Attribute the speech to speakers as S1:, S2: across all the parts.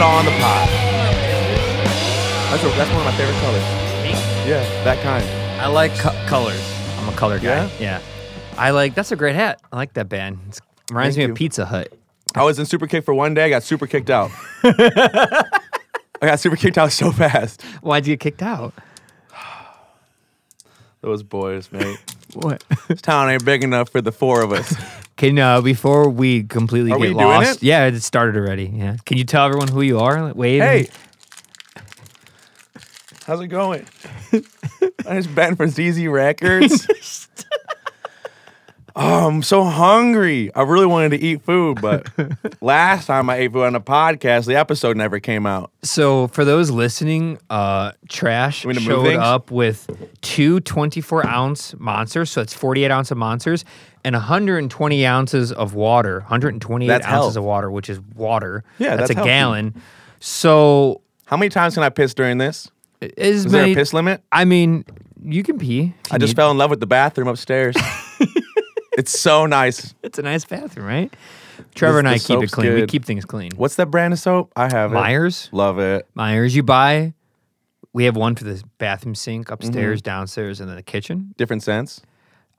S1: hot. That's, a, that's one of my favorite colors.
S2: Pink?
S1: Yeah, that kind.
S2: I like co- colors. I'm a color guy.
S1: Yeah?
S2: Yeah? I like, that's a great hat. I like that band. It's, reminds
S1: Thank
S2: me
S1: you.
S2: of Pizza Hut.
S1: I was in super kick for one day. I got super kicked out. I got super kicked out so fast.
S2: Why'd you get kicked out?
S1: Those boys, mate.
S2: What?
S1: this town ain't big enough for the four of us.
S2: Okay, now before we completely
S1: Are
S2: get
S1: we doing
S2: lost,
S1: it?
S2: yeah, it started already. Yeah, can you tell everyone who you are? Like, wave. and-
S1: hey, how's it going? I just been for ZZ Records. oh, I'm so hungry. I really wanted to eat food, but last time I ate food on a podcast, the episode never came out.
S2: So for those listening, uh, Trash
S1: Want me to move
S2: showed
S1: things?
S2: up with two 24 ounce monsters, so that's 48 ounce of monsters and 120 ounces of water, 128
S1: That's
S2: ounces
S1: health.
S2: of water, which is water.
S1: Yeah,
S2: that's,
S1: that's
S2: a
S1: healthy.
S2: gallon. So
S1: How many times can I piss during this?
S2: as
S1: Is there
S2: many,
S1: a piss limit?
S2: I mean, you can pee. if you
S1: I just
S2: need.
S1: fell in love with the bathroom upstairs. it's so nice.
S2: It's a nice bathroom, right? Trevor and
S1: the
S2: I keep it
S1: soap's
S2: clean. We
S1: good.
S2: keep things clean.
S1: What's that brand of soap? I have it.
S2: Myers?
S1: Love it.
S2: Myers, you buy. We have one for the bathroom
S1: Mm-hmm.
S2: sink upstairs, downstairs, and then the kitchen.
S1: Different scents.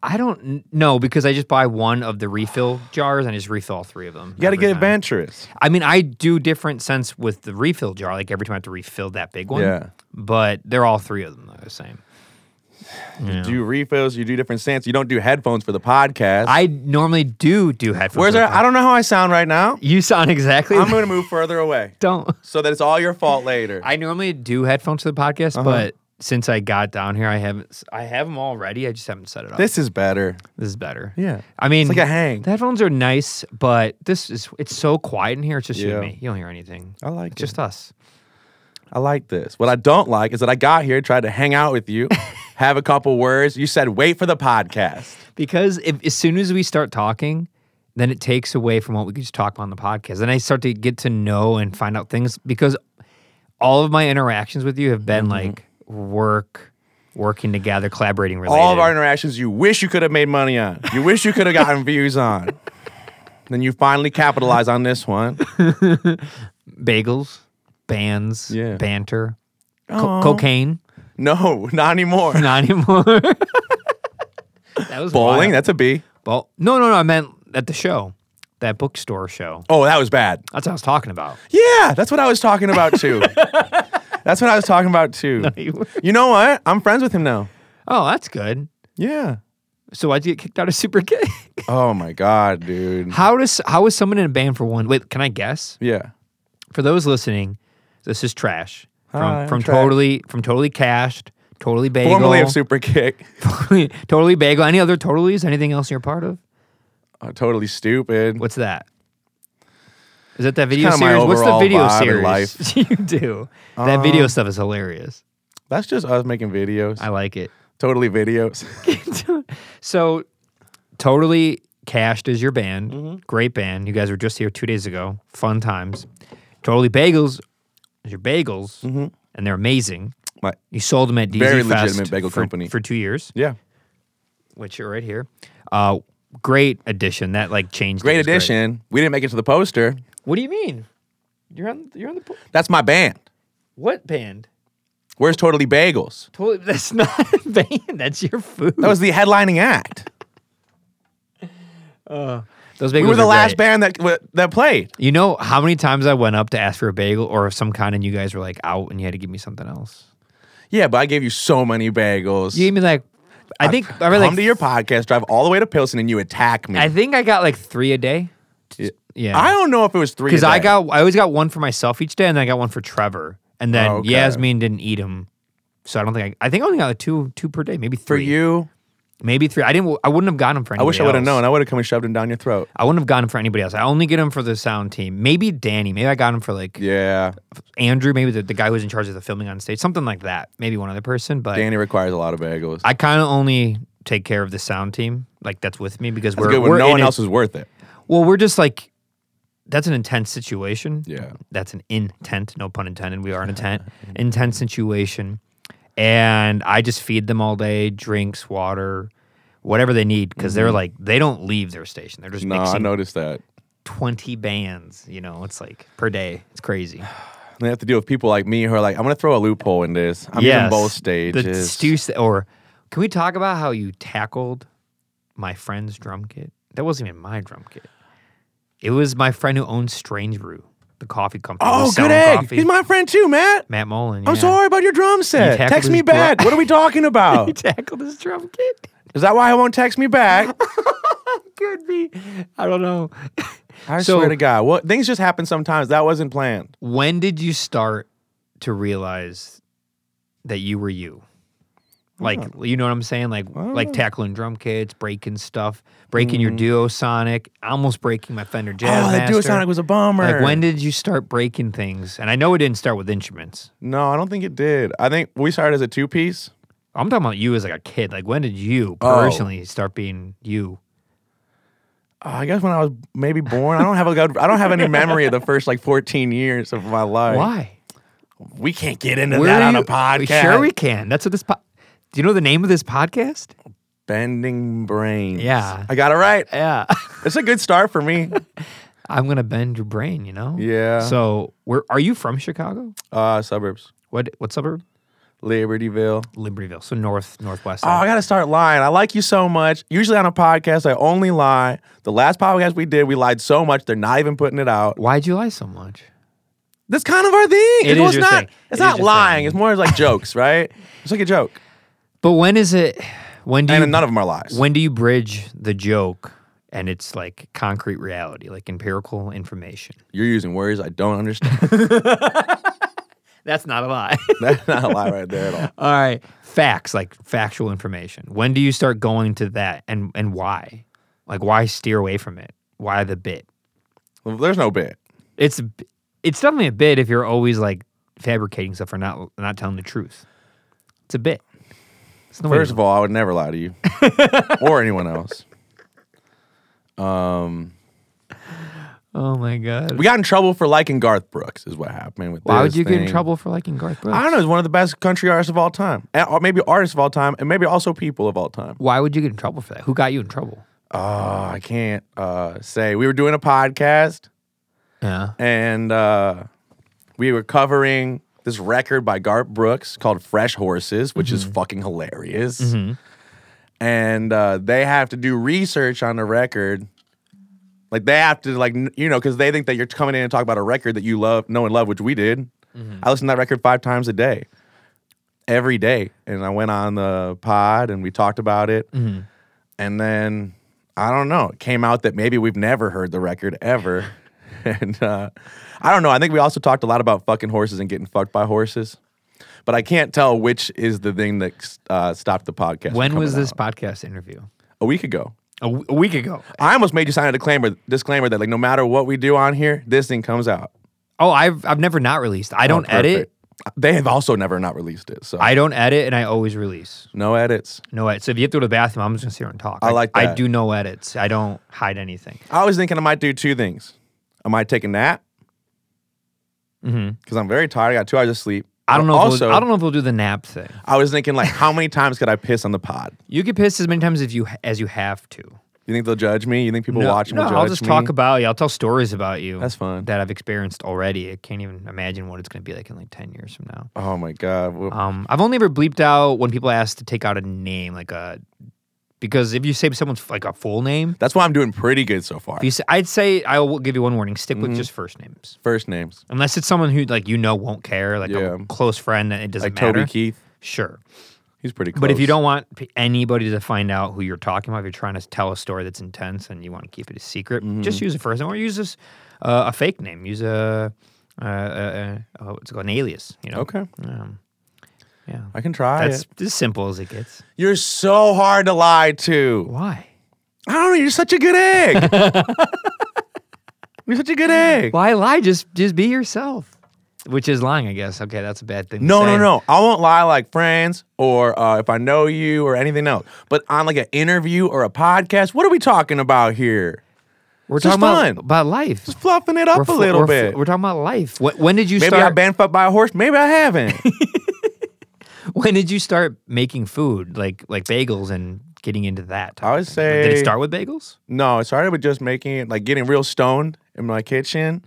S2: I don't kn- know because I just buy one of the refill jars and I just refill all three of them.
S1: You got to
S2: every
S1: get
S2: time.
S1: adventurous.
S2: I mean, I do different scents with the refill jar. Like every time I have to refill that big one.
S1: Yeah.
S2: But they're all three of them are the same.
S1: Do you refills? You do different scents. You don't do headphones for the podcast.
S2: I normally do do headphones.
S1: Where's
S2: with
S1: our,
S2: them.
S1: I don't know how I sound right now.
S2: You sound exactly.
S1: I'm going to move further away
S2: don't.
S1: so that it's all your fault later.
S2: I normally do headphones for the podcast,
S1: Uh-huh.
S2: but since I got down here, I haven't. s- I have them all ready. I just haven't set it up.
S1: this is better.
S2: This is better.
S1: Yeah.
S2: I mean,
S1: It's like a hang.
S2: The headphones are nice, but this is, it's so quiet in here. It's just you and
S1: Yeah. Oh,
S2: me. You don't hear anything.
S1: I like
S2: It's just us.
S1: I like this. What I don't like is that I got here, tried to hang out with you, have a couple words. You said, wait for the podcast.
S2: Because if, as soon as we start talking, then it takes away from what we could just talk about on the podcast. Then I start to get to know and find out things because all of my interactions with you have been
S1: Mm-hmm.
S2: like work, working together, collaborating related.
S1: All of our interactions you wish you could have made money on, you wish you could have gotten views on. Then you finally capitalize on this one.
S2: bagels, bands,
S1: Yeah.
S2: banter, co- cocaine.
S1: No, not anymore.
S2: Not anymore. that was
S1: Bowling,
S2: wild.
S1: that's a B.
S2: Well, no, no, no. I meant at the show, that bookstore show.
S1: Oh, that was bad.
S2: That's what I was talking about.
S1: Yeah, that's what I was talking about too. that's what I was talking about too.
S2: you were-
S1: You know what? I'm friends with him now.
S2: Oh, that's good.
S1: Yeah.
S2: So why'd you get kicked out of Super K?
S1: Oh my god, dude.
S2: how does how is someone in a band for one? Wait, can I guess?
S1: Yeah.
S2: For those listening, this is trash from
S1: Hi, I'm
S2: from
S1: Trash.
S2: totally from totally cashed, totally bagel,
S1: Formerly of Super Kick.
S2: totally, totally bagel. Any other totallys? Anything else you're part of?
S1: Oh, totally stupid.
S2: What's that? Is that that video
S1: kinda my
S2: series? What's the
S1: overall
S2: video
S1: vibe in
S2: series?
S1: life. Um,
S2: you do that video stuff is hilarious.
S1: That's just us making videos.
S2: I like it.
S1: totally videos.
S2: So, totally cashed is your band.
S1: Mm-hmm.
S2: Great band. You guys were just here two days ago. Fun times. Totally bagels is your bagels, and they're amazing.
S1: My-
S2: You sold them at DZ
S1: Mm-hmm. Very
S2: Fest
S1: legitimate bagel
S2: for,
S1: company.
S2: for two years,
S1: yeah.
S2: which are right here. Uh, great addition. That like changed.
S1: Great
S2: things
S1: addition. We didn't make it to the poster.
S2: What do you mean? You're on. You're on the. po-
S1: That's my band.
S2: What band?
S1: Where's Totally Bagels?
S2: Totally. That's not a band. That's your food.
S1: That was the headlining act.
S2: Those bagels
S1: We were the
S2: are
S1: last
S2: great.
S1: band that w- that played.
S2: You know how many times I went up to ask for a bagel or some kind, and you guys were like out, and you had to give me something else.
S1: Yeah, but I gave you so many bagels.
S2: You gave me like, I think I,
S1: Come
S2: really like,
S1: to your podcast, drive all the way to Pilsen, and you attack me.
S2: I think I got like three a day.
S1: I
S2: Yeah,
S1: don't know if it was three.
S2: because
S1: a
S2: I
S1: day.
S2: got I always got one for myself each day, and then I got one for Trevor, and then
S1: Oh, okay.
S2: Yasmin didn't eat them, so I don't think I, I think I only got like two two per day, maybe
S1: for
S2: three,
S1: you.
S2: maybe three. I didn't I wouldn't have gotten them
S1: I
S2: for anybody.
S1: wish I would have
S2: else.
S1: known. I would have come and shoved him down your throat.
S2: I wouldn't have gotten them for anybody else. I only get them for the sound team. Maybe Danny. Maybe I got them for like
S1: Yeah,
S2: Andrew. Maybe the, the guy who was in charge of the filming on stage. Something like that. Maybe one other person. But
S1: Danny requires a lot of bagels.
S2: I kind of only take care of the sound team, like that's with me because
S1: That's
S2: we're
S1: good when
S2: we're
S1: no
S2: in
S1: one
S2: it-
S1: else is worth it.
S2: Well, we're just like that's an intense situation.
S1: Yeah.
S2: that's an intent, no pun intended. We are in a tent, intense situation, and I just feed them all day, drinks, water, whatever they need, because they're like they don't leave their station. They're just
S1: Mm-hmm. No, I
S2: mixing
S1: noticed that.
S2: twenty bands. You know, it's like per day. It's crazy.
S1: And they have to deal with people like me who are like, I'm gonna throw a loophole in this. I'm in
S2: Yes.
S1: both
S2: The
S1: stages.
S2: Stu st- or can we talk about how you tackled my friend's drum kit? That wasn't even my drum kit. It was my friend who owns Strange Brew, the coffee company. who
S1: oh,
S2: was
S1: good
S2: selling
S1: egg.
S2: coffee.
S1: He's my friend too, Matt.
S2: Matt Mullen.
S1: I'm
S2: yeah.
S1: sorry about your drum set.
S2: tackled
S1: Text
S2: his
S1: me
S2: drum-
S1: back. what are we talking
S2: He
S1: about?
S2: tackled his drum kit.
S1: Is that why I won't text me back?
S2: Could be. I don't know.
S1: I
S2: So-
S1: swear to God. Well, things just happen sometimes. That wasn't planned.
S2: when did you start to realize that you were you? Like you know what I'm saying? Like like tackling drum kits, breaking stuff, breaking your duo sonic, almost breaking my Fender Jazz.
S1: Mm. oh, that duo sounded like was a bummer.
S2: Like when did you start breaking things? And I know it didn't start with instruments.
S1: No, I don't think it did. I think we started as a two piece.
S2: I'm talking about you as like a kid. Like when did you
S1: Oh.
S2: personally start being you?
S1: Oh, I guess when I was maybe born, I don't have a good, I don't have any memory of the first like 14 years of my life.
S2: Why?
S1: We can't get into
S2: Where
S1: that
S2: are
S1: on a
S2: you-
S1: podcast.
S2: Sure we can. That's what this po- Do you know the name of this podcast?
S1: Bending brains.
S2: Yeah.
S1: I got it right.
S2: Yeah.
S1: It's a good start for me.
S2: I'm gonna bend your brain, you know?
S1: Yeah.
S2: So where are you from Chicago?
S1: Uh, suburbs,
S2: What what suburb?
S1: Libertyville.
S2: Oh. Libertyville. So north, northwest.
S1: Oh, I gotta start lying. I like you so much. Usually on a podcast, I only lie. The last podcast we did, we lied so much they're not even putting it out.
S2: Why'd you lie so much?
S1: That's kind of our thing.
S2: It
S1: Well, it's
S2: is your
S1: not.
S2: thing. It
S1: It's
S2: is
S1: not
S2: your
S1: lying.
S2: thing.
S1: It's more like jokes, right? It's like a joke,
S2: But when is it when do you
S1: and none of them are lies.
S2: when do you bridge the joke and it's like concrete reality, like empirical information?
S1: You're using words I don't understand.
S2: That's not a lie.
S1: That's not a lie right there at all.
S2: All right. Facts, like factual information. When do you start going to that and and why? Like why steer away from it? Why the bit?
S1: Well, There's no bit.
S2: It's it's definitely a bit if you're always like fabricating stuff or not not telling the truth. It's a bit. It's no way
S1: First
S2: to-
S1: of all, I would never lie to you or anyone else. Um,
S2: oh my god.
S1: we got in trouble for liking Garth Brooks, is what happened. With
S2: Why would
S1: this
S2: you get in
S1: thing.
S2: trouble for liking Garth Brooks?
S1: I don't know. He's one of the best country artists of all time, and, or maybe artists of all time, and maybe also people of all time.
S2: Why would you get in trouble for that? Who got you in trouble?
S1: Oh, I can't uh, say. We were doing a podcast,
S2: Yeah.
S1: and uh, we were covering this record by Garth Brooks called "Fresh Horses," which
S2: Mm-hmm.
S1: is fucking hilarious. And uh, they have to do research on the record. Like they have to like n- you know because they think that you're coming in and talk about a record that you love, know and love, which we did.
S2: Mm-hmm.
S1: I listened to that record five times a day, every day, and I went on the pod and we talked about it.
S2: Mm-hmm.
S1: And then I don't know, it came out that maybe we've never heard the record ever. and uh, I don't know. I think we also talked a lot about fucking horses and getting fucked by horses. But I can't tell which is the thing that uh, stopped the podcast. from
S2: When
S1: coming
S2: was this
S1: out.
S2: podcast interview?
S1: A week ago.
S2: A, w- a week ago.
S1: I almost made you sign a disclaimer, disclaimer that like no matter what we do on here, this thing comes out.
S2: Oh, I've I've never not released. I don't edit.
S1: Oh, Perfect. They have also never not released it. So
S2: I don't edit, and I always release.
S1: no edits.
S2: No edits. So if you have to go to the bathroom, I'm just gonna sit here and talk.
S1: I like
S2: I
S1: that.
S2: do no edits. I don't hide anything.
S1: I was thinking I might do two things. I might take a nap
S2: Mhm.
S1: because I'm very tired. I got two hours of sleep.
S2: I don't know.
S1: But
S2: if
S1: Mm-hmm. Also,
S2: we'll, I don't know if we'll do the nap thing.
S1: I was thinking like, how many times could I piss on the pod?
S2: You get pissed as many times if you as you have to.
S1: You think they'll judge me? You think people
S2: No,
S1: watching
S2: no,
S1: will judge
S2: I'll just
S1: me?
S2: talk about you. I'll tell stories about you.
S1: That's fine.
S2: That I've experienced already. I can't even imagine what it's going to be like in like ten years from now.
S1: Oh my god! Well,
S2: Um, I've only ever bleeped out when people ask to take out a name, like a because if you say someone's like a full name,
S1: that's why I'm doing pretty good so far.
S2: if you say, I'd say I will give you one warning: stick
S1: Mm-hmm.
S2: with just first names,
S1: First names
S2: unless it's someone who like you know won't care, like
S1: Yeah.
S2: a close friend that it doesn't
S1: like
S2: matter.
S1: Toby Keith.
S2: Sure,
S1: He's pretty. Close.
S2: but if you don't want p- anybody to find out who you're talking about, if you're trying to tell a story that's intense and you want to keep it a secret,
S1: Mm-hmm.
S2: just use a first name or use this uh, a fake name. Use a uh, uh, uh, uh, what's it called an alias. You know.
S1: okay,
S2: Um, yeah.
S1: I can try.
S2: That's
S1: it.
S2: as simple as it gets.
S1: You're so hard to lie to.
S2: Why?
S1: I don't know. You're such a good egg. you're such a good egg.
S2: Why lie? Just just be yourself. Which is lying, I guess. Okay, that's a bad thing. to
S1: No,
S2: say.
S1: no, no. I won't lie like friends or uh, if I know you or anything else. But on like an interview or a podcast, what are we talking about here?
S2: We're
S1: This is
S2: talking about,
S1: fun.
S2: about life.
S1: Just fluffing it up
S2: we're
S1: a
S2: fl-
S1: little
S2: we're fl-
S1: bit.
S2: We're talking about life. When, when did you
S1: Maybe I've
S2: start?
S1: been fucked by a horse. Maybe I haven't.
S2: when did you start making food like like bagels and getting into that? type
S1: I would
S2: of thing? Did
S1: say-
S2: it start with bagels?
S1: No, it started with just making it like getting real stoned in my kitchen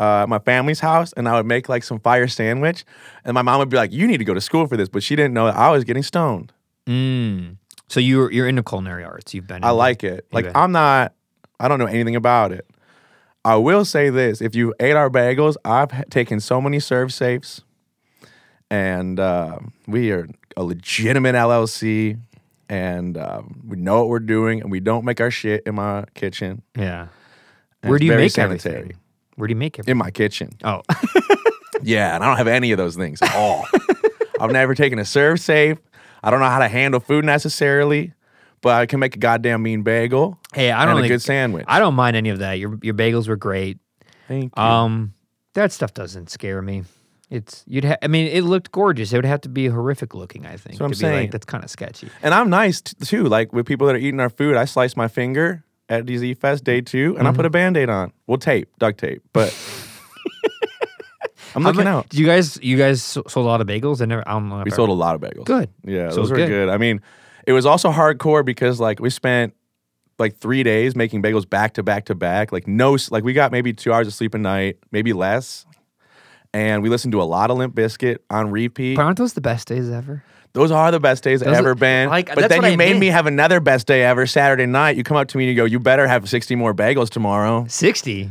S1: uh, at my family's house and I would make like some fire sandwich. And my mom would be like, You need to go to school for this. But she didn't know that I was getting stoned.
S2: Mm. So you're you're into culinary arts. You've been.
S1: I
S2: into-
S1: like it. Like,
S2: bet.
S1: I'm not, I don't know anything about it. I will say this if you ate our bagels, I've h- taken so many serve safes. And uh, we are a legitimate LLC. And uh, we know what we're doing. And we don't make our shit in my kitchen,
S2: Yeah.
S1: And
S2: Where
S1: it's
S2: do you
S1: very
S2: make
S1: sanitary.
S2: everything? Where do you make everything?
S1: in my kitchen.
S2: Oh,
S1: Yeah, and I don't have any of those things at all. I've never taken a serve safe. I don't know how to handle food necessarily, but I can make a goddamn mean bagel
S2: hey, I don't
S1: and a
S2: think-
S1: good sandwich.
S2: I don't mind any of that. Your your bagels were great.
S1: Thank you.
S2: Um, that stuff doesn't scare me. It's you'd ha- I mean, it looked gorgeous. It would have to be horrific looking. I think.
S1: what I'm
S2: to be
S1: saying.
S2: Like, That's kind of sketchy.
S1: and I'm nice t- too. Like with people that are eating our food, I slice my finger at DZ Fest day two, and I put a band aid on. Well, tape, duct tape, but I'm
S2: How
S1: looking
S2: mu-
S1: out.
S2: Do you guys you guys so- sold a lot of bagels? I never. I don't know. if
S1: We
S2: I-
S1: sold a lot of bagels.
S2: good.
S1: Yeah,
S2: So
S1: those
S2: it's
S1: were
S2: good.
S1: good. I mean, it was also hardcore because like we spent like three days making bagels back to back to back. Like no, s- like we got maybe two hours of sleep a night, maybe less. And we listened to a lot of Limp Biscuit on repeat.
S2: But aren't those the best days ever?
S1: Those are the best days I've
S2: Those are-
S1: ever been.
S2: like,
S1: but
S2: that's
S1: then
S2: what
S1: you
S2: I
S1: made me
S2: mean.
S1: have another best day ever Saturday night. You come up to me and you go, "You better have sixty more bagels tomorrow."
S2: Sixty.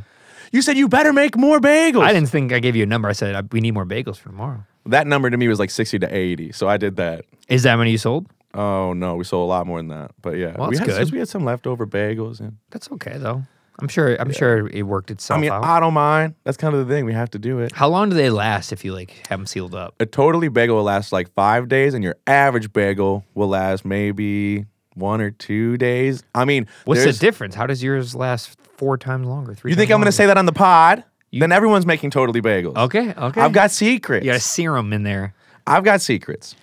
S1: You said you better make more bagels.
S2: I didn't think I gave you a number. I said I, we need more bagels for tomorrow.
S1: That number to me was like sixty to eighty, so I did that.
S2: Is that how many you sold?
S1: Oh no, we sold a lot more than that. But yeah,
S2: Well,
S1: we
S2: that's
S1: had 'cause
S2: good.
S1: we had some leftover bagels and.
S2: That's okay though. I'm sure. I'm sure it worked itself
S1: I mean,
S2: out.
S1: I don't mind. That's kind of the thing. We have to do it.
S2: How long do they last if you like have them sealed up?
S1: A totally bagel will last like five days, and your average bagel will last maybe one or two days. I mean,
S2: What's the
S1: there's-
S2: difference? How does yours last four times longer? Three.
S1: you think
S2: times
S1: I'm going to
S2: longer?
S1: say that on the pod? then everyone's making totally bagels.
S2: Okay. Okay.
S1: I've got secrets.
S2: You got a serum in there.
S1: I've got secrets.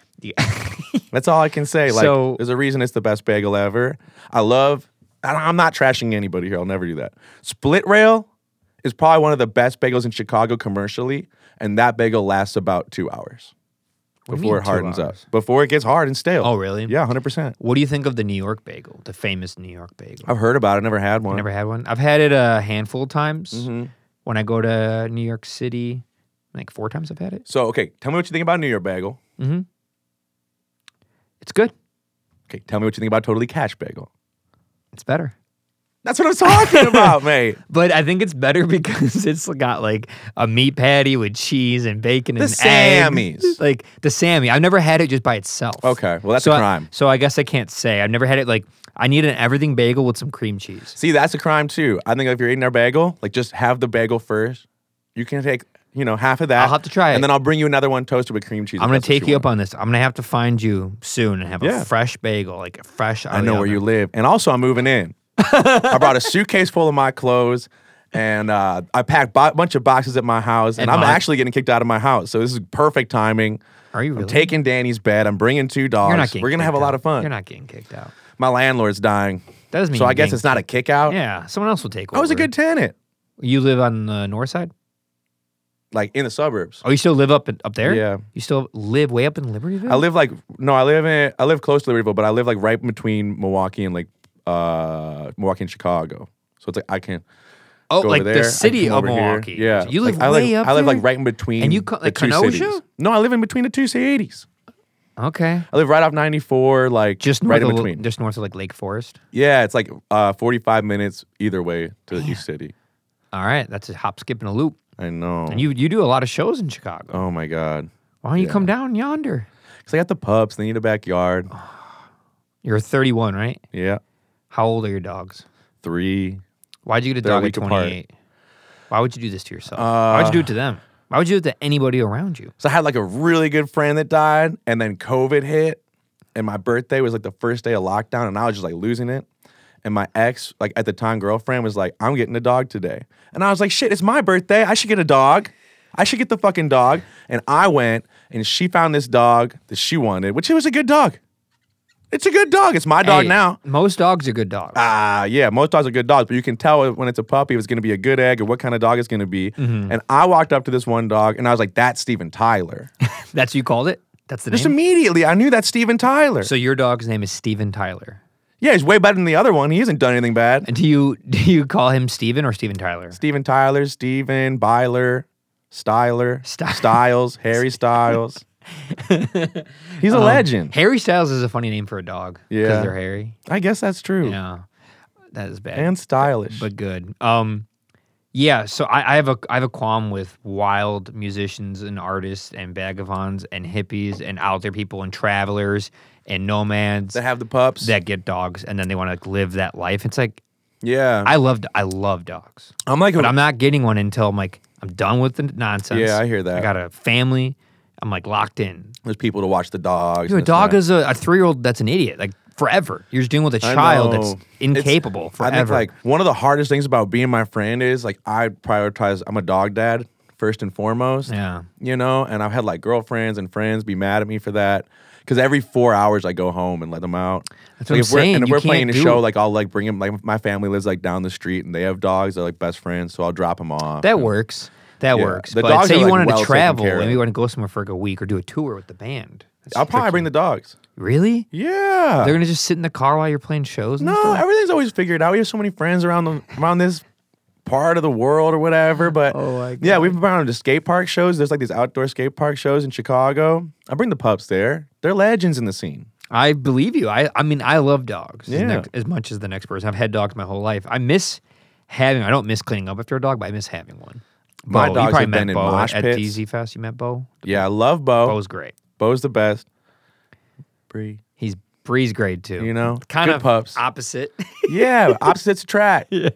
S1: That's all I can say. Like,
S2: So-
S1: there's a reason it's the best bagel ever. I love. I don't- I'm not trashing anybody here. I'll never do that. Split rail is probably one of the best bagels in Chicago commercially, and that bagel lasts about two hours
S2: What do you
S1: before
S2: mean
S1: it
S2: two
S1: hardens up.
S2: hours?
S1: Before it gets hard and stale.
S2: Oh, really?
S1: Yeah, hundred percent.
S2: What do you think of the New York bagel? The famous New York bagel.
S1: I've heard about it. Never had one.
S2: Never had one. I've had it a handful of times.
S1: Mm-hmm.
S2: When I go to New York City, like four times I've had it.
S1: So okay, tell me what you think about New York bagel.
S2: It's good.
S1: Okay, tell me what you think about Totally Cash bagel.
S2: It's better.
S1: That's what I'm talking about, mate.
S2: But I think it's better because it's got like a meat patty with cheese and bacon and
S1: Sammy's.
S2: eggs. Like the Sammy. I've never had it just by itself.
S1: Okay, well, that's
S2: so
S1: a
S2: I-
S1: crime.
S2: so I guess I can't say. I've never had it like I need an everything bagel with some cream cheese.
S1: See, that's a crime too. I think if you're eating our bagel, like just have the bagel first. You can take, you know, half of that.
S2: I'll have to try it.
S1: And then I'll bring you another one toasted with cream cheese.
S2: I'm gonna take you up on this. I'm gonna have to find you soon and have
S1: Yeah.
S2: a fresh bagel, like a fresh.
S1: I know where you live. And also, I'm moving in. I brought a suitcase full of my clothes and uh, I packed a bunch of boxes at my house. And,
S2: And
S1: I'm
S2: mine.
S1: actually getting kicked out of my house. So this is perfect timing.
S2: Are you
S1: I'm
S2: really?
S1: taking Danny's bed. I'm bringing two dogs.
S2: You're not getting
S1: We're gonna have a
S2: kicked
S1: lot
S2: out.
S1: of fun.
S2: You're not getting kicked out.
S1: my landlord's dying.
S2: That doesn't mean
S1: So
S2: you're
S1: I guess
S2: getting-
S1: it's not a kick out.
S2: Yeah, someone else will take over.
S1: I was a good tenant,
S2: You live on the north side?
S1: like in the suburbs.
S2: Oh, you still live up in, up there?
S1: Yeah.
S2: You still live way up in Libertyville?
S1: I live like no, I live in I live close to Libertyville, but I live like right between Milwaukee and like uh Milwaukee and Chicago. So it's like I can
S2: oh,
S1: go
S2: like
S1: over there.
S2: the
S1: I
S2: city
S1: come over
S2: of
S1: here.
S2: Milwaukee.
S1: Yeah,
S2: You live
S1: like, I
S2: way
S1: live,
S2: up
S1: I live like
S2: there?
S1: right in between.
S2: And you co-
S1: the
S2: like
S1: two
S2: Kenosha?
S1: cities. No, I live in between the two cities.
S2: Okay.
S1: I live right off 94, like
S2: Just north
S1: right in
S2: of
S1: between.
S2: just north of like Lake Forest.
S1: yeah, it's like uh 45 minutes either way to the East City.
S2: All right, that's a hop, skip, and a loop.
S1: I know.
S2: And you you do a lot of shows in Chicago.
S1: oh my god,
S2: Why don't you come down yonder?
S1: because I got the pups. They need a backyard.
S2: Uh-huh. You're 31, right?
S1: Yeah,
S2: How old are your dogs?
S1: three.
S2: Why'd you get a
S1: They're a
S2: dog
S1: week
S2: at
S1: apart. Uh,
S2: 28? Why would you do this to yourself? Why would you do it to them? Why would you do it to anybody around you?
S1: So I had like a really good friend that died, and then COVID hit, and my birthday was like the first day of lockdown, and I was just like losing it. And my ex, like at the time girlfriend, was like, "I'm getting a dog today," and I was like, "Shit, it's my birthday. I should get a dog. I should get the fucking dog." And I went, and she found this dog that she wanted, which it was a good dog. It's a good dog. It's my dog
S2: Hey,
S1: now.
S2: Most dogs are good dogs.
S1: Ah, yeah, most dogs are good dogs, but you can tell when it's a puppy if it's going to be a good egg or what kind of dog it's going to be. And I walked up to this one dog, and I was like, "That's Steven Tyler."
S2: That's what you called it? That's the
S1: Just
S2: name?
S1: immediately, I knew that's Steven Tyler.
S2: So your dog's name is Steven Tyler.
S1: Yeah, he's way better than the other one. He hasn't done anything bad.
S2: And do you do you call him Steven or Steven Tyler?
S1: Steven Tyler, Steven Byler, Styler,
S2: Sty-
S1: Styles, Harry Styles. he's a
S2: Um,
S1: legend.
S2: Harry Styles is a funny name for a dog.
S1: Yeah.
S2: Because they're hairy.
S1: I guess that's true.
S2: Yeah. That is bad.
S1: And stylish.
S2: but good. Um, yeah. So I, I have a I have a qualm with wild musicians and artists and vagabonds and hippies and out there people and travelers and nomads
S1: that have the pups.
S2: that get dogs and then they want to like, live that life. It's like
S1: yeah.
S2: I love I love dogs,
S1: I'm like,
S2: but I'm not getting one until I'm like I'm done with the nonsense.
S1: Yeah, I hear
S2: I
S1: that.
S2: got a family. I'm like locked in.
S1: there's people to watch the dogs.
S2: Dude, a
S1: and it's
S2: dog
S1: not-
S2: is a, a three year old that's an idiot. Like forever, you're just dealing with a
S1: I
S2: child
S1: know.
S2: that's
S1: It's-
S2: incapable forever.
S1: I think like one of the hardest things about being my friend is like I prioritize. I'm a dog dad first and foremost.
S2: yeah.
S1: You know, and I've had like girlfriends and friends be mad at me for that. Because every four hours I go home and let them out.
S2: That's what
S1: Like,
S2: I'm
S1: if we're,
S2: saying.
S1: And if
S2: You
S1: we're
S2: can't
S1: playing a
S2: do
S1: show,
S2: it.
S1: like I'll like bring them. Like my family lives like down the street and they have dogs. They're like best friends, so I'll drop them off.
S2: That works. That
S1: Yeah.
S2: works.
S1: The
S2: but
S1: dogs
S2: say
S1: are,
S2: you
S1: like,
S2: wanted
S1: well
S2: to
S1: taken
S2: travel
S1: care
S2: and
S1: of.
S2: you want to go somewhere for like a week or do a tour with the band. That's
S1: I'll probably
S2: tricky.
S1: bring the dogs.
S2: Really?
S1: Yeah.
S2: They're gonna just sit in the car while you're playing shows. And
S1: No,
S2: stuff?
S1: everything's always figured out. We have so many friends around the around this part of the world or whatever. But
S2: Oh my
S1: yeah, we've been around to skate park shows. There's like these outdoor skate park shows in Chicago. I bring the pups there. They're legends in the scene.
S2: I believe you. I I mean I love dogs as,
S1: Yeah.
S2: next- as much as the next person. I've had dogs my whole life. I miss having. I don't miss cleaning up after a dog, but I miss having one.
S1: My
S2: Bo,
S1: dogs
S2: you probably
S1: have
S2: met
S1: been in
S2: Bo
S1: mosh
S2: at
S1: pits.
S2: DZ Fest. You met Bo.
S1: Yeah, I love Bo.
S2: Bo's great.
S1: Bo's the best. Bree.
S2: He's Bree's great too.
S1: You know,
S2: kind
S1: good
S2: of
S1: pups.
S2: opposite.
S1: Yeah, opposites attract. Yeah.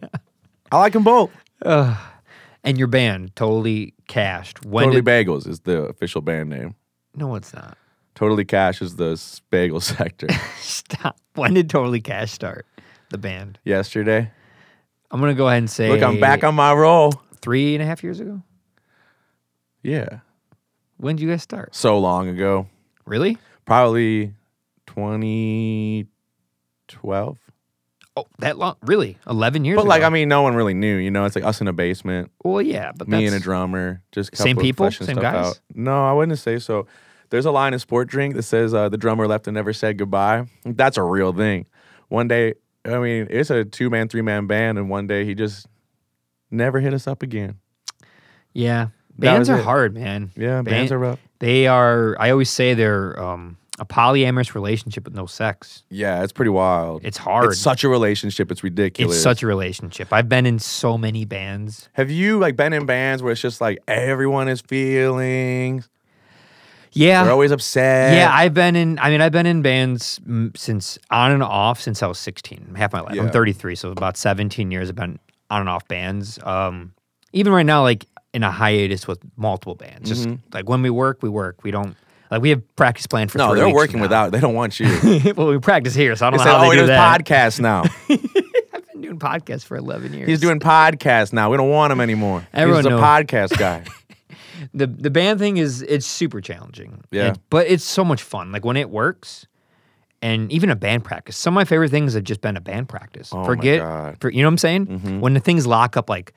S1: I like them both.
S2: and your band totally cashed. When
S1: Totally
S2: did,
S1: Bagels is the official band name.
S2: no, it's not.
S1: Totally Cash is the s- bagel sector.
S2: Stop. When did Totally Cash start? The band.
S1: Yesterday.
S2: I'm gonna go ahead and say.
S1: Look, I'm back on my roll.
S2: three and a half years ago.
S1: Yeah.
S2: When did you guys start?
S1: So long ago.
S2: Really?
S1: probably 2012
S2: Oh, that long? Really? Eleven years?
S1: but like
S2: ago?
S1: i mean no one really knew you know it's like us in a basement
S2: well, yeah, but
S1: me
S2: that's,
S1: and a drummer just a couple
S2: Same
S1: of
S2: people?
S1: fleshing
S2: Same
S1: stuff
S2: guys?
S1: out. no i wouldn't say so there's a line in sport drink that says uh, the drummer left and never said goodbye that's a real thing one day i mean it's a two-man three-man band and one day he just never hit us up again
S2: Yeah,
S1: That
S2: bands
S1: was
S2: are
S1: it.
S2: hard, man.
S1: yeah bands
S2: Ban-
S1: are up
S2: They are. I always say they're um, a polyamorous relationship with no sex.
S1: yeah it's pretty wild
S2: It's hard.
S1: it's such a relationship it's ridiculous
S2: It's such a relationship. I've been in so many bands.
S1: have you like been in bands where it's just like everyone is feeling
S2: Yeah.
S1: They're always upset.
S2: yeah, I've been in. I mean, I've been in bands mm, since on and off since I was 16, half my life.
S1: Yeah.
S2: I'm 33, so about 17 years I've been on and off bands. Um, even right now, like in a hiatus with multiple bands. Just like when we work, we work. We don't like we have practice planned for.
S1: Mm-hmm. no,
S2: three
S1: they're
S2: weeks
S1: working
S2: from now.
S1: without. They don't want you. they
S2: well, we practice here, so I don't
S1: said,
S2: know how
S1: "Oh,
S2: they
S1: he
S2: do
S1: does
S2: that.
S1: podcasts now.
S2: I've been doing podcasts for 11 years.
S1: He's doing podcasts now. We don't want him anymore.
S2: Everyone
S1: He's a
S2: knows.
S1: podcast guy.
S2: the the band thing is it's super challenging.
S1: Yeah.
S2: It- but it's so much fun. Like when it works, and even a band practice. Some of my favorite things have just been a band practice.
S1: Oh my
S2: Forget,
S1: God. Mm-hmm.
S2: For, you know what I'm saying? When the things lock up, like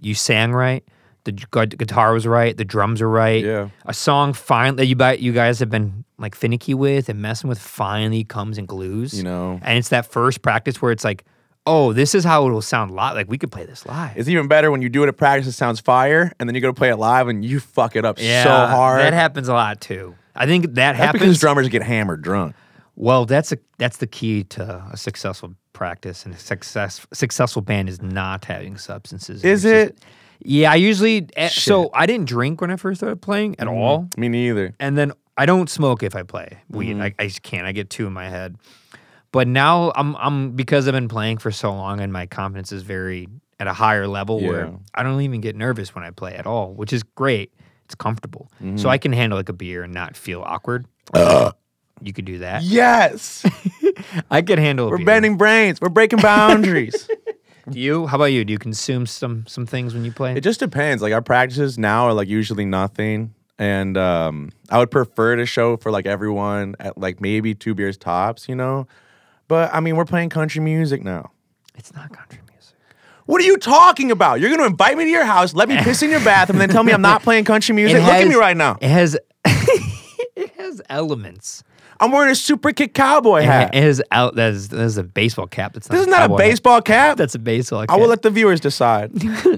S2: you sang right, the gu- guitar was right, the drums are right.
S1: Yeah.
S2: A song fine that you bu- you guys have been like finicky with and messing with finally comes and glues.
S1: You know.
S2: and it's that first practice where it's like, oh, this is how it will sound live. Like we could play this live.
S1: It's even better when you do it at practice. It sounds fire, and then you go to play it live, and you fuck it up
S2: Yeah,
S1: so hard.
S2: That happens a lot too. I think that
S1: That's
S2: happens.
S1: because drummers get hammered drunk.
S2: well, that's a that's the key to a successful practice and a success successful band is not having substances.
S1: Is
S2: It's just- yeah, I usually eh, so I didn't drink when I first started playing
S1: Mm-hmm.
S2: at all,
S1: Me neither.
S2: and then I don't smoke if I play weed.
S1: Mm-hmm.
S2: I, I just can't. I get two in my head. But now I'm I'm because I've been playing for so long and my confidence is very at a higher level
S1: Yeah.
S2: where I don't even get nervous when I play at all, which is great. It's comfortable.
S1: Mm-hmm.
S2: So I can handle like a beer and not feel awkward. you could do that.
S1: Yes,
S2: I could handle a
S1: we're
S2: beer.
S1: bending brains. We're breaking boundaries.
S2: You, how about you? Do you consume some some things when you play?
S1: It just depends. Like our practices now are like usually nothing, and um, I would prefer to show for like everyone at like maybe two beers tops, you know. But I mean, we're playing country music now.
S2: it's not country music.
S1: What are you talking about? You're gonna invite me to your house, let me piss in your bathroom, and then tell me I'm not playing country music? Look at me right now.
S2: It has it has elements
S1: I'm wearing a super kick cowboy hat.
S2: It is out. That is, that is a baseball cap. That's not
S1: this is not a
S2: cowboy hat.
S1: baseball cap.
S2: That's a baseball.
S1: I will let the viewers decide.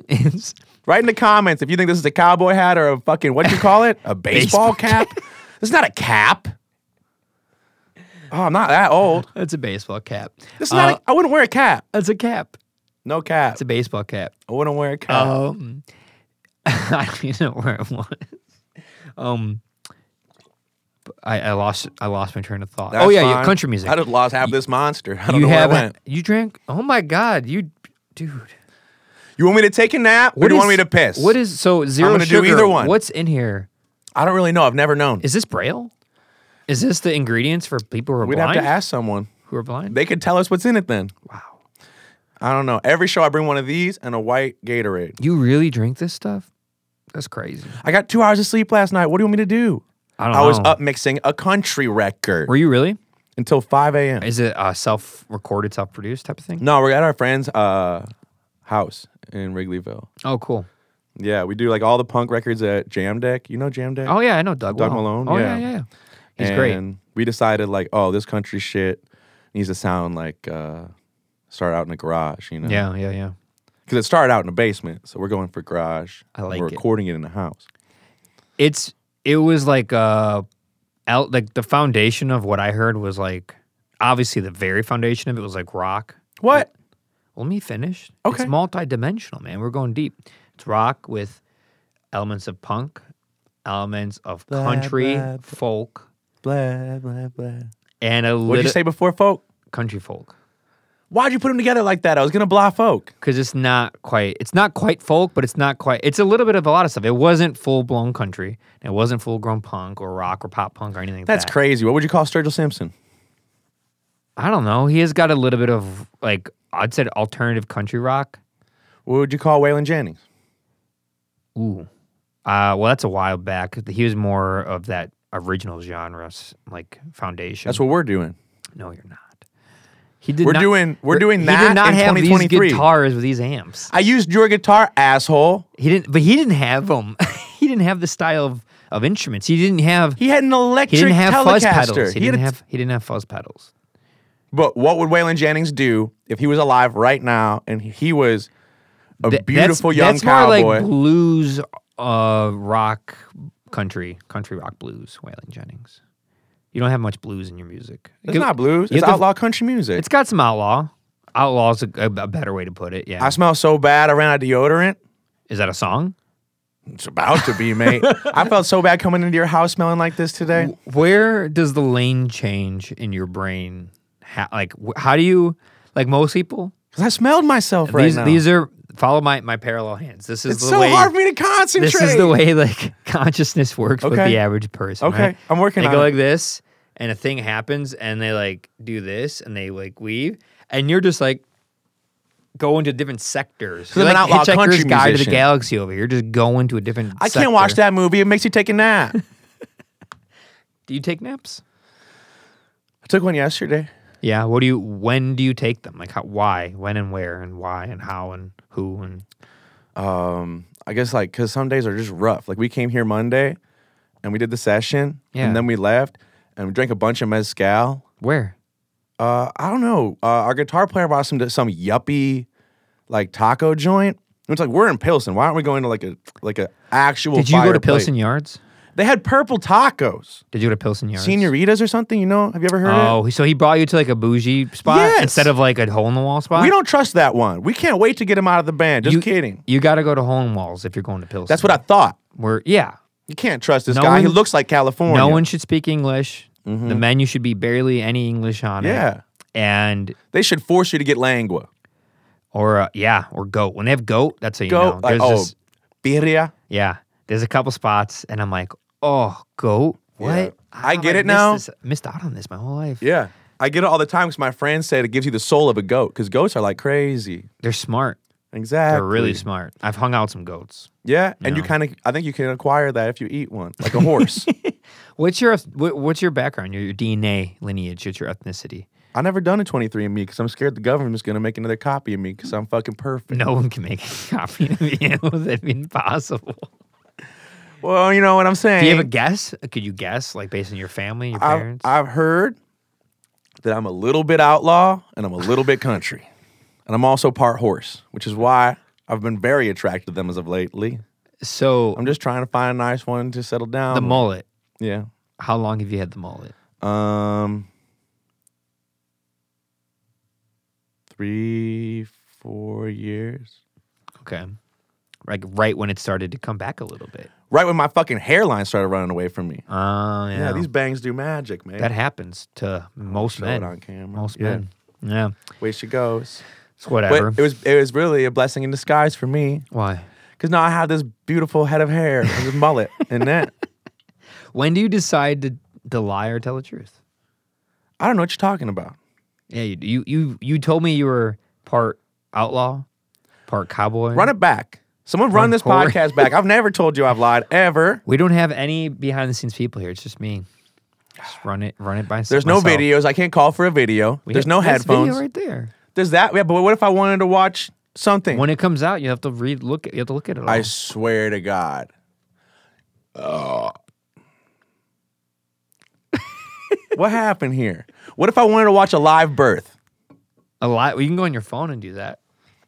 S2: It's-
S1: Write in the comments if you think this is a cowboy hat or a fucking what you call it? A baseball,
S2: Baseball
S1: cap. this is not a cap. Oh, I'm not that old.
S2: That's a baseball cap.
S1: This is not.
S2: Uh,
S1: A, I wouldn't wear a cap.
S2: That's a cap.
S1: No cap.
S2: It's a baseball cap.
S1: I wouldn't wear a cap.
S2: Um, I don't even know where it was. Um, but I, I lost. I lost my train of thought. oh
S1: That's
S2: yeah, yeah,
S1: fine.
S2: country music.
S1: I just lost half this monster. I don't
S2: you
S1: know where I
S2: have
S1: went.
S2: you drank. Oh my god, you dude.
S1: You want me to take a nap? Or do you want me to piss?
S2: What is so 0
S1: gonna do
S2: sugar?
S1: either one.
S2: What's in here?
S1: I don't really know. I've never known.
S2: Is this braille? Is this the ingredients for people who are
S1: We'd
S2: blind?
S1: have to ask someone.
S2: Who are blind?
S1: They could tell us what's in it then.
S2: wow,
S1: I don't know. Every show I bring one of these and a white Gatorade.
S2: you really drink this stuff? That's crazy.
S1: I got two hours of sleep last night. What do you want me to do?
S2: I don't
S1: I
S2: know.
S1: was up mixing a country record
S2: Were you really?
S1: until 5 a.m.
S2: Is it uh, self-recorded, self-produced type of thing?
S1: No, we're at our friend's uh, house in Wrigleyville.
S2: Oh, cool.
S1: Yeah, we do like all the punk records at Jam Deck. You know Jam Deck?
S2: Oh yeah, I know Doug.
S1: Doug
S2: well.
S1: Malone,
S2: Oh
S1: yeah.
S2: yeah, yeah. yeah. He's great.
S1: And we decided like, oh, this country shit needs to sound like uh, start out in a garage, you know?
S2: Yeah, yeah, yeah.
S1: Because it started out in a basement, so we're going for garage.
S2: I
S1: and
S2: like
S1: We're
S2: it.
S1: recording it in the house.
S2: It's it was like uh, out like the foundation of what I heard was like obviously the very foundation of it was like rock.
S1: What?
S2: Let me finish.
S1: Okay.
S2: It's multidimensional, man. We're going deep. It's rock with elements of punk, elements of
S1: Blah,
S2: country,
S1: blah, blah.
S2: folk,
S1: Blah blah blah.
S2: and a
S1: What'd you
S2: little
S1: say before, folk?
S2: country folk.
S1: Why'd you put them together like that? I was gonna blah folk.
S2: Because it's not quite, it's not quite folk, but it's not quite, it's a little bit of a lot of stuff. It wasn't full blown country. and It wasn't full grown punk or rock or pop punk or anything like
S1: That's
S2: that.
S1: crazy. What would you call Sturgill Simpson?
S2: I don't know. He has got a little bit of like I'd say alternative country rock.
S1: What would you call Waylon Jennings?
S2: Ooh. Uh, well, that's a while back. He was more of that original genre, s- like foundation.
S1: That's what we're doing.
S2: no, you're not. He did.
S1: We're
S2: not-
S1: doing- we're doing
S2: He
S1: that
S2: did not
S1: in
S2: have these
S1: 2023.
S2: guitars with these amps.
S1: I used your guitar, asshole.
S2: He didn't, but he didn't have them. he didn't have the style of, of instruments. He didn't have.
S1: He had an
S2: He
S1: electric
S2: didn't have fuzz
S1: Telecaster.
S2: pedals. He,
S1: had
S2: didn't
S1: a-
S2: have. He didn't have fuzz pedals.
S1: But what would Waylon Jennings do if he was alive right now and he was a
S2: Th-
S1: beautiful
S2: that's,
S1: young
S2: that's
S1: cowboy?
S2: more like blues, uh, rock, country, country rock blues. Waylon Jennings. You don't have much blues in your music.
S1: it's
S2: It-
S1: not blues.
S2: you
S1: It's
S2: have to-
S1: outlaw country music.
S2: It's got some outlaw. Outlaw's a, a, a better way to put it. Yeah.
S1: I smell so bad. I ran out of deodorant.
S2: Is that a song?
S1: It's about to be, mate. I felt so bad coming into your house smelling like this today.
S2: Where does the lane change in your brain? How, like, wh- how do you? Like most people,
S1: 'Cause I smelled myself right
S2: these
S1: now.
S2: these are follow my my parallel hands. This is
S1: it's
S2: the
S1: so
S2: way.
S1: hard for me to concentrate.
S2: this is the way like consciousness works with
S1: Okay.
S2: the average person.
S1: Okay,
S2: right?
S1: I'm working
S2: They
S1: on
S2: go
S1: it.
S2: like this, and a thing happens, and they like do this, and they like weave, and you're just like go into different sectors.
S1: I'm
S2: You're
S1: an
S2: like
S1: outlaw
S2: Hitchhiker's
S1: country
S2: Guide to the
S1: musician.
S2: Galaxy over here. You're just going to a different.
S1: I can't watch
S2: sector.
S1: that movie. It makes you take a nap. I
S2: Do you take naps?
S1: took one yesterday.
S2: Yeah. What do you? When do you take them? Like how? Why? When and where? And why? And how? And who? And
S1: Um, I guess like because some days are just rough. Like we came here Monday, and we did the session,
S2: Yeah.
S1: and then we left, and we drank a bunch of mezcal.
S2: where?
S1: Uh, I don't know. Uh, our guitar player brought some some yuppie like taco joint. It's like we're in Pilsen. Why aren't we going to like a like a actual?
S2: Did you go to
S1: fireplace?
S2: Pilsen Yards?
S1: They had purple tacos,
S2: Did you go to Pilsen Yards?
S1: senoritas or something. You know? Have you ever heard of
S2: Oh, so he brought you to like a bougie spot
S1: Yes.
S2: instead of like a hole in the wall
S1: it?
S2: spot.
S1: We don't trust that one. We can't wait to get him out of the band. Just
S2: You-
S1: kidding.
S2: You got to go to hole in walls if you're going to Pilsen.
S1: That's what I thought.
S2: We're yeah.
S1: You can't trust this
S2: No
S1: guy. he
S2: one-
S1: looks like California. Mm-hmm.
S2: No one should speak English. The menu should be barely any English on it.
S1: Yeah.
S2: And
S1: They should force you to get lengua.
S2: or uh, yeah, or goat. When they have goat, that's how you
S1: Go.
S2: know.
S1: like,
S2: There's
S1: oh,
S2: this-
S1: birria.
S2: yeah. There's a couple spots, and I'm like, oh, goat. What?
S1: Yeah.
S2: How
S1: I
S2: have
S1: get it
S2: missed
S1: now.
S2: this- missed out on this my whole life.
S1: Yeah. I get it all the time because my friends said it gives you the soul of a goat because goats are like crazy.
S2: They're smart.
S1: Exactly.
S2: They're really smart. I've hung out with some goats.
S1: Yeah, and you
S2: know?
S1: kind of, I think you can acquire that if you eat one, like a horse.
S2: What's your what, what's your background? Your, your DNA lineage? What's your ethnicity?
S1: I never done a 23andMe because I'm scared the government's gonna make another copy of me because I'm fucking perfect.
S2: No one can make a copy of you. That'd be impossible.
S1: Well, you know what I'm saying.
S2: Do you have a guess? Could you guess, like based on your family, your
S1: I've,
S2: parents?
S1: I've heard that I'm a little bit outlaw and I'm a little bit country. And I'm also part horse, which is why I've been very attracted to them as of lately.
S2: so
S1: I'm just trying to find a nice one to settle down.
S2: the
S1: with.
S2: mullet.
S1: Yeah.
S2: How long have you had the mullet?
S1: Um, three, four years.
S2: Okay, like right when it started to come back a little bit.
S1: Right when my fucking hairline started running away from me.
S2: Oh yeah,
S1: Yeah, these bangs do magic, man.
S2: that happens to most
S1: Show
S2: men.
S1: it on camera.
S2: Most
S1: Yeah.
S2: men. Yeah,
S1: Way she goes.
S2: it's whatever.
S1: But it was it was really a blessing in disguise for me.
S2: Why?
S1: Because now I have this beautiful head of hair and this mullet and that.
S2: When do you decide to, to lie or tell the truth?
S1: I don't know what you're talking about.
S2: Yeah, you you you, you told me you were part outlaw, part cowboy.
S1: Run it back. Someone run this
S2: Hardcore.
S1: podcast back. I've never told you I've lied ever.
S2: We don't have any behind the scenes people here. It's just me. Just run it, run it by.
S1: There's no
S2: myself.
S1: videos. I can't call for a video.
S2: We
S1: There's
S2: have-
S1: no
S2: that's video
S1: headphones.
S2: right there.
S1: There's that. Yeah, but what if I wanted to watch something?
S2: When it comes out, you have to read, look, at- you have to look at it. All.
S1: I swear to God. Uh. Oh. what happened here? What if I wanted to watch a live birth?
S2: a lot. You can go on your phone and do that.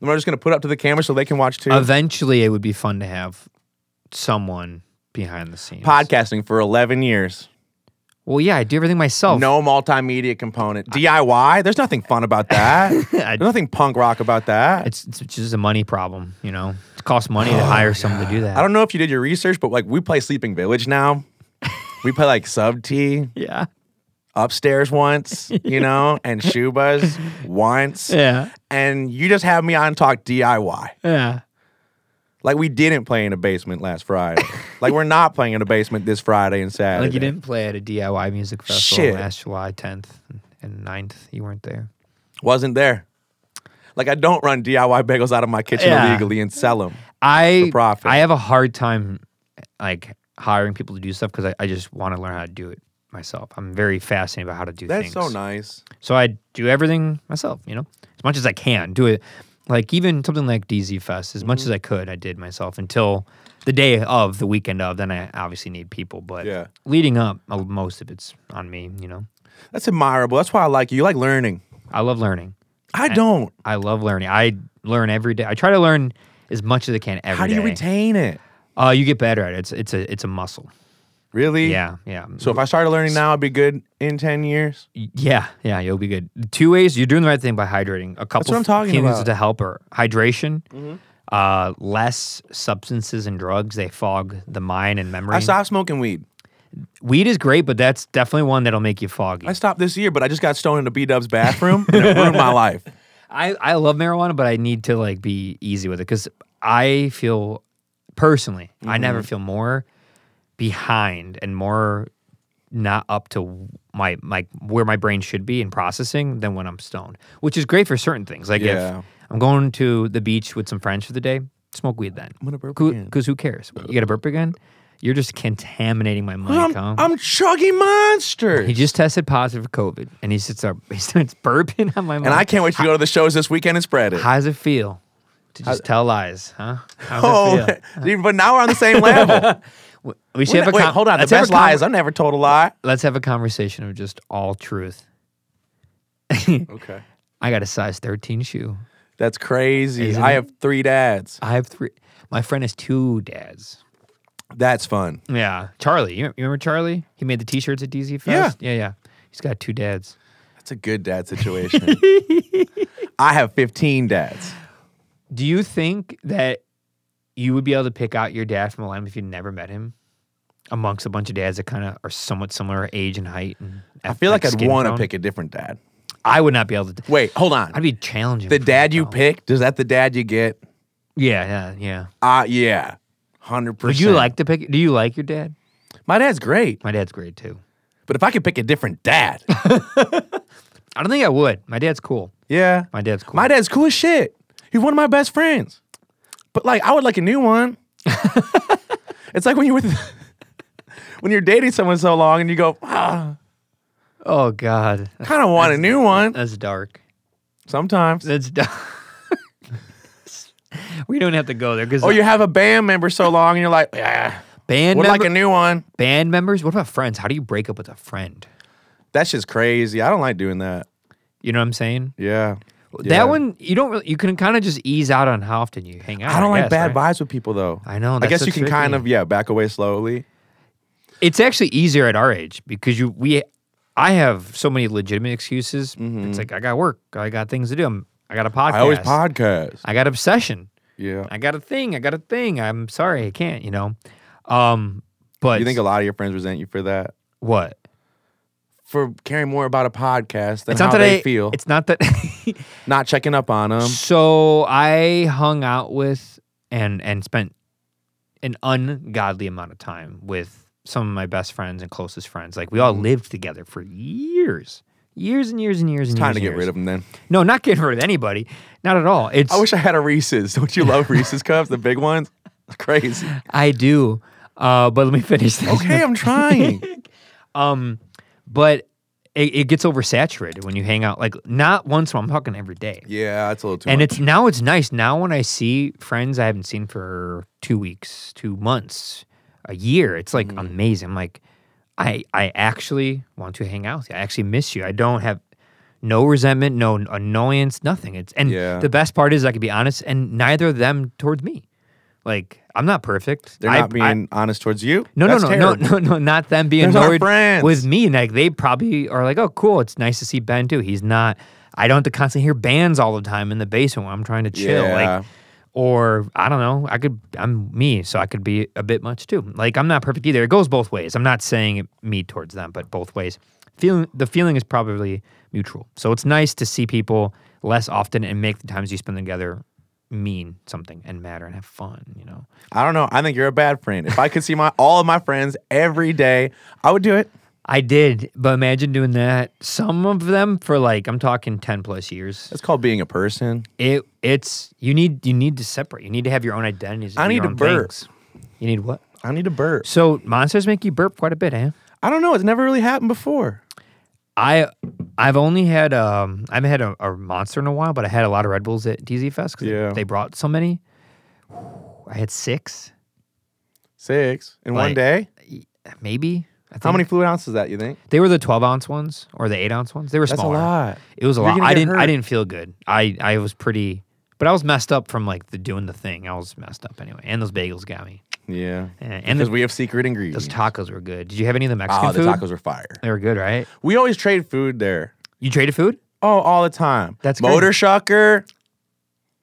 S1: Am I just gonna put it up to the camera so they can watch too?
S2: Eventually, it would be fun to have someone behind the scenes.
S1: Podcasting for 11 years.
S2: Well, yeah, I do everything myself.
S1: No multimedia component. DIY? There's nothing fun about that. There's nothing punk rock about that.
S2: it's it's just a money problem. You know, it costs money to hire someone to do that.
S1: Oh, I don't know if you did your research, but like we play Sleeping Village now. we play like Sub T
S2: Yeah,
S1: upstairs once, you know, and Shubas once.
S2: yeah,
S1: And you just have me on talk DIY.
S2: yeah.
S1: Like we didn't play in a basement last Friday. like we're not playing in a basement this Friday and Saturday.
S2: Like you didn't play at a DIY music festival
S1: Shit.
S2: last July 10th and 9th. You weren't there.
S1: Wasn't there. Like I don't run DIY bagels out of my kitchen
S2: Yeah.
S1: illegally and sell them.
S2: I
S1: profit.
S2: I have a hard time like hiring people to do stuff because I, I just want to learn how to do it myself. I'm very fascinated by how to do
S1: That's
S2: things.
S1: so nice.
S2: So I do everything myself, you know, as much as I can. Do it like even something like DZ Fest, as much
S1: Mm-hmm.
S2: as I could, I did myself until the day of, the weekend of. Then I obviously need people, but
S1: Yeah.
S2: leading up, uh, most of it's on me, you know.
S1: That's admirable. That's why I like you. You like learning.
S2: I love learning.
S1: I don't.
S2: I love learning. I learn every day. I try to learn as much as I can every day.
S1: How do you retain it?
S2: Uh, you get better at it. It's it's a it's a muscle.
S1: Really?
S2: Yeah, yeah.
S1: So if I started learning now, I'd be good in 10 years.
S2: yeah, yeah, you'll be good. Two ways you're doing the right thing by hydrating. A couple
S1: what I'm
S2: of
S1: talking
S2: things
S1: about. Mm-hmm.
S2: to help are hydration, uh, less substances and drugs. They fog the mind and memory.
S1: I stopped smoking weed.
S2: Weed is great, but that's definitely one that'll make you foggy.
S1: I stopped this year, but I just got stoned in a B Dub's bathroom and it ruined my life.
S2: I, I love marijuana, but I need to like be easy with it because I feel personally,
S1: Mm-hmm.
S2: I never feel more behind and more not up to my my where my brain should be in processing than when I'm stoned, which is great for certain things. Like
S1: Yeah.
S2: if I'm going to the beach with some friends for the day, smoke weed then.
S1: gonna burp again.
S2: Because who cares? You got to burp again. You're just contaminating my mind.
S1: I'm,
S2: Colin.
S1: I'm chugging
S2: he
S1: monsters.
S2: just tested positive for COVID, and he sits there, he starts burping on my mind.
S1: And I can't wait to go to the shows this weekend and spread it.
S2: How does it feel to just tell lies, huh? How
S1: Oh,
S2: does it
S1: but now we're on the same level.
S2: feel? We should
S1: Wait,
S2: have a
S1: wait,
S2: con-
S1: hold on. The
S2: let's have a
S1: best lie
S2: con-
S1: is I never told a lie.
S2: Let's have a conversation of just all truth.
S1: Okay.
S2: I got a size 13 shoe.
S1: That's crazy. I have three dads.
S2: I have three. My friend has two dads.
S1: That's fun.
S2: Yeah, Charlie. You, you remember Charlie? He made the T-shirts at DZ Fest. Yeah, yeah, yeah. He's got two dads.
S1: That's a good dad situation. I have 15 dads.
S2: Do you think that you would be able to pick out your dad from a lineup if you never met him? Amongst a bunch of dads that kind of are somewhat similar age and height, and
S1: I feel like I'd want to
S2: to
S1: pick a different dad.
S2: I would not be able to.
S1: Wait, hold on.
S2: I'd be challenging
S1: the
S2: for
S1: dad
S2: that,
S1: you
S2: though.
S1: picked, is that the dad you get?
S2: Yeah, yeah, yeah.
S1: Uh yeah. 100%.
S2: Would you like to pick? Do you like your dad?
S1: My dad's great,
S2: My dad's great too.
S1: but if I could pick a different dad.
S2: I don't think I would. My dad's cool.
S1: yeah.
S2: My dad's cool.
S1: My dad's cool as shit. He's one of my best friends. But like I would like a new one. it's like when you're with when you're dating someone so long and you go, ah,
S2: oh God,
S1: kind of want a new one
S2: that's dark.
S1: sometimes.
S2: That's dark. we don't have to go there because
S1: Oh, Or you have a band member so long and you're like, ah,
S2: Band
S1: Would
S2: member,
S1: like a new one.
S2: band members. What about friends? How do you break up with a friend?
S1: That shit's crazy. I don't like doing that.
S2: You know what I'm saying?
S1: Yeah. Yeah.
S2: That one you don't really, you can kind of just ease out on how often you hang out.
S1: I don't like
S2: guess,
S1: bad
S2: right?
S1: vibes with people though.
S2: I know,
S1: I
S2: that's
S1: guess
S2: so
S1: you can kind
S2: tricky.
S1: of yeah back away slowly.
S2: It's actually easier at our age because you we I have so many legitimate excuses. It's like I got work, I got things to do. I'm, I got a podcast.
S1: Mm-hmm. I always podcast.
S2: I got obsession.
S1: Yeah.
S2: I got a thing. I got a thing. I'm sorry, I can't. You know, um, but
S1: You think a lot of your friends resent you for that?
S2: what?
S1: For caring more about a podcast than
S2: It's
S1: how
S2: not that
S1: they
S2: I
S1: feel, Um,
S2: It's not that.
S1: not checking up on them.
S2: so I hung out with and and spent an ungodly amount of time with some of my best friends and closest friends. Like we all
S1: Mm-hmm.
S2: lived together for years, years and years and years. And
S1: Time
S2: years
S1: to
S2: and
S1: get
S2: years.
S1: rid of them then.
S2: No, not getting rid of anybody. Not at all. It's
S1: I wish I had a Reese's. Don't you love Reese's cups, the big ones? Crazy.
S2: I do. Uh, but let me finish this.
S1: Okay, I'm trying.
S2: Um, but it, it gets oversaturated when you hang out. Like not once in a while. I'm talking every day.
S1: yeah, that's a little too
S2: and
S1: much.
S2: it's now it's nice. Now when I see friends I haven't seen for two weeks, two months, a year, it's
S1: Mm-hmm.
S2: like amazing. I'm like, I I actually want to hang out with you. I actually miss you. I don't have no resentment, no annoyance, nothing. It's and
S1: Yeah.
S2: the best part is I can be honest, and neither of them towards me. Like I'm not perfect.
S1: They're
S2: I-
S1: not
S2: I-
S1: being honest towards you.
S2: no, no,
S1: That's
S2: no,
S1: terrible.
S2: no, no, no, not them being
S1: There's our
S2: annoyed
S1: friends.
S2: with me. Like they probably are like, oh, cool, it's nice to see Ben too. He's not. I don't have to constantly hear bands all the time in the basement when I'm trying to chill.
S1: Yeah.
S2: Like, or I don't know. I could. I'm me, so I could be a bit much too. Like I'm not perfect either. It goes both ways. I'm not saying it- me towards them, but both ways. Feeling the feeling is probably mutual. So it's nice to see people less often and make the times you spend together mean something and matter and have fun. You know.
S1: I don't know. I think you're a bad friend. If I could see my all of my friends every day, I would do it.
S2: I did, but imagine doing that. Some of them for like I'm talking ten plus years.
S1: That's called being a person.
S2: It it's you need you need to separate. You need to have your own identities. and
S1: I
S2: do
S1: need
S2: your
S1: to
S2: own
S1: burp.
S2: things. You need what?
S1: I need to burp.
S2: So monsters make you burp quite a bit, eh?
S1: I don't know. It's never really happened before.
S2: I I've only had um I haven't had a, a monster in a while, but I had a lot of Red Bulls at DZ Fest because
S1: Yeah.
S2: they, brought so many. I had six,
S1: Six in one
S2: Like,
S1: day.
S2: maybe. I think.
S1: How many fluid ounces is that? You think?
S2: They were the twelve ounce ones or the eight ounce ones. They were
S1: That's
S2: smaller.
S1: a lot.
S2: It was a
S1: You're
S2: lot.
S1: gonna
S2: I
S1: get
S2: didn't. I
S1: hurt.
S2: didn't feel good. I I was pretty, but I was messed up from like the doing the thing. I was messed up anyway. And those bagels got me.
S1: Yeah.
S2: And, and
S1: Because
S2: the,
S1: we have secret ingredients.
S2: those tacos were good. Did you have any of the Mexican
S1: oh, the
S2: food?
S1: tacos were fire.
S2: They were good, right?
S1: We always trade food there.
S2: You traded food.
S1: Oh, all the time.
S2: That's crazy.
S1: motor shocker.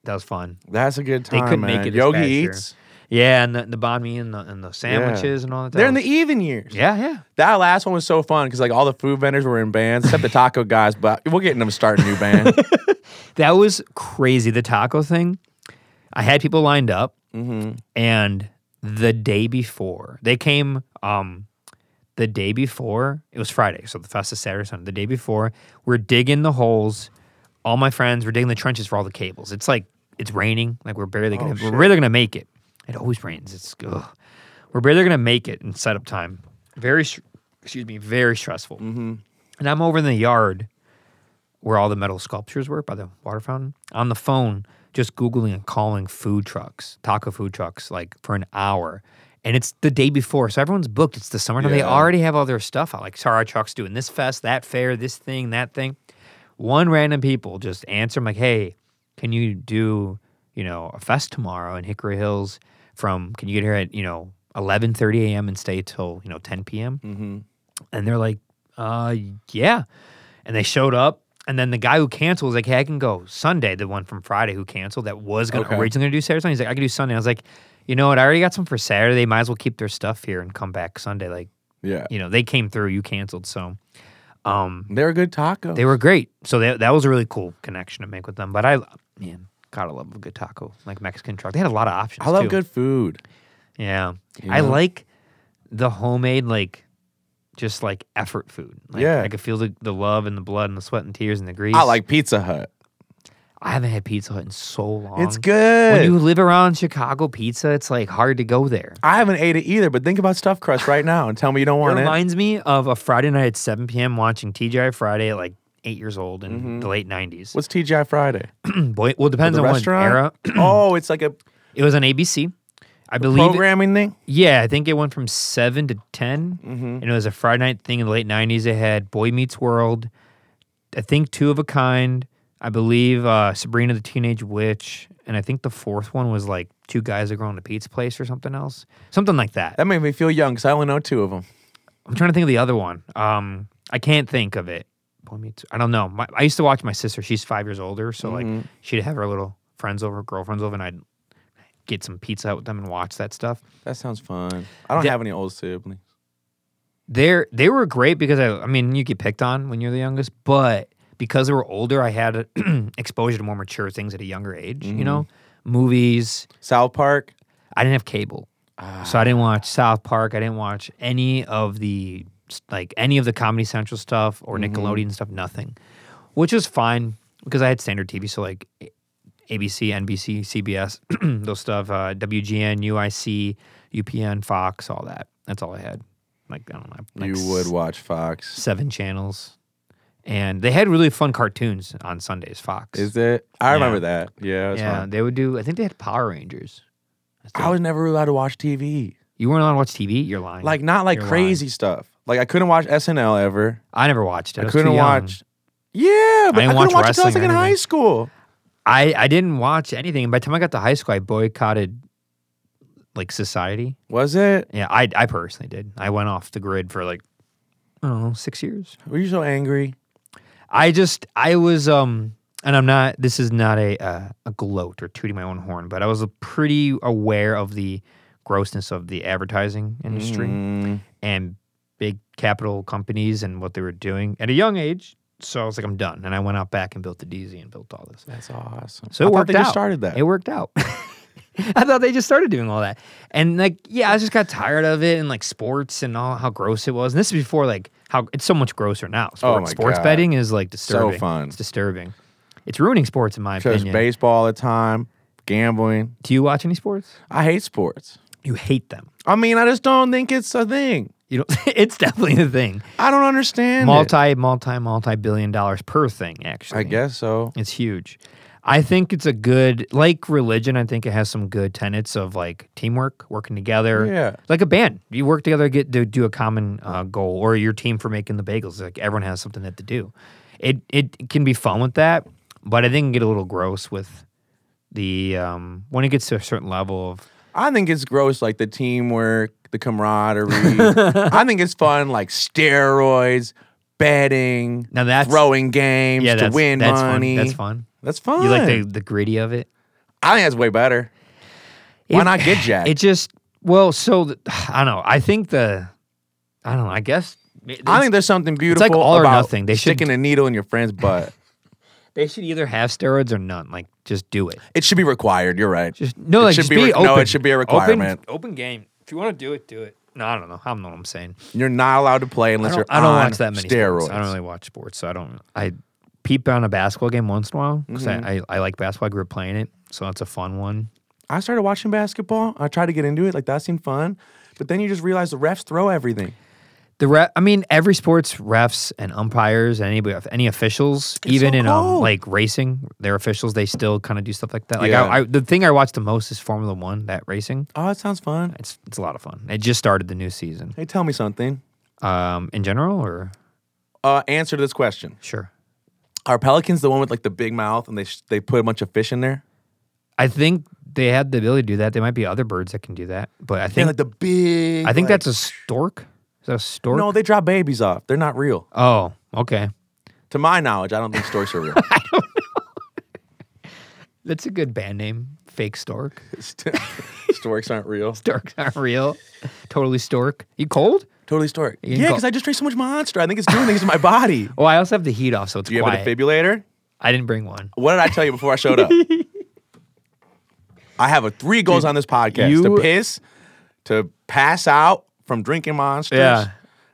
S2: That was fun.
S1: That's a good
S2: They
S1: time.
S2: couldn't make
S1: man.
S2: it this
S1: Yogi
S2: past year.
S1: eats.
S2: Yeah, and the, the banh mi and the and the sandwiches and all that.
S1: They're in the even years.
S2: yeah, yeah.
S1: That last one was so fun because like all the food vendors were in bands except the taco guys, but we're getting them to start a new band.
S2: That was crazy. The taco thing. I had people lined up, and the day before they came. Um, the day before it was Friday, so the fest is Saturday, Sunday. The day before, we're digging the holes. All my friends were digging the trenches for all the cables. It's like it's raining. Like we're barely gonna we're barely gonna make it. It always rains. It's ugh. we're barely gonna make it in setup time. Very str- excuse me, very stressful. And I'm over in the yard where all the metal sculptures were by the water fountain on the phone just googling and calling food trucks taco food trucks like for an hour and it's the day before so everyone's booked it's the summertime they
S1: Yeah.
S2: already have all their stuff out like sorry our trucks doing this fest that fair this thing that thing one random people just answer them like hey can you do you know a fest tomorrow in hickory hills from can you get here at you know 11.30 a.m and stay till you know 10 p.m
S1: Mm-hmm.
S2: and they're like, uh, yeah. And they showed up. And then the guy who canceled was like, hey, I can go Sunday, the one from Friday who canceled that was gonna
S1: Okay.
S2: originally gonna do Saturday. Sunday. He's like, I can do Sunday. I was like, you know what? I already got some for Saturday. Might as well keep their stuff here and come back Sunday. Like,
S1: yeah.
S2: you know, they came through, you canceled. So um,
S1: They're a good taco.
S2: they were great. So that that was a really cool connection to make with them. But I, man, gotta love a good taco, like Mexican truck. They had a lot of options.
S1: I love
S2: too.
S1: good food.
S2: Yeah. I like the homemade, like, just like effort food. Like,
S1: Yeah.
S2: I could feel the, the love and the blood and the sweat and tears and the grease.
S1: I like Pizza Hut.
S2: I haven't had Pizza Hut in so long.
S1: It's good.
S2: When you live around Chicago pizza, it's like hard to go there.
S1: I haven't ate it either, but think about stuffed crust right now and tell me you don't
S2: It
S1: want it.
S2: reminds me of a Friday night at 7 p.m. watching TGI Friday at like eight years old in the late 90s.
S1: What's TGI Friday?
S2: Boy, well, it depends
S1: Mm-hmm. The
S2: on what
S1: restaurant?
S2: era.
S1: oh, it's like a
S2: It was on ABC. I believe.
S1: Programming thing?
S2: Yeah, I think it went from seven to 10 and it was a Friday night thing in the late '90s. It had Boy Meets World, I think Two of a Kind, I believe uh, Sabrina the Teenage Witch, and I think the fourth one was like Two Guys Are Going to Pete's Place or something else, something like that.
S1: That made me feel young because I only know two of them.
S2: I'm trying to think of the other one. Um, I can't think of it. Boy Meets. I don't know. My, I used to watch my sister. She's five years older, so like she'd have her little friends over, girlfriends over, and I'd get some pizza out with them and watch that stuff.
S1: That sounds fun. I don't
S2: Yeah.
S1: have any old siblings.
S2: They're they were great because I I mean you get picked on when you're the youngest, but because they were older, I had exposure to more mature things at a younger age. You know,
S1: Mm-hmm.
S2: movies.
S1: South Park?
S2: I didn't have cable,
S1: Ah.
S2: so I didn't watch South Park. I didn't watch any of the like any of the Comedy Central stuff or
S1: Mm-hmm.
S2: Nickelodeon stuff. Nothing, which was fine because I had standard TV. So like A- ABC, NBC, CBS, those stuff, uh, WGN, UIC, UPN, Fox, all that. That's all I had. Like I don't know, like
S1: you would watch Fox.
S2: seven channels, and they had really fun cartoons on Sundays. Fox,
S1: Is it? I remember that. Yeah, it was
S2: yeah,
S1: fun.
S2: they would do. I think they had Power Rangers. That's the-
S1: I was never allowed to watch TV.
S2: you weren't allowed to watch TV. You're lying.
S1: Like, not like
S2: You're
S1: crazy stuff. Like, I couldn't watch SNL ever.
S2: I never watched it.
S1: I
S2: was
S1: couldn't
S2: too young.
S1: watch. Yeah, but I,
S2: didn't
S1: couldn't
S2: watch
S1: watch, until I was
S2: wrestling
S1: like
S2: or
S1: in high
S2: anything.
S1: school.
S2: I I didn't watch anything. By the time I got to high school, I boycotted like society.
S1: Was it?
S2: Yeah, I I personally did. I went off the grid for like I don't know six years.
S1: Were you so angry?
S2: I just I was um and I'm not this is not a uh, a gloat or tooting my own horn, but I was pretty aware of the grossness of the advertising industry
S1: Mm,
S2: and big capital companies and what they were doing at a young age. So I was like, I'm done, and I went out back and built the DZ and built all this.
S1: that's awesome.
S2: So
S1: I
S2: it
S1: thought
S2: worked
S1: they just
S2: out.
S1: started that.
S2: It worked out. I thought they just started doing all that. And like, yeah, I just got tired of it and like sports and all how gross it was. And this is before like how it's so much grosser now. Sports,
S1: Oh my
S2: sports
S1: God.
S2: betting is like disturbing.
S1: fun.
S2: It's disturbing. It's ruining sports in my
S1: Because
S2: opinion.
S1: baseball all the time, gambling.
S2: Do you watch any sports?
S1: I hate sports.
S2: You hate them.
S1: I mean, I just don't think it's a thing.
S2: You don't it's definitely a thing.
S1: I don't understand. it.
S2: Multi, multi, multi billion dollars per thing, actually.
S1: I guess so.
S2: It's huge. I think it's a good like religion. I think it has some good tenets of like teamwork, working together.
S1: Yeah.
S2: like a band, you work together to get to do a common uh, goal, or your team for making the bagels. Like everyone has something that to do. It it can be fun with that, but I think it can get a little gross with the um, when it gets to a certain level of
S1: I think it's gross, like the teamwork, the camaraderie. I think it's fun, like steroids, betting,
S2: now that's
S1: throwing games
S2: yeah
S1: to
S2: that's
S1: win
S2: that's
S1: money.
S2: fun. That's fun.
S1: That's fun.
S2: You like the the gritty of it.
S1: I think that's way better. Why
S2: It-
S1: not get jacked?
S2: It just well, so th- I don't know. I think the I don't know. I guess
S1: I think there's something beautiful
S2: all or
S1: about
S2: nothing. They should-
S1: sticking a needle in your friend's butt.
S2: They should either have steroids or none. Like, just do it.
S1: it should be required. You're right.
S2: Just no,
S1: It
S2: like
S1: should
S2: just
S1: be
S2: be,
S1: re- no,
S2: open.
S1: it should be a
S2: Open-
S1: requirement.
S2: Open, game. If you want to do it, do it. No, I don't know. I don't know what I'm saying.
S1: You're not allowed to play
S2: I
S1: unless
S2: don't,
S1: you're
S2: I don't
S1: on
S2: watch that many
S1: steroids.
S2: Sports. I don't really watch sports, so I don't. I peep on a basketball game once in a while because I, I
S1: Mm-hmm.
S2: I like basketball. I grew up playing it, so that's a fun one.
S1: I started watching basketball. I tried to get into it. Like that seemed fun, but then you just realize the refs throw everything.
S2: The ref, I mean, every sports refs and umpires and anybody, any officials, even
S1: so
S2: in
S1: cold.
S2: um, like racing, their officials they still kind of do stuff like that. Like
S1: Yeah.
S2: I, I, the thing I watch the most is Formula One, that racing.
S1: Oh, it sounds fun.
S2: It's it's a lot of fun. It just started the new season.
S1: Hey, tell me something.
S2: Um, in general, or
S1: Uh, answer to this question:
S2: sure.
S1: Are pelicans the one with like the big mouth and they sh- they put a bunch of fish in there?
S2: I think they had the ability to do that. There might be other birds that can do that, but I
S1: They're
S2: think
S1: like the big.
S2: I think
S1: like-
S2: that's a stork. Is that a stork?
S1: no. They drop babies off. They're not real,
S2: Oh, okay.
S1: to my knowledge. I don't think storks are real.
S2: That's a good band name. Fake stork.
S1: St- storks aren't real.
S2: Storks aren't real. totally stork. You cold?
S1: Totally stork.
S2: can
S1: Yeah,
S2: call-
S1: because I just drank so much monster. I think it's doing things to my body.
S2: Oh, I also have the heat off, so it's
S1: Do you have
S2: quiet.
S1: a defibrillator?
S2: I didn't bring one.
S1: What did I tell you before I showed up? I have a three goals on this podcast:
S2: you-
S1: to piss, to pass out from drinking monsters,
S2: Yeah.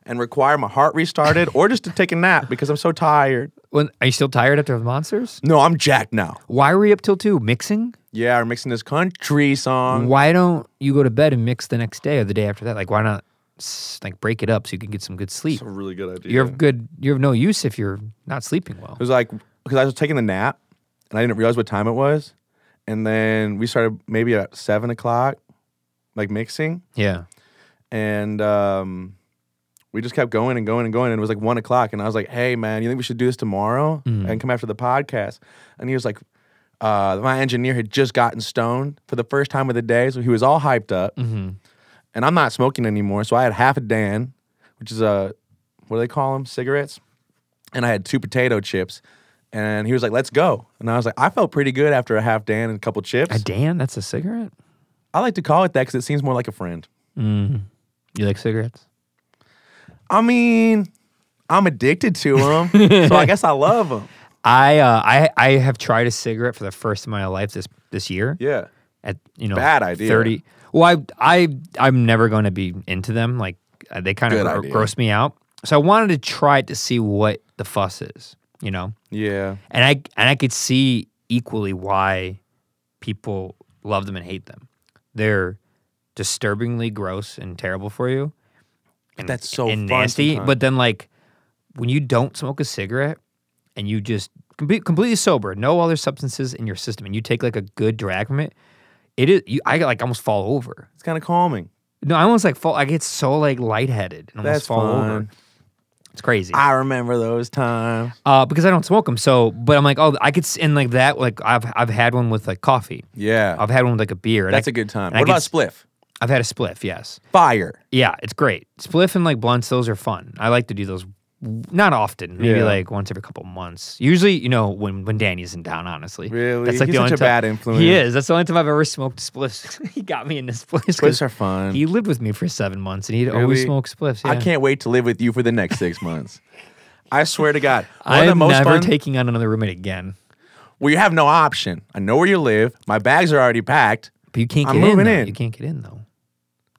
S1: and require my heart restarted, or just to take a nap because I'm so tired.
S2: When, are you still tired after the monsters?
S1: No, I'm jacked now.
S2: Why were you up till two mixing?
S1: Yeah, we're mixing this country song.
S2: Why don't you go to bed and mix the next day or the day after that? Like, why not s- like break it up so you can get some good sleep?
S1: It's a really good idea.
S2: You're of good. You're of no use if you're not sleeping well.
S1: It was like because I was taking the nap and I didn't realize what time it was, and then we started maybe at seven o'clock, like mixing,
S2: Yeah.
S1: and um, we just kept going and going and going. And it was like one o'clock, and I was like, "Hey, man, you think we should do this tomorrow and come after the podcast?" And he was like, uh, "My engineer had just gotten stoned for the first time of the day, so he was all hyped up." And I'm not smoking anymore, so I had half a Dan, which is a what do they call them? Cigarettes. And I had two potato chips. And he was like, "Let's go." And I was like, "I felt pretty good after a half Dan and a couple chips."
S2: A Dan, that's a cigarette?
S1: I like to call it that because it seems more like a friend.
S2: Mm-hmm. You like cigarettes?
S1: I mean, I'm addicted to them, so I guess I love them.
S2: I uh, I I have tried a cigarette for the first time in my life this this year.
S1: Yeah,
S2: At you know
S1: Bad idea.
S2: Thirty. Well, I I I'm never going to be into them. Like uh, they kind
S1: Good
S2: of gro-
S1: idea.
S2: gross me out. So I wanted to try it to see what the fuss is. You know,
S1: yeah,
S2: and I and I could see equally why people love them and hate them. They're disturbingly gross and terrible for you. But
S1: that's so
S2: and
S1: fun
S2: nasty.
S1: sometimes.
S2: But then, like, when you don't smoke a cigarette and you just complete, completely sober, no other substances in your system, and you take like a good drag from it, it is you. I like almost fall over.
S1: it's kind of calming.
S2: No, I almost like fall. I get so like lightheaded and almost
S1: That's
S2: fall over.
S1: fun.
S2: It's crazy
S1: I remember those times.
S2: uh, because I don't smoke them. So, but I'm like, oh, I could, s- and like that, like I've I've had one with like coffee.
S1: Yeah,
S2: I've had one with like a beer. and
S1: that's
S2: I-
S1: a good time.
S2: and I
S1: What
S2: could
S1: about
S2: s-
S1: spliff?
S2: I've had a spliff. Yes,
S1: Fire.
S2: yeah, it's great. Spliff and like blunts, those are fun. I like to do those. w- Not often, maybe
S1: Yeah.
S2: like once every couple months. Usually, you know, when when Danny's in town, honestly.
S1: Really?
S2: that's like
S1: He's
S2: the only
S1: such a
S2: time-
S1: bad influence.
S2: He is. That's the only time I've ever smoked spliffs. he got me into spliffs. 'cause
S1: Spliffs are fun.
S2: He lived with me for seven months, and he'd always
S1: Really?
S2: smoke spliffs. Yeah.
S1: I can't wait to live with you for the next six months. I swear to God, one of the
S2: I'm
S1: most
S2: never
S1: fun.
S2: taking on another roommate again.
S1: well, you have no option. I know where you live. My bags are already packed.
S2: But you can't get
S1: I'm
S2: in.
S1: moving
S2: though.
S1: in.
S2: You can't get in though.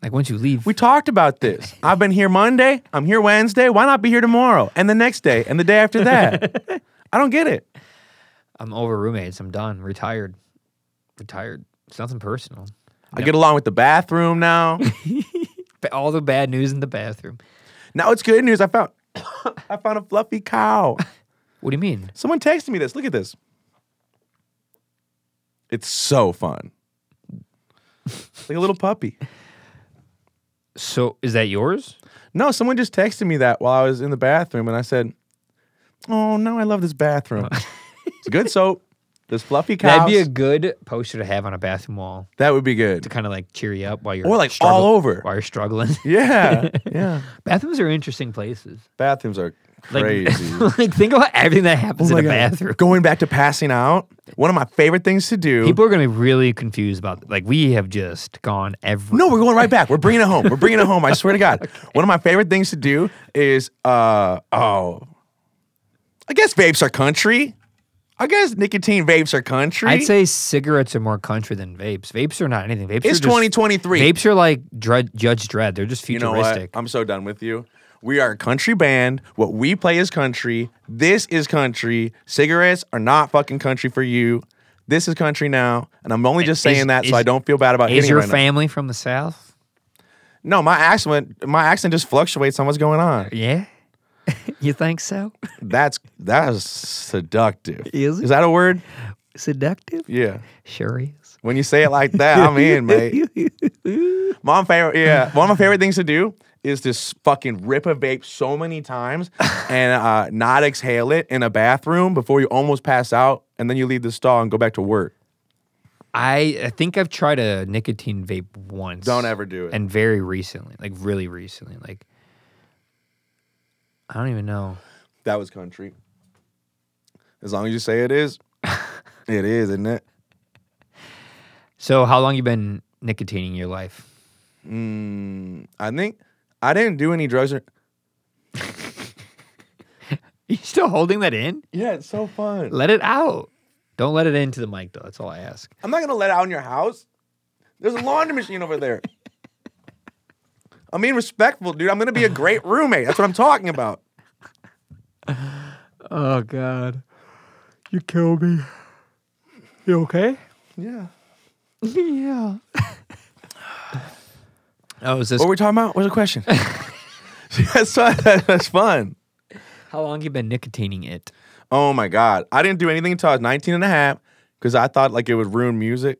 S2: Like once you leave,
S1: We talked about this. I've been here Monday. I'm here Wednesday. Why not be here tomorrow and the next day and the day after that? I don't get it.
S2: I'm over roommates. I'm done. Retired. Retired. It's nothing personal.
S1: I get along with the bathroom now.
S2: Ba- All the bad news in the bathroom.
S1: now it's good news. I found I found a fluffy cow.
S2: What do you mean?
S1: Someone texted me this. Look at this. It's so fun. Like a little puppy.
S2: So is that yours?
S1: No, someone just texted me that while I was in the bathroom, and I said, "Oh no, I love this bathroom. it's a good soap. This fluffy cow.
S2: That'd be a good poster to have on a bathroom wall
S1: that would be good.
S2: to kind of like cheer you up while you're
S1: Or, like,
S2: struggle-
S1: all over.
S2: while you're struggling.
S1: Yeah, yeah.
S2: Bathrooms are interesting places.
S1: Bathrooms are
S2: Like,
S1: crazy.
S2: like think about everything that happens
S1: Oh my
S2: in a
S1: God.
S2: bathroom.
S1: Going back to passing out, one of my favorite things to do.
S2: People are gonna be really confused about like we have just gone every
S1: no, we're going right back. We're bringing it home. We're bringing it home. I swear to God. One of my favorite things to do is, uh, oh, I guess vapes are country. I guess nicotine vapes are country.
S2: I'd say cigarettes are more country than vapes. Vapes are not anything. Vapes are
S1: it's
S2: just-
S1: 2023.
S2: Vapes are like dread, Judge Dredd. They're just
S1: You know what?
S2: futuristic.
S1: I'm so done with you. We are a country band. What we play is country. This is country. Cigarettes are not fucking country for you. This is country now, and I'm only just
S2: Is-
S1: saying that
S2: is-
S1: so I don't feel bad about
S2: Is
S1: hitting
S2: your
S1: right now.
S2: family from the South?
S1: No, my accent, my accent just fluctuates on what's going on.
S2: Yeah. you think so?
S1: That's that's seductive.
S2: Is it?
S1: that a word?
S2: Seductive?
S1: Yeah.
S2: Sure is.
S1: When you say it like that, I'm in, mate. My favorite, yeah. One of my favorite things to do is just fucking rip a vape so many times and uh, not exhale it in a bathroom before you almost pass out, and then you leave the stall and go back to work.
S2: I, I think I've tried a nicotine vape once.
S1: Don't ever do it.
S2: And very recently, like really recently. Like, I don't even know.
S1: That was country. As long as you say it is, it is, isn't it?
S2: So, how long you been nicotining your life?
S1: I think I didn't do any drugs. Or,
S2: you still holding that in?
S1: yeah, it's so fun.
S2: Let it out. Don't let it into the mic, though. That's all I ask.
S1: I'm not gonna let it out in your house. There's a laundry machine over there. I'm being respectful, dude. I'm gonna be a great roommate. That's what I'm talking about.
S2: Oh God, you killed me. You okay?
S1: Yeah.
S2: Yeah. oh, is this
S1: What were we talking about? What's the question? that's, fun. that's fun.
S2: how long you been nicotining it?
S1: Oh my God. I didn't do anything until I was 19 and a half because I thought like it would ruin music.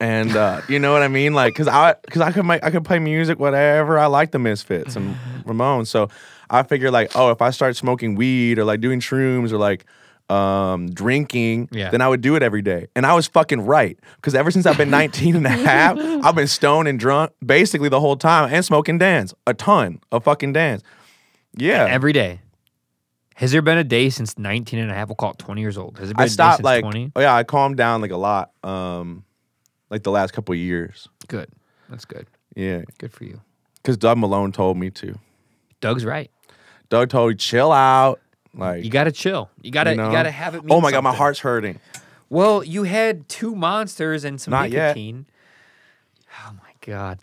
S1: and uh, you know what I mean, like because I because I could make I could play music whatever I like the Misfits and Ramones, so I figured like oh if I start smoking weed or like doing shrooms or like um drinking
S2: Yeah.
S1: then i would do it every day and i was fucking right because ever since i've been 19 and a half i've been stoned and drunk basically the whole time and smoking dance a ton of fucking dance yeah
S2: every day. Has there been a day since 19 and a half? We'll call it 20 years old. Has it been
S1: I
S2: a
S1: stopped
S2: day
S1: like
S2: since 20?
S1: oh yeah, I calmed down like a lot. Um, like the last couple of years.
S2: Good. That's good.
S1: Yeah,
S2: Good for you.
S1: because Doug Malone told me to.
S2: Doug's right.
S1: Doug told me chill out. Like
S2: You gotta chill. You gotta you,
S1: know?
S2: gotta have it. Mean
S1: Oh my god, my
S2: something.
S1: heart's hurting.
S2: Well, you had two monsters and some
S1: Not yet.
S2: nicotine. Oh my god.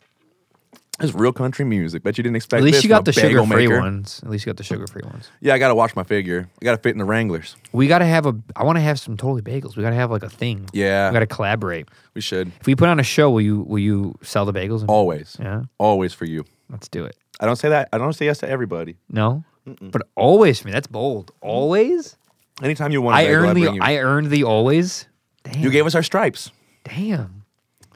S1: It's real country music, but you didn't expect.
S2: At least
S1: this
S2: you
S1: from
S2: got
S1: a
S2: the
S1: bagel
S2: sugar free
S1: maker.
S2: ones. At least you got the sugar free ones.
S1: Yeah, I gotta watch my figure. I gotta fit in the Wranglers.
S2: We gotta have a. I want to have some totally bagels. We gotta have like a thing.
S1: Yeah.
S2: We gotta collaborate.
S1: We should
S2: If we put on a show, will you will you sell the bagels? And,
S1: always,
S2: Yeah.
S1: always for you.
S2: Let's do it.
S1: I don't say that. I don't say yes to everybody.
S2: No. But always for me. That's bold. Always.
S1: Anytime you want, a
S2: I
S1: bagel,
S2: earned
S1: bring
S2: the.
S1: you.
S2: I earned the always. Damn.
S1: you gave us our stripes.
S2: Damn.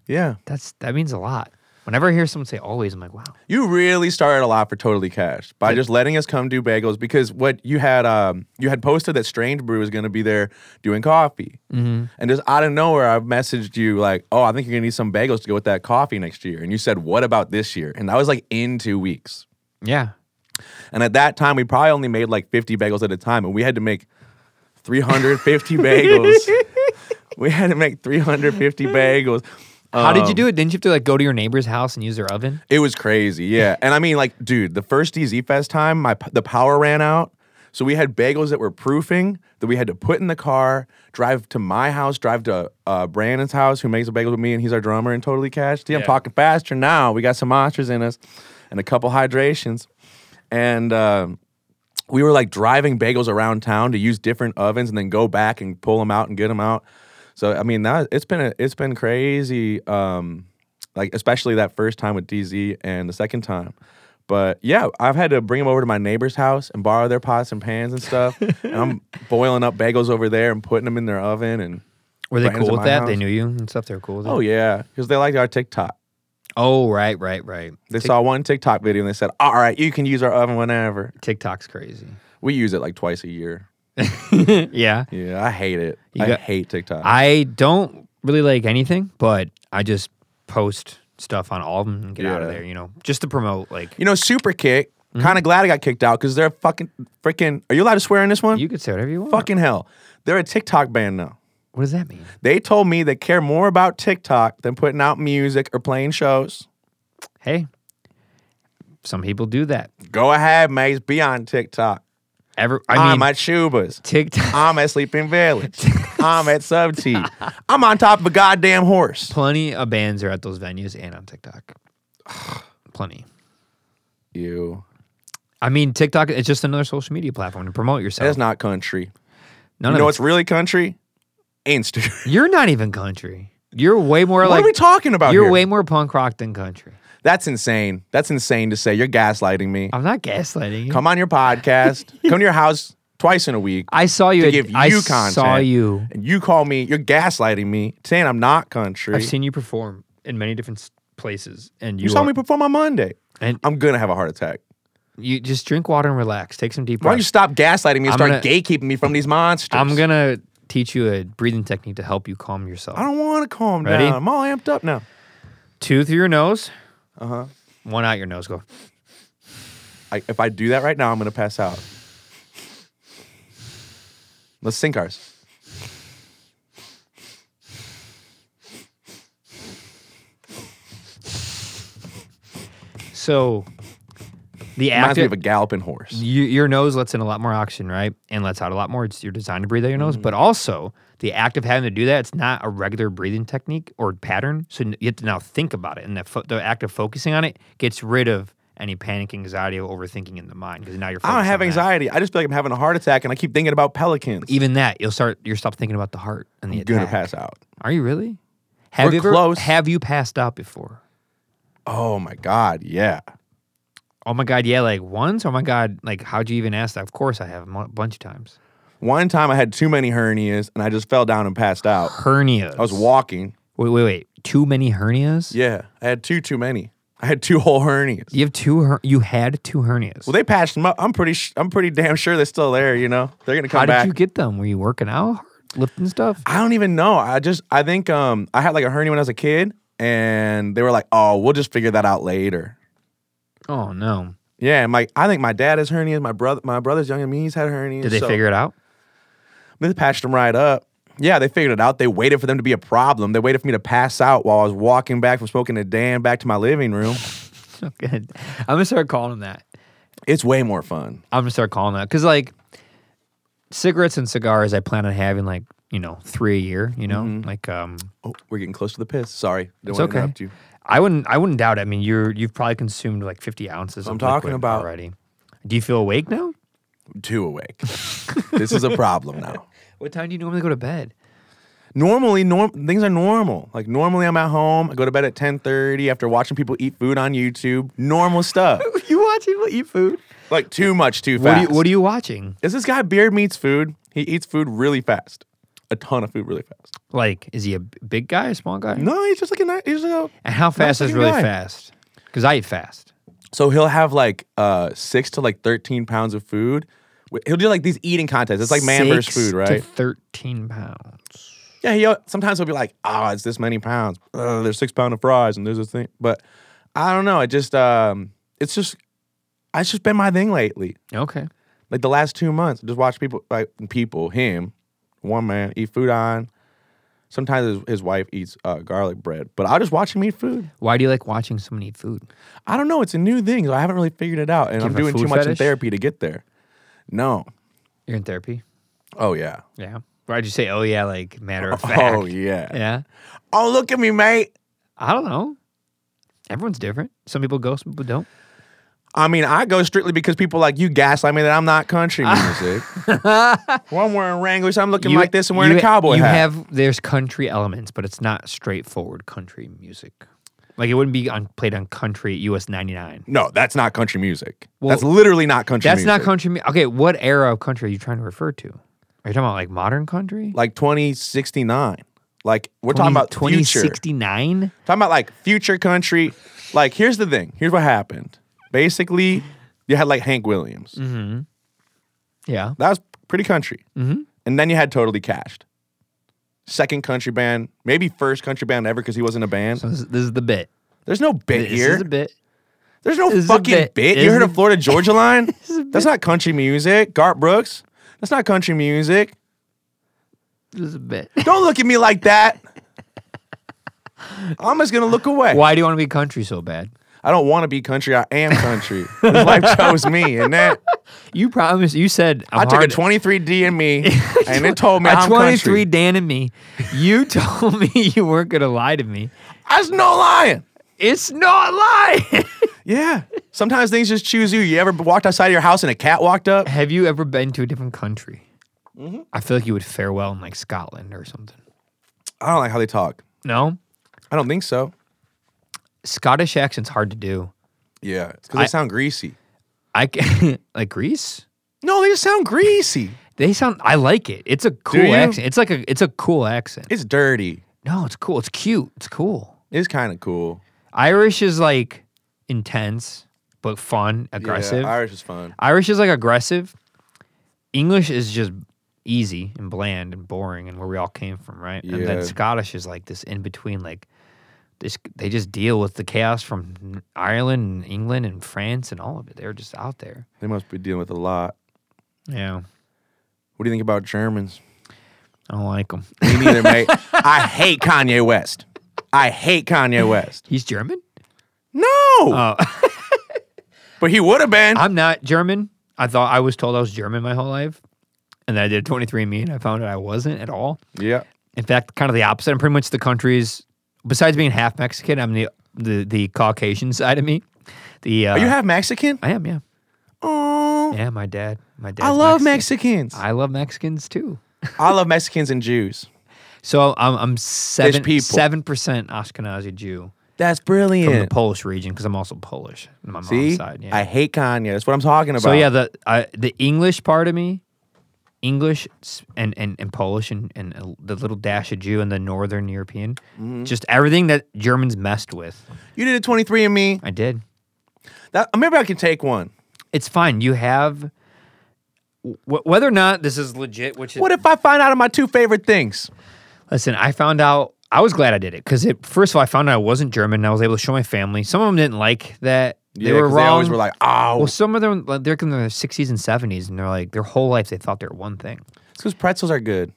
S1: Yeah,
S2: That's that means a lot. Whenever I hear someone say always, I'm like, wow.
S1: You really started a lot for Totally Cash by just letting us come do bagels because what you had um you had posted that Strange Brew was going to be there doing coffee,
S2: Mm-hmm.
S1: and just out of nowhere I messaged you like, oh, I think you're going to need some bagels to go with that coffee next year, and you said, what about this year? And that was like in two weeks,
S2: Yeah.
S1: and at that time we probably only made like 50 bagels at a time, and we had to make 350 bagels. We had to make 350 bagels.
S2: How
S1: Um,
S2: did you do it? Didn't you have to like go to your neighbor's house and use their oven?
S1: It was crazy, yeah. and I mean, like, dude, the first DZ Fest time, my the power ran out, so we had bagels that were proofing that we had to put in the car, drive to my house, drive to uh, Brandon's house, who makes the bagels with me, and he's our drummer in Totally Cash. See, I'm
S2: Yeah.
S1: talking faster now. We got some monsters in us, and a couple hydrations, and. um we were like driving bagels around town to use different ovens and then go back and pull them out and get them out. So I mean that it's been a, it's been crazy, um, like especially that first time with DZ and the second time. But yeah, I've had to bring them over to my neighbor's house and borrow their pots and pans and stuff. and I'm boiling up bagels over there and putting them in their oven. And
S2: Were they
S1: Brandon's
S2: cool
S1: at
S2: with
S1: my
S2: that? They
S1: house.
S2: knew you and stuff. They were cool with it.
S1: oh yeah, because they liked our TikTok.
S2: Oh, right, right, right.
S1: They saw one TikTok video and they said, "All right, you can use our oven whenever."
S2: TikTok's crazy.
S1: We use it like twice a year.
S2: yeah.
S1: Yeah, I hate it.
S2: You
S1: I
S2: got-
S1: hate TikTok.
S2: I don't really like anything, but I just post stuff on all of them and get out of
S1: Yeah.
S2: there, you know, just to promote. Like,
S1: You know, super kick.
S2: Mm-hmm.
S1: Kind of glad I got kicked out because they're fucking freaking. Are you allowed to swear in this one?
S2: you could say whatever you want.
S1: fucking hell. They're a TikTok band now.
S2: What does that mean?
S1: They told me they care more about TikTok than putting out music or playing shows.
S2: Hey, some people do that.
S1: Go ahead, Maze. Be on TikTok.
S2: Ever,
S1: I
S2: I
S1: am
S2: mean,
S1: at Shuba's.
S2: TikTok.
S1: I'm at Sleeping Village. I'm at Sub T. I'm on top of a goddamn horse.
S2: Plenty of bands are at those venues and on TikTok. Plenty.
S1: You.
S2: I mean, TikTok, it's just another social media platform to promote yourself.
S1: That's not country.
S2: Oh. None
S1: you
S2: of
S1: know what's
S2: it's-
S1: really country? Insta.
S2: You're not even country. You're way more
S1: what
S2: like
S1: are we talking about
S2: you're
S1: here?
S2: way more punk rock than country.
S1: That's insane. That's insane to say. You're gaslighting me.
S2: I'm not gaslighting you.
S1: come on your podcast, come to your house twice in a week,
S2: I saw you.
S1: To
S2: at-
S1: give
S2: I
S1: you
S2: saw
S1: content.
S2: you.
S1: and you call me, you're gaslighting me, saying I'm not country.
S2: I've seen you perform in many different s- places, and you,
S1: you saw
S2: are-
S1: me perform on Monday.
S2: And
S1: I'm gonna have a heart attack.
S2: you just drink water and relax. Take some deep
S1: Why don't you
S2: breaths.
S1: stop gaslighting me and
S2: I'm
S1: start
S2: gonna-
S1: gatekeeping me from these monsters?
S2: I'm gonna teach you a breathing technique to help you calm yourself.
S1: I don't want to calm
S2: Ready?
S1: down. I'm all amped up now.
S2: Two through your nose.
S1: Uh-huh.
S2: Uh huh. One out your nose. Go.
S1: I, if I do that right now, I'm gonna pass out. Let's sink ours.
S2: So,
S1: Reminds
S2: the
S1: me
S2: active
S1: of a galloping horse.
S2: you, your nose lets in a lot more oxygen, right? And lets out a lot more. It's you're designed to breathe out your
S1: Mm-hmm.
S2: nose, but also the act of having to do that, it's not a regular breathing technique or pattern. So n- you have to now think about it, and the fo- the act of focusing on it gets rid of any panic, anxiety, or overthinking in the mind because now you're.
S1: I don't
S2: focused
S1: have
S2: on that.
S1: anxiety. I just feel like I'm having a heart attack, and I keep thinking about pelicans.
S2: Even that, you'll start. You'll stop thinking about the heart and the
S1: I'm gonna
S2: attack.
S1: pass out.
S2: Are you really? Have
S1: We're
S2: you ever-
S1: close.
S2: Have you passed out before?
S1: Oh my god, yeah.
S2: Oh my god, yeah, like once. Oh my god, like how'd you even ask that? Of course, I have a mo- bunch of times.
S1: One time I had too many hernias and I just fell down and passed out.
S2: Hernias.
S1: I was walking.
S2: Wait, wait, wait. too many hernias?
S1: Yeah, I had two too many. I had two whole hernias.
S2: You have two. Her- you had two hernias.
S1: Well, they patched them up. I'm pretty. Sh- I'm pretty damn sure they're still there. You know, they're gonna come
S2: How
S1: back.
S2: did you get them? Were you working out, hard, lifting stuff?
S1: I don't even know. I just. I think. Um, I had like a hernia when I was a kid, and they were like, "Oh, we'll just figure that out later."
S2: Oh no!
S1: Yeah, and my I think my dad has hernias. My brother, my brother's younger than me. He's had hernias.
S2: Did they
S1: so-
S2: figure it out?
S1: They patched them right up. Yeah, they figured it out. They waited for them to be a problem. They waited for me to pass out while I was walking back from smoking a damn back to my living room.
S2: Okay, I'm gonna start calling them that.
S1: It's way more fun.
S2: I'm gonna start calling that because like cigarettes and cigars, I plan on having like you know three a year. You know, like um,
S1: Oh, we're getting close to the piss. Sorry, didn't
S2: it's
S1: want to
S2: okay.
S1: interrupt you.
S2: I wouldn't. I wouldn't doubt. It. I mean, you're you've probably consumed like 50 ounces.
S1: I'm
S2: of
S1: talking
S2: liquid
S1: about-
S2: already. Do you feel awake now?
S1: Too awake. this is a problem now.
S2: What time do you normally go to bed?
S1: Normally, norm things are normal. Like normally, I'm at home. I go to bed at 10:30 after watching people eat food on YouTube. Normal stuff.
S2: you watch people eat food.
S1: like too much, too
S2: What are,
S1: fast.
S2: you, what are you watching?
S1: Is this guy Beard meets food? He eats food really fast. A ton of food really fast.
S2: Like, is he a b- big guy or small guy?
S1: No, he's just like a ni- he's a
S2: And how fast is
S1: looking
S2: really
S1: guy.
S2: fast? Because I eat fast.
S1: So he'll have like uh six to like thirteen pounds of food. Wh- He'll do like these eating contests. It's like man versus
S2: Six
S1: food,
S2: to
S1: right?
S2: Thirteen pounds.
S1: yeah. He sometimes he'll be like, "Oh, it's this many pounds. Ugh, there's six pound of fries, and there's this thing." But I don't know. It just um, it's just, it's just been my thing lately.
S2: Okay.
S1: Like the last two months, just watch people like people him, one man eat food on. Sometimes his, his wife eats uh, garlic bread, but I just watch him eat food.
S2: Why do you like watching someone eat food?
S1: I don't know. It's a new thing, so I haven't really figured it out, and I'm
S2: have a
S1: doing too
S2: food
S1: much in
S2: fetish?
S1: therapy to get there. No.
S2: You're in therapy.
S1: Oh yeah.
S2: Yeah. Why'd you say? Oh yeah, like matter of fact.
S1: Oh yeah.
S2: Yeah.
S1: Oh look at me, mate.
S2: I don't know. Everyone's different. Some people go, some people don't.
S1: I mean, I go strictly because people like you gaslight me that I'm not country music. well, I'm wearing Wranglers, I'm looking like this, and wearing
S2: you-
S1: a cowboy
S2: you
S1: hat.
S2: have there's country elements, but it's not straightforward country music. Like it wouldn't be on played on country US 99.
S1: no, that's not country music.
S2: Well,
S1: that's literally not country.
S2: That's not
S1: music.
S2: country. mu- Okay, what era of country are you trying to refer to? Are you talking about like modern country?
S1: Like 2069. Like we're talking about future.
S2: 2069?
S1: Talking about like future country. Like here's the thing. Here's what happened. Basically, you had like Hank Williams.
S2: Mm-hmm. Yeah.
S1: That was pretty country.
S2: Mm-hmm.
S1: And then you had Totally Cashed. Second country band, maybe first country band ever because he wasn't a band.
S2: So this, this is the bit.
S1: There's no bit
S2: This
S1: here.
S2: is a bit.
S1: There's no
S2: this is a
S1: fucking bit.
S2: bit. This
S1: You
S2: is
S1: heard
S2: a-
S1: of Florida Georgia Line? That's not country music. Garth Brooks? That's not country music.
S2: This is a bit.
S1: Don't look at me like that. I'm just gonna look away.
S2: Why do you want to be country so bad?
S1: I don't want to be country. I am country. This life chose me, and that
S2: You promised. You said
S1: I
S2: I'm
S1: took a
S2: hard-
S1: 23D in me, and it told me
S2: a
S1: I'm
S2: 23
S1: country.
S2: Dan and me. You told me you weren't gonna lie to me.
S1: That's no lying.
S2: It's not lying.
S1: Yeah. Sometimes things just choose you. You ever walked outside of your house and a cat walked up?
S2: Have you ever been to a different country? I feel like you would fare well in like Scotland or something.
S1: I don't like how they talk.
S2: No,
S1: I don't think so.
S2: Scottish accent's hard to do.
S1: Yeah. It's because they
S2: I-
S1: sound greasy.
S2: I ca- like Greece.
S1: No, they just sound greasy.
S2: They sound. I like it. It's a cool
S1: you?
S2: accent. It's like a. It's a cool accent.
S1: It's dirty.
S2: no, it's cool. It's cute. It's cool.
S1: It's kind of cool.
S2: Irish is like intense but fun,
S1: Yeah,
S2: aggressive.
S1: Irish is fun.
S2: Irish is like aggressive. English is just easy and bland and boring and where we all came from, right? And
S1: Yeah.
S2: then Scottish is like this in between, like this, they just deal with the chaos from Ireland and England and France and all of it. They're just out there.
S1: They must be dealing with a lot.
S2: Yeah.
S1: What do you think about Germans?
S2: I don't like them.
S1: Me neither, mate. I hate Kanye West. I hate Kanye West.
S2: He's German?
S1: No,
S2: Oh,
S1: but he would have been.
S2: I'm not German. I thought I was told I was German my whole life. And then I did 23andMe and I found out I wasn't at all.
S1: yeah.
S2: In fact, kind of the opposite. I'm pretty much the country's. Besides being half Mexican, I'm the the, the Caucasian side of me. The uh,
S1: Are you half Mexican?
S2: I am, yeah,
S1: Oh,
S2: yeah. My dad, my dad.
S1: I love Mexicans.
S2: I love Mexicans too.
S1: I love Mexicans and Jews.
S2: So I'm I'm seven
S1: people.
S2: seven percent Ashkenazi Jew
S1: That's
S2: from the
S1: brilliant.
S2: Polish region because I'm also Polish on my
S1: See,
S2: mom's side. Yeah.
S1: I hate Kanye. That's what I'm talking about.
S2: so yeah, the I, the English part of me English s- and, and, and Polish and, and a- the little dash of Jew and the Northern European,
S1: Mm-hmm.
S2: just everything that Germans messed with.
S1: You did a 23 and me.
S2: I did.
S1: That maybe I can take one.
S2: It's fine. You have wh- whether or not this is legit, which is
S1: What if I find out of my two favorite things?
S2: Listen, I found out. I was glad I did it because it. First of all, I found out I wasn't German, and I was able to show my family. Some of them didn't like that. They
S1: Yeah,
S2: were
S1: 'cause
S2: wrong.
S1: They always were like, oh,
S2: well, some of them like, they're in their sixties and seventies, and they're like their whole life they thought they were one thing.
S1: because pretzels are good.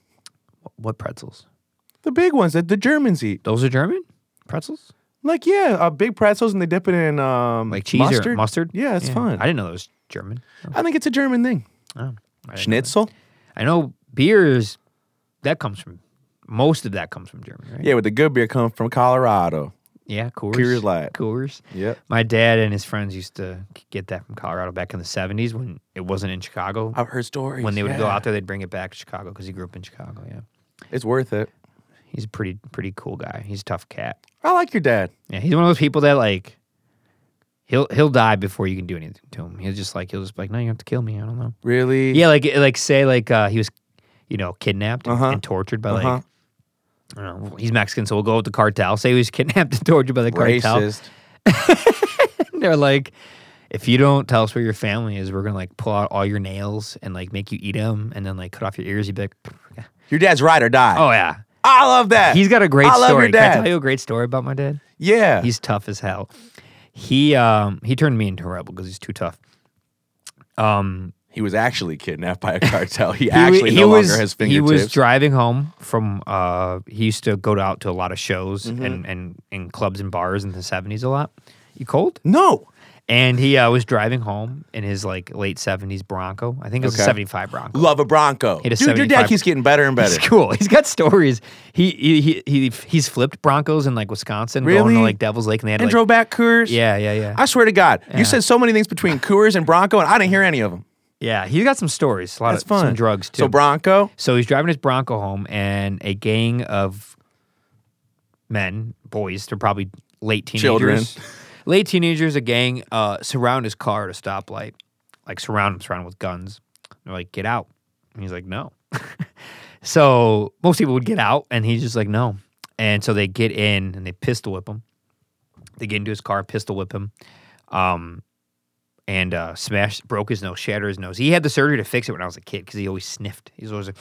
S2: What pretzels?
S1: The big ones that the Germans eat.
S2: Those are German pretzels,
S1: Like, yeah, uh, big pretzels and they dip it in um,
S2: like cheese
S1: mustard.
S2: or mustard.
S1: Yeah, it's fun.
S2: I didn't know that was German.
S1: I think it's a German thing.
S2: Oh, I, didn't know that.
S1: Schnitzel?
S2: I know beers. That comes from most of that comes from Germany, right?
S1: Yeah, with the good beer come from Colorado.
S2: yeah, Coors,
S1: Coors Light.
S2: Coors.
S1: Yep.
S2: My dad and his friends used to get that from Colorado back in the 70s when it wasn't in Chicago.
S1: I've heard stories.
S2: When they would go
S1: yeah.
S2: out there, they'd bring it back to Chicago because he grew up in Chicago. Yeah.
S1: It's worth it.
S2: He's a pretty, pretty cool guy. He's a tough cat.
S1: I like your dad.
S2: Yeah. He's one of those people that, like, he'll he'll die before you can do anything to him. He'll just, like, he'll just be like, no, you have to kill me. I don't know.
S1: Really?
S2: Yeah. Like, like say, like, uh, he was, you know, kidnapped and-
S1: Uh-huh.
S2: and tortured by,
S1: Uh-huh.
S2: like, I don't know, he's Mexican, so we'll go with the cartel. Say he was kidnapped and tortured by the cartel.
S1: Racist.
S2: They're like, if you don't tell us where your family is, we're gonna like pull out all your nails and like make you eat them, and then like cut off your ears. You'd be like,
S1: Your dad's ride or die.
S2: oh yeah,
S1: I love that.
S2: he's got a great
S1: I love
S2: story.
S1: your
S2: Can I
S1: dad.
S2: tell you a great story about my dad?
S1: yeah.
S2: He's tough as hell. He um he turned me into a rebel because he's too tough. Um,
S1: he was actually kidnapped by a cartel. He,
S2: he wa-
S1: actually
S2: he
S1: no
S2: was
S1: longer has
S2: he
S1: fingertips.
S2: was driving home from uh he used to go out to a lot of shows
S1: Mm-hmm.
S2: and and and clubs and bars in the seventies a lot. You cold?
S1: no.
S2: And he uh, was driving home in his like late seventies Bronco. I think it was a
S1: Okay.
S2: '75 Bronco.
S1: Love a Bronco.
S2: Hit a
S1: Dude, your
S2: 75.
S1: dad keeps getting better and
S2: He's
S1: better.
S2: cool. He's got stories. He he, he he he's flipped Broncos in like Wisconsin, going to
S1: Really?
S2: like Devil's Lake, and they had
S1: And
S2: like
S1: drove back Coors.
S2: yeah yeah yeah
S1: I swear to God, you said so many things between Coors and Bronco, and I didn't hear any of them.
S2: yeah. He's got some stories. A lot
S1: That's
S2: of
S1: fun.
S2: some drugs too.
S1: So Bronco,
S2: So he's driving his Bronco home, and a gang of men, boys, they're probably late teenagers.
S1: Children.
S2: Late teenagers, a gang, uh, surround his car at a stoplight. Like, surround him, surround him with guns. They're like, get out. And he's like, no. so most people would get out, and he's just like, no. And so they get in and they pistol whip him. They get into his car, pistol whip him. Um, and uh, smashed, broke his nose, shattered his nose. He had the surgery to fix it when I was a kid because he always sniffed. He was always like,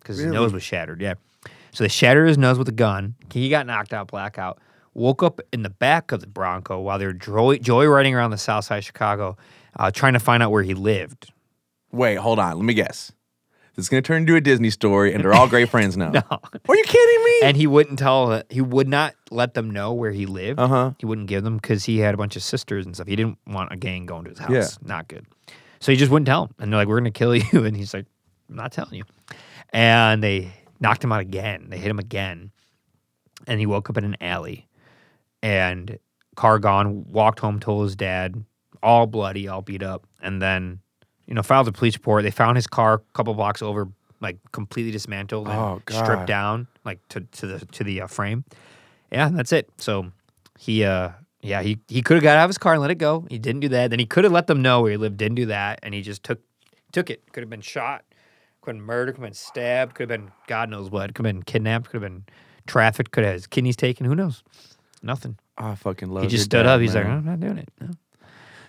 S2: because his nose was shattered. Yeah. So they shattered his nose with a gun. He got knocked out, blackout. Woke up in the back of the Bronco while they were joy- joyriding around the south side of Chicago, uh, trying to find out where he lived.
S1: wait, hold on, let me guess. This is gonna turn into a Disney story, and they're all great friends now. no. Are you kidding me?
S2: And he wouldn't tell, he would not let them know where he lived.
S1: Uh-huh.
S2: He wouldn't give them because he had a bunch of sisters and stuff. He didn't want a gang going to his house.
S1: Yeah.
S2: Not good. So he just wouldn't tell them. And they're like, we're going to kill you. And he's like, I'm not telling you. And they knocked him out again. They hit him again. And he woke up in an alley. And car gone, walked home, told his dad, all bloody, all beat up. And then, you know, filed a police report. They found his car a couple blocks over, like completely dismantled and
S1: Oh,
S2: stripped
S1: God.
S2: down, like to, to the to the uh, frame. Yeah, that's it. So he uh yeah, he he could have got out of his car and let it go. He didn't do that. Then he could have let them know where he lived, didn't do that, and he just took took it. Could have been shot, could have been murdered, could have been stabbed, could have been God knows what, could have been kidnapped, could have been trafficked, could have had his kidneys taken, who knows? Nothing.
S1: I fucking love.
S2: He just
S1: your
S2: stood
S1: dad,
S2: up. He's like,
S1: man.
S2: I'm not doing it. No.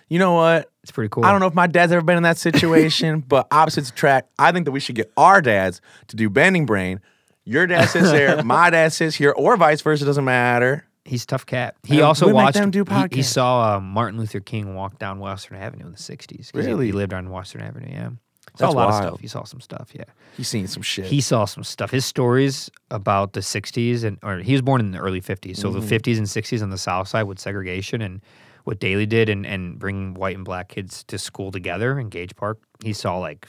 S1: you know what?
S2: It's pretty cool.
S1: I don't know if my dad's ever been in that situation, but opposites attract. I think that we should get our dads to do bending brain. Your dad sits there, my dad sits here, or vice versa. Doesn't matter.
S2: He's a tough cat. He
S1: And
S2: also
S1: we make
S2: watched.
S1: them do
S2: he- he,
S1: podcasts.
S2: saw uh, Martin Luther King walk down Western Avenue in the '60s. 'cause he-
S1: Really?
S2: He, lived on Western Avenue. Yeah. Saw
S1: That's
S2: a lot of
S1: wild.
S2: stuff. He saw some stuff. Yeah.
S1: He's seen some shit.
S2: He saw some stuff. His stories about the '60s and or he was born in the early '50s, so
S1: Mm-hmm.
S2: the '50s and '60s on the South Side with segregation and what Daley did and and bringing white and black kids to school together in Gage Park. He saw like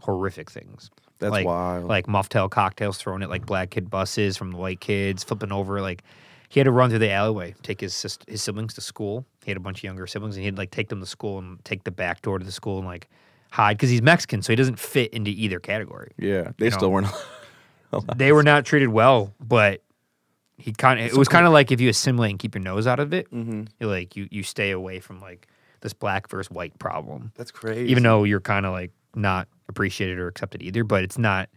S2: horrific things.
S1: That's
S2: like,
S1: wild.
S2: Like mocktail cocktails thrown at like black kid buses from the white kids, flipping over. Like he had to run through the alleyway, take his sis- his siblings to school. He had a bunch of younger siblings, and he'd like take them to school and take the back door to the school and like hide because he's Mexican, so he doesn't fit into either category.
S1: yeah, they still weren't.
S2: They were not treated well, but he kind of it was kind of like if you assimilate and keep your nose out of it,
S1: Mm-hmm.
S2: you're like you you stay away from like this black versus white problem
S1: That's crazy.
S2: even though you're kind of like not appreciated or accepted either, but it's not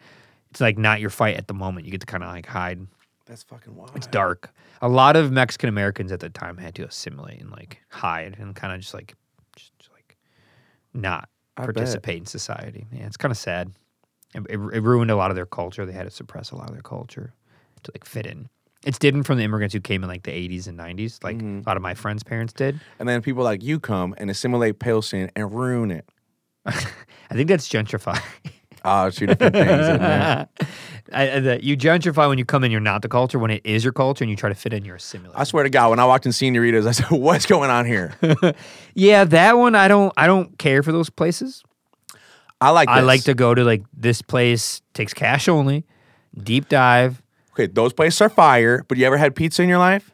S2: it's like not your fight at the moment. You get to kind of like hide.
S1: That's fucking wild.
S2: It's dark. A lot of Mexican Americans at the time had to assimilate and like hide and kind of just like just, just, like not
S1: I bet.
S2: participate in society. Yeah, it's kind of sad. It, it, it ruined a lot of their culture. They had to suppress a lot of their culture to like fit in. It's different from the immigrants who came in like the 80s and 90s, like
S1: Mm-hmm.
S2: a lot of my friends' parents did.
S1: And then people like you come and assimilate Pilsen and ruin it.
S2: I think that's gentrify.
S1: Ah, two different things. isn't it?
S2: I, I, that you gentrify when you come in, you're not the culture. When it is your culture and you try to fit in, you're assimilated.
S1: I swear to God, when I walked in Senoritas, I said, "What's going on here?"
S2: yeah, that one I don't. I don't care for those places.
S1: I like. This.
S2: I like to go to like this place takes cash only, deep dive.
S1: Okay, those places are fire. But you ever had pizza in your life?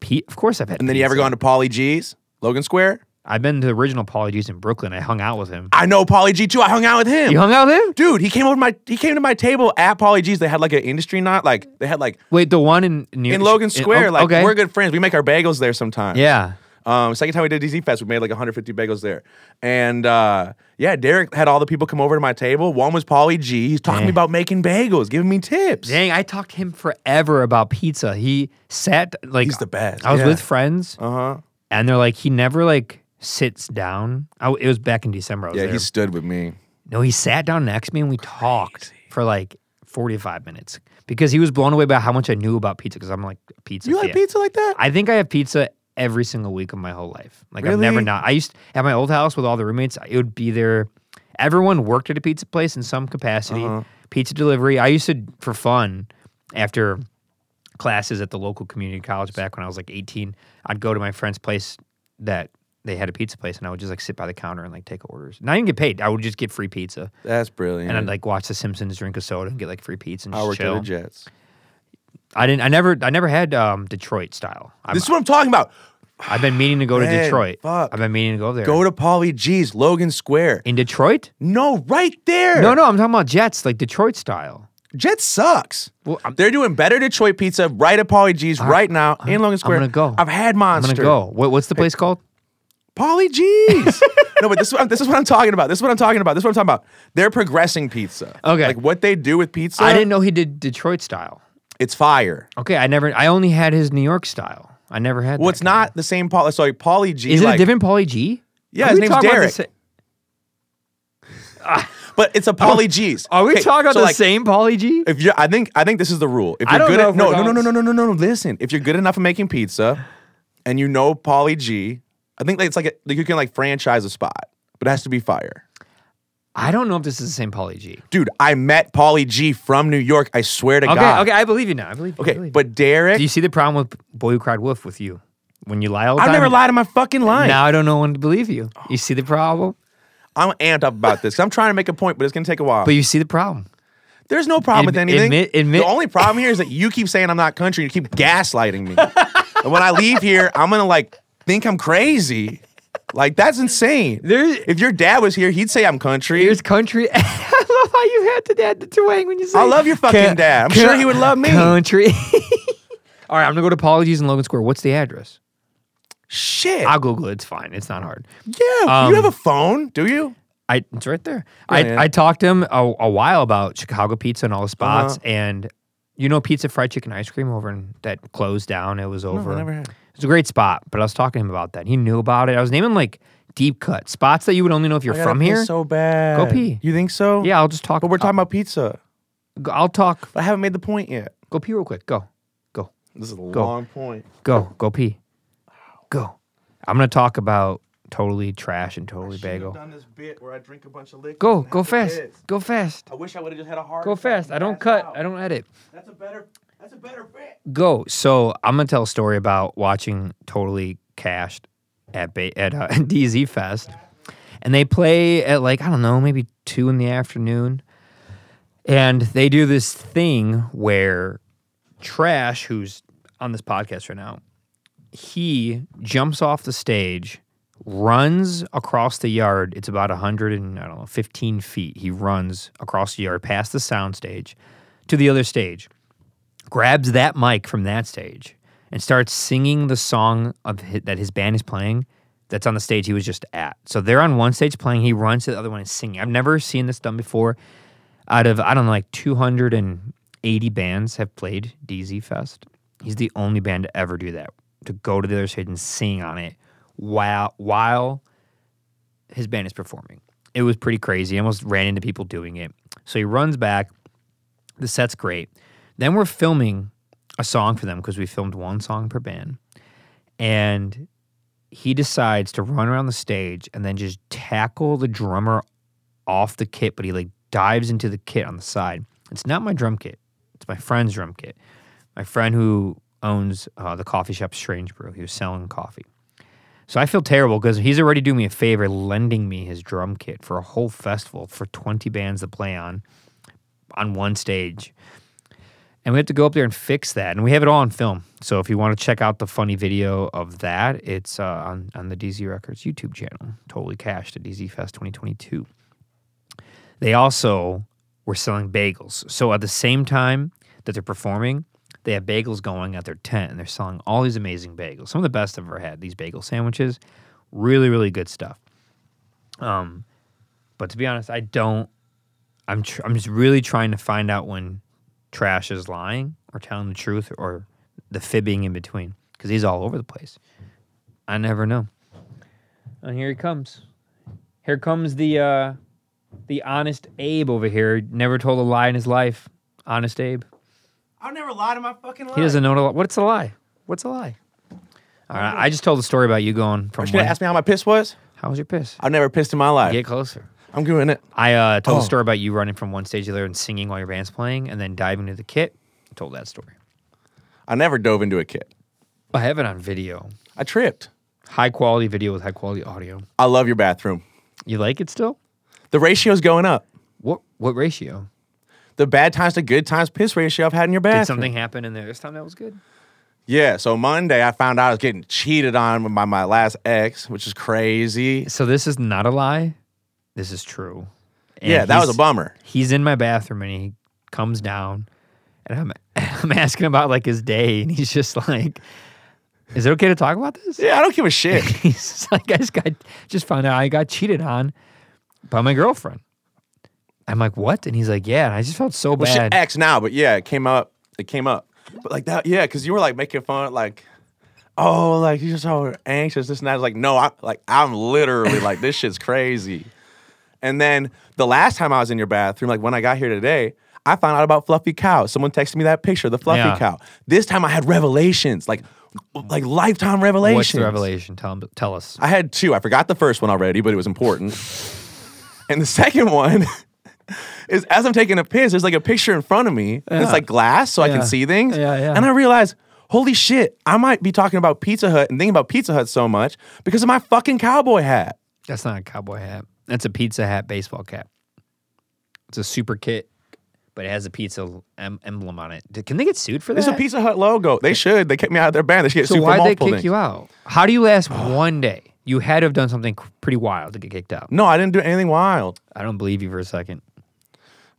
S2: Pe- of course, I've had.
S1: And then you ever
S2: pizza.
S1: gone to Polly E. G's, Logan Square?
S2: I've been to the original Polly G's in Brooklyn. I hung out with him.
S1: I know Polly G too. I hung out with him.
S2: You hung out with him?
S1: Dude, he came over my he came to my table at Polly G's. They had like an industry night. Like they had like
S2: Wait, the one in near,
S1: in Logan
S2: oh,
S1: Square. like
S2: okay.
S1: we're good friends. We make our bagels there sometimes.
S2: Yeah,
S1: Um, second time we did DZ Fest, we made like 150 bagels there. And uh, yeah, Derek had all the people come over to my table. One was Polly G. He's talking to me about making bagels, giving me tips.
S2: dang! I talked to him forever about pizza. He sat like
S1: He's the best,
S2: I was
S1: yeah.
S2: with friends.
S1: Uh huh.
S2: and they're like, he never like sits down. I, it was back in December. I was
S1: Yeah,
S2: there.
S1: he stood with me.
S2: no, he sat down next to me and we talked for like forty five minutes because he was blown away by how much I knew about pizza. Because I'm like a pizza.
S1: You like
S2: fan.
S1: pizza like that?
S2: I think I have pizza every single week of my whole life. Like I've never
S1: Really?
S2: not. I used at my old house with all the roommates. It would be there. Everyone worked at a pizza place in some capacity.
S1: Uh-huh.
S2: Pizza delivery. I used to for fun after classes at the local community college back when I was like 18. I'd go to my friend's place that they had a pizza place, and I would just like sit by the counter and like take orders. Not even get paid. I would just get free pizza,
S1: That's brilliant.
S2: and I'd like watch The Simpsons, drink a soda, and get like free pizza and
S1: I
S2: just
S1: worked at
S2: chill.
S1: the Jets.
S2: I didn't. I never. I never had um, Detroit style. I'm-
S1: This is what I'm talking about.
S2: I've been meaning to go to
S1: Man,
S2: Detroit.
S1: fuck.
S2: I've been meaning to go there.
S1: Go to Polly G's, Logan Square.
S2: in Detroit?
S1: No, right there.
S2: No, no, I'm talking about Jets, like Detroit style.
S1: Jets sucks.
S2: Well, I'm-
S1: They're doing better Detroit pizza right at Polly G's right now in Logan Square.
S2: gonna go.
S1: I've had
S2: I'm
S1: Monster.
S2: gonna go. What, what's the place called?
S1: Polly G's. no, but this, is what- this is what I'm talking about. This is what I'm talking about. This is what I'm talking about. They're progressing pizza.
S2: Okay.
S1: Like what they do with pizza,
S2: I didn't know he did Detroit style.
S1: it's fire.
S2: Okay, I never. I only had his New York style. I never had.
S1: Well,
S2: that
S1: it's
S2: kind.
S1: not the same Polly. Sorry, Polly G.
S2: Is it
S1: like,
S2: a different Pauly G?
S1: Yeah,
S2: Are
S1: his
S2: we
S1: name's
S2: talking about the
S1: Derek.
S2: sa-
S1: But it's a Polly G's.
S2: Oh, Are we
S1: Okay,
S2: talking about
S1: so,
S2: the
S1: like,
S2: same Pauly G?
S1: If you, I think, I think this is the rule. If
S2: I
S1: you're
S2: don't
S1: good
S2: know
S1: at,
S2: if
S1: no,
S2: we're
S1: no, no,
S2: going-
S1: no, no, no, no, no, no. Listen, if you're good enough at making pizza, and you know Polly G, I think like, it's like, a, like you can like franchise a spot, but it has to be fire.
S2: I don't know if this is the same Pauly G.
S1: Dude, I met Polly G from New York. I swear to
S2: Okay,
S1: God.
S2: okay, I believe you now. I believe. You, I
S1: Okay,
S2: believe
S1: but Derek,
S2: you. do you see the problem with Boy Who Cried Wolf with you when you lie all the
S1: I've
S2: time?
S1: never lied in my fucking life.
S2: Now I don't know when to believe you. You see the problem,
S1: I'm amped up about this. 'cause I'm trying to make a point, but it's gonna take a while.
S2: but you see the problem.
S1: There's no problem with
S2: Admit-
S1: anything.
S2: admit- admit-
S1: The only problem here is that you keep saying I'm not country. You keep gaslighting me. and when I leave here, I'm gonna like think I'm crazy. Like that's insane.
S2: There's-
S1: if your dad was here, he'd say I'm country.
S2: Here's country. I love how you had to dad the twang when you say.
S1: I love your fucking
S2: Ca-
S1: dad. I'm
S2: ca-
S1: sure he would love me.
S2: Country. All right, I'm gonna go to Apologies in Logan Square. What's the address?
S1: Shit.
S2: I'll Google it. It's fine. It's not hard.
S1: yeah.
S2: um,
S1: you have a phone, do you?
S2: I it's right there.
S1: man.
S2: I, I talked to him a, a while about Chicago pizza and all the spots, and you know, pizza, fried chicken, ice cream over in, that closed down. It was over.
S1: had.
S2: It's a great spot, but I was talking to him about that. He knew about it. I was naming like deep cut spots that you would only know if you're
S1: I gotta
S2: from
S1: pee
S2: here.
S1: So bad.
S2: Go pee.
S1: You think so?
S2: yeah, Uh, I'll just talk.
S1: But we're talking about pizza.
S2: I'll, I'll talk.
S1: I haven't made the point yet.
S2: Go pee real quick. Go, go.
S1: This is a
S2: Go.
S1: long point.
S2: Go, go pee. Go. I'm gonna talk about totally trash and totally bagel.
S1: done this bit where I drink a bunch of liquor.
S2: Go, go fast. Go fast.
S1: I wish I would have just had a heart.
S2: Go fast. I don't cut. I don't edit.
S1: That's a better. That's a better bit.
S2: Go. So I'm gonna tell a story about watching Totally Cashed at ba- at uh, DZ Fest, and they play at like I don't know, maybe two in the afternoon, and they do this thing where Trash, who's on this podcast right now, he jumps off the stage, runs across the yard. It's about 100 and I don't know, 15 feet. He runs across the yard past the sound stage to the other stage, grabs that mic from that stage, and starts singing the song of hi that his band is playing that's on the stage he was just at. So they're on one stage playing, he runs to the other one and singing. I've never seen this done before. Out of I don't know, like 280 bands have played DZ Fest. He's the only band to ever do that to go to the other stage and sing on it while while his band is performing. It was pretty crazy. I almost ran into people doing it. So he runs back. The set's great. Then we're filming a song for them because we filmed one song per band. And he decides to run around the stage and then just tackle the drummer off the kit, but he like dives into the kit on the side. It's not my drum kit, it's my friend's drum kit. My friend who owns uh, the coffee shop Strange Brew, he was selling coffee. So I feel terrible because he's already doing me a favor, lending me his drum kit for a whole festival for 20 bands to play on, on one stage. And we have to go up there and fix that. And we have it all on film. So if you want to check out the funny video of that, it's uh, on, on the DZ Records YouTube channel, totally cashed at DZ Fest 2022. They also were selling bagels. So at the same time that they're performing, they have bagels going at their tent and they're selling all these amazing bagels. Some of the best I've ever had, these bagel sandwiches. Really, really good stuff. Um, but to be honest, I don't. I'm tr- I'm just really trying to find out when trash is lying or telling the truth or the fibbing in between because he's all over the place. I never know. And here he comes. Here comes the uh, the honest Abe over here. Never told a lie in his life. Honest Abe.
S3: I've never lied in my fucking life.
S2: He doesn't know what a li- what's a lie. What's a lie? All right, I just told the story about you going from.
S1: You
S2: one-
S1: gonna ask me how my piss was?
S2: how was your piss?
S1: I've never pissed in my life.
S2: Get closer.
S1: I'm doing it.
S2: I uh, told
S1: Oh.
S2: the story about you running from one stage to the other and singing while your band's playing, and then diving to the kit. I told that story.
S1: I never dove into a kit.
S2: I have it on video,
S1: I tripped.
S2: high quality video with high quality audio.
S1: I love your bathroom.
S2: You like it still?
S1: The ratio's going up.
S2: What what ratio?
S1: The bad times to good times piss ratio I've had in your bathroom.
S2: Did something happen in there this time that was good?
S1: Yeah. So Monday, I found out I was getting cheated on by my last ex, which is crazy.
S2: So this is not a lie. This is true. And
S1: yeah, that was a
S2: he's-
S1: bummer.
S2: he's in my bathroom and he comes down and I'm I'm asking about like his day and he's just like, "Is it okay to talk about this?"
S1: Yeah, I don't give a shit.
S2: He's just like, "I just got just found out I got cheated on by my girlfriend." I'm like, "What?" And he's like, "Yeah." And I just felt so
S1: Well, shit,
S2: bad.
S1: X now, but yeah, it came up. It came up. But like that, yeah, because you were like making fun, like, oh, like you're so anxious, this and that. I was like, no, I like I'm literally like this shit's crazy. And then the last time I was in your bathroom, like when I got here today, I found out about Fluffy Cow. Someone texted me that picture, the Fluffy
S2: Yeah.
S1: Cow. This time I had revelations, like like lifetime revelations.
S2: What's the revelation? Tell him, tell us.
S1: I had two. I forgot the first one already, but it was important. and the second one is as I'm taking a piss, there's like a picture in front of me. and It's like glass, so I
S2: Yeah.
S1: can see things.
S2: Yeah, yeah.
S1: And I realized, holy shit, I might be talking about Pizza Hut and thinking about Pizza Hut so much because of my fucking cowboy hat.
S2: That's not a cowboy hat. That's a pizza hat baseball cap. It's a super kit, but it has a pizza em- emblem on it. Can they get sued for that?
S1: It's a Pizza Hut logo. They should. They kicked me out of their band. They should get
S2: So
S1: sued
S2: why
S1: for
S2: would they
S1: multiple
S2: kick
S1: things.
S2: you out? How do you last one day? You had to have done something c- pretty wild to get kicked out.
S1: No, I didn't do anything wild.
S2: I don't believe you for a second.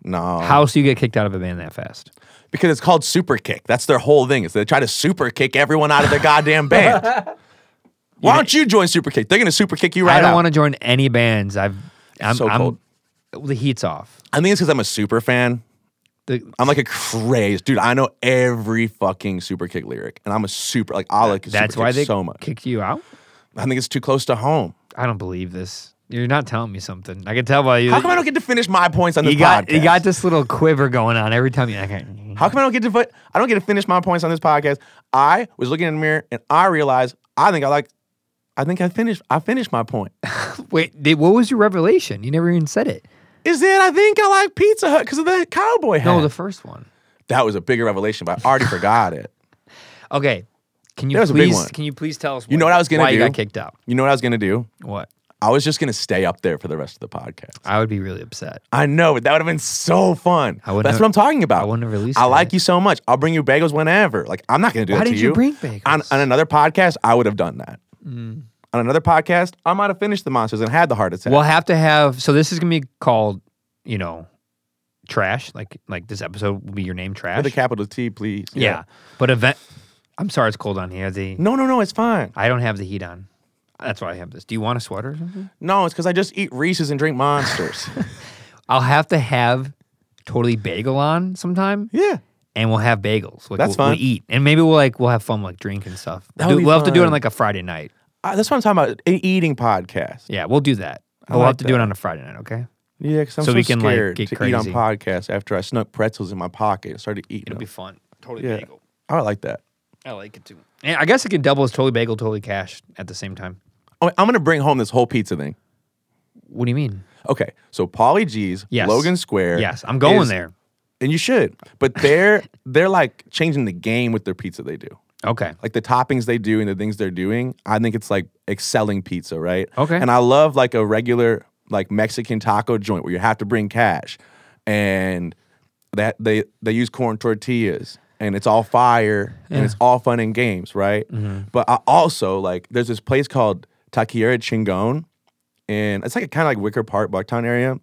S1: No.
S2: How else do you get kicked out of a band that fast?
S1: Because it's called super kick. That's their whole thing. Is they try to super kick everyone out of their goddamn band. Why don't you join Super Kick? They're gonna super kick you right
S2: I don't
S1: out.
S2: want to join any bands. I've I'm,
S1: So
S2: I'm-
S1: cold.
S2: the heat's off.
S1: I think it's because I'm a super fan.
S2: The,
S1: I'm like a crazed dude. I know every fucking super kick lyric, and I'm a super like I like
S2: that's
S1: Super
S2: why
S1: Kick
S2: they
S1: so much.
S2: kicked you out.
S1: I think it's too close to home.
S2: I don't believe this. You're not telling me something. I can tell by you.
S1: How come I don't get to finish my points on this
S2: you got
S1: podcast?
S2: you got this little quiver going on every time you. Okay.
S1: How come I don't get to? fi- I don't get to finish my points on this podcast. I was looking in the mirror and I realized I think I like. I think I finished. I finished my point.
S2: Wait, they, what was your revelation? You never even said it.
S1: Is that I think I like Pizza Hut because of the cowboy hat?
S2: No, the first one.
S1: that was a bigger revelation, but I already forgot it.
S2: Okay, can you
S1: That was a big
S2: please
S1: one.
S2: can you please tell us?
S1: You know what I was gonna
S2: why you
S1: do?
S2: got kicked out.
S1: You know what I was gonna do?
S2: What?
S1: I was just gonna stay up there for the rest of the podcast.
S2: I would be really upset.
S1: I know, but that would have been so fun.
S2: I wouldn't
S1: That's
S2: have-
S1: what I'm talking about.
S2: I wouldn't have released
S1: I
S2: it.
S1: like you so much. I'll bring you bagels whenever. Like I'm not gonna do
S2: Why
S1: that to
S2: did you bring Mm. bagels?
S1: On, on another podcast, I would have done that. On another podcast, I might have finished the monsters and had the heart attack.
S2: We'll have to have. So this is gonna be called, you know, trash. Like like this episode will be your name, trash.
S1: With a capital T, please.
S2: yeah. but event. I'm sorry, it's cold on here. The
S1: No, no, no. It's fine.
S2: I don't have the heat on. That's why I have this. Do you want a sweater or something?
S1: No, it's because I just eat Reese's and drink monsters.
S2: I'll have to have totally bagel on sometime,
S1: yeah.
S2: and we'll have bagels. Like,
S1: That's
S2: we'll,
S1: fine.
S2: We'll eat, and maybe we'll like we'll have fun like drink and stuff.
S1: That
S2: We'll
S1: would
S2: do-
S1: be
S2: we'll have to do it on
S1: fun.
S2: like a Friday night.
S1: Uh, that's what I'm talking about. An eating podcast.
S2: Yeah, we'll do that.
S1: I
S2: We'll
S1: like
S2: have to do it
S1: that.
S2: on a Friday night. Okay,
S1: Yeah, because I'm
S2: So
S1: so,
S2: we can, like,
S1: scared
S2: get
S1: to eat on
S2: crazy.
S1: podcasts after I snuck pretzels in my pocket and started eating
S2: it'll be
S1: them.
S2: fun. Totally
S1: Yeah.
S2: bagel.
S1: I would like that.
S2: I like it too. And I guess it could double as totally bagel, totally cash at the same time.
S1: Oh, I'm going to bring home this whole pizza thing.
S2: What do you mean?
S1: Okay, so Polly G's,
S2: Yes.
S1: Logan Square.
S2: Yes, I'm going
S1: is-
S2: there.
S1: and you should. But they're they're like changing the game with their pizza they do.
S2: Okay.
S1: Like the toppings they do and the things they're doing. I think it's like excelling pizza, right?
S2: Okay.
S1: And I love like a regular like Mexican taco joint where you have to bring cash, and that they they use corn tortillas. And it's all fire and it's all fun and games, right?
S2: Mm-hmm.
S1: But I also like there's this place called Taquiera Chingon, and it's like a kind of like Wicker Park, Bucktown area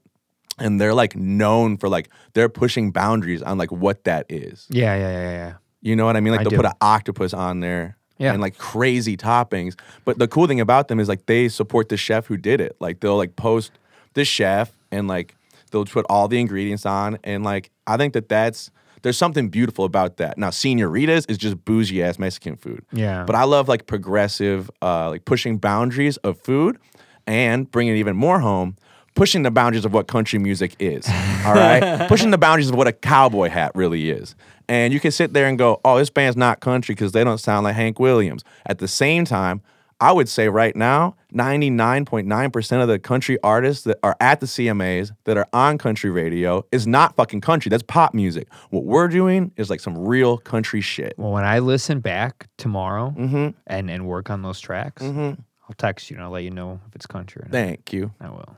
S1: and they're like known for like they're pushing boundaries on like what that is.
S2: Yeah, yeah, yeah, yeah.
S1: You know what I mean? Like
S2: I
S1: they'll
S2: do.
S1: put an octopus on there
S2: Yeah.
S1: and like crazy toppings. But the cool thing about them is like they support the chef who did it. Like they'll like post the chef and like they'll put all the ingredients on and like I think that that's there's something beautiful about that. Now, senoritas is just bougie ass Mexican food.
S2: Yeah.
S1: But I love like progressive, uh, like pushing boundaries of food and bringing it even more home, pushing the boundaries of what country music is. All right. pushing the boundaries of what a cowboy hat really is. And you can sit there and go, oh, this band's not country because they don't sound like Hank Williams. At the same time, I would say right now, 99.9% of the country artists that are at the CMAs that are on country radio is not fucking country. That's pop music. What we're doing is like some real country shit.
S2: Well, when I listen back tomorrow
S1: Mm-hmm.
S2: and and work on those tracks, I'll text you and I'll let you know if it's country or not.
S1: Thank you.
S2: I will.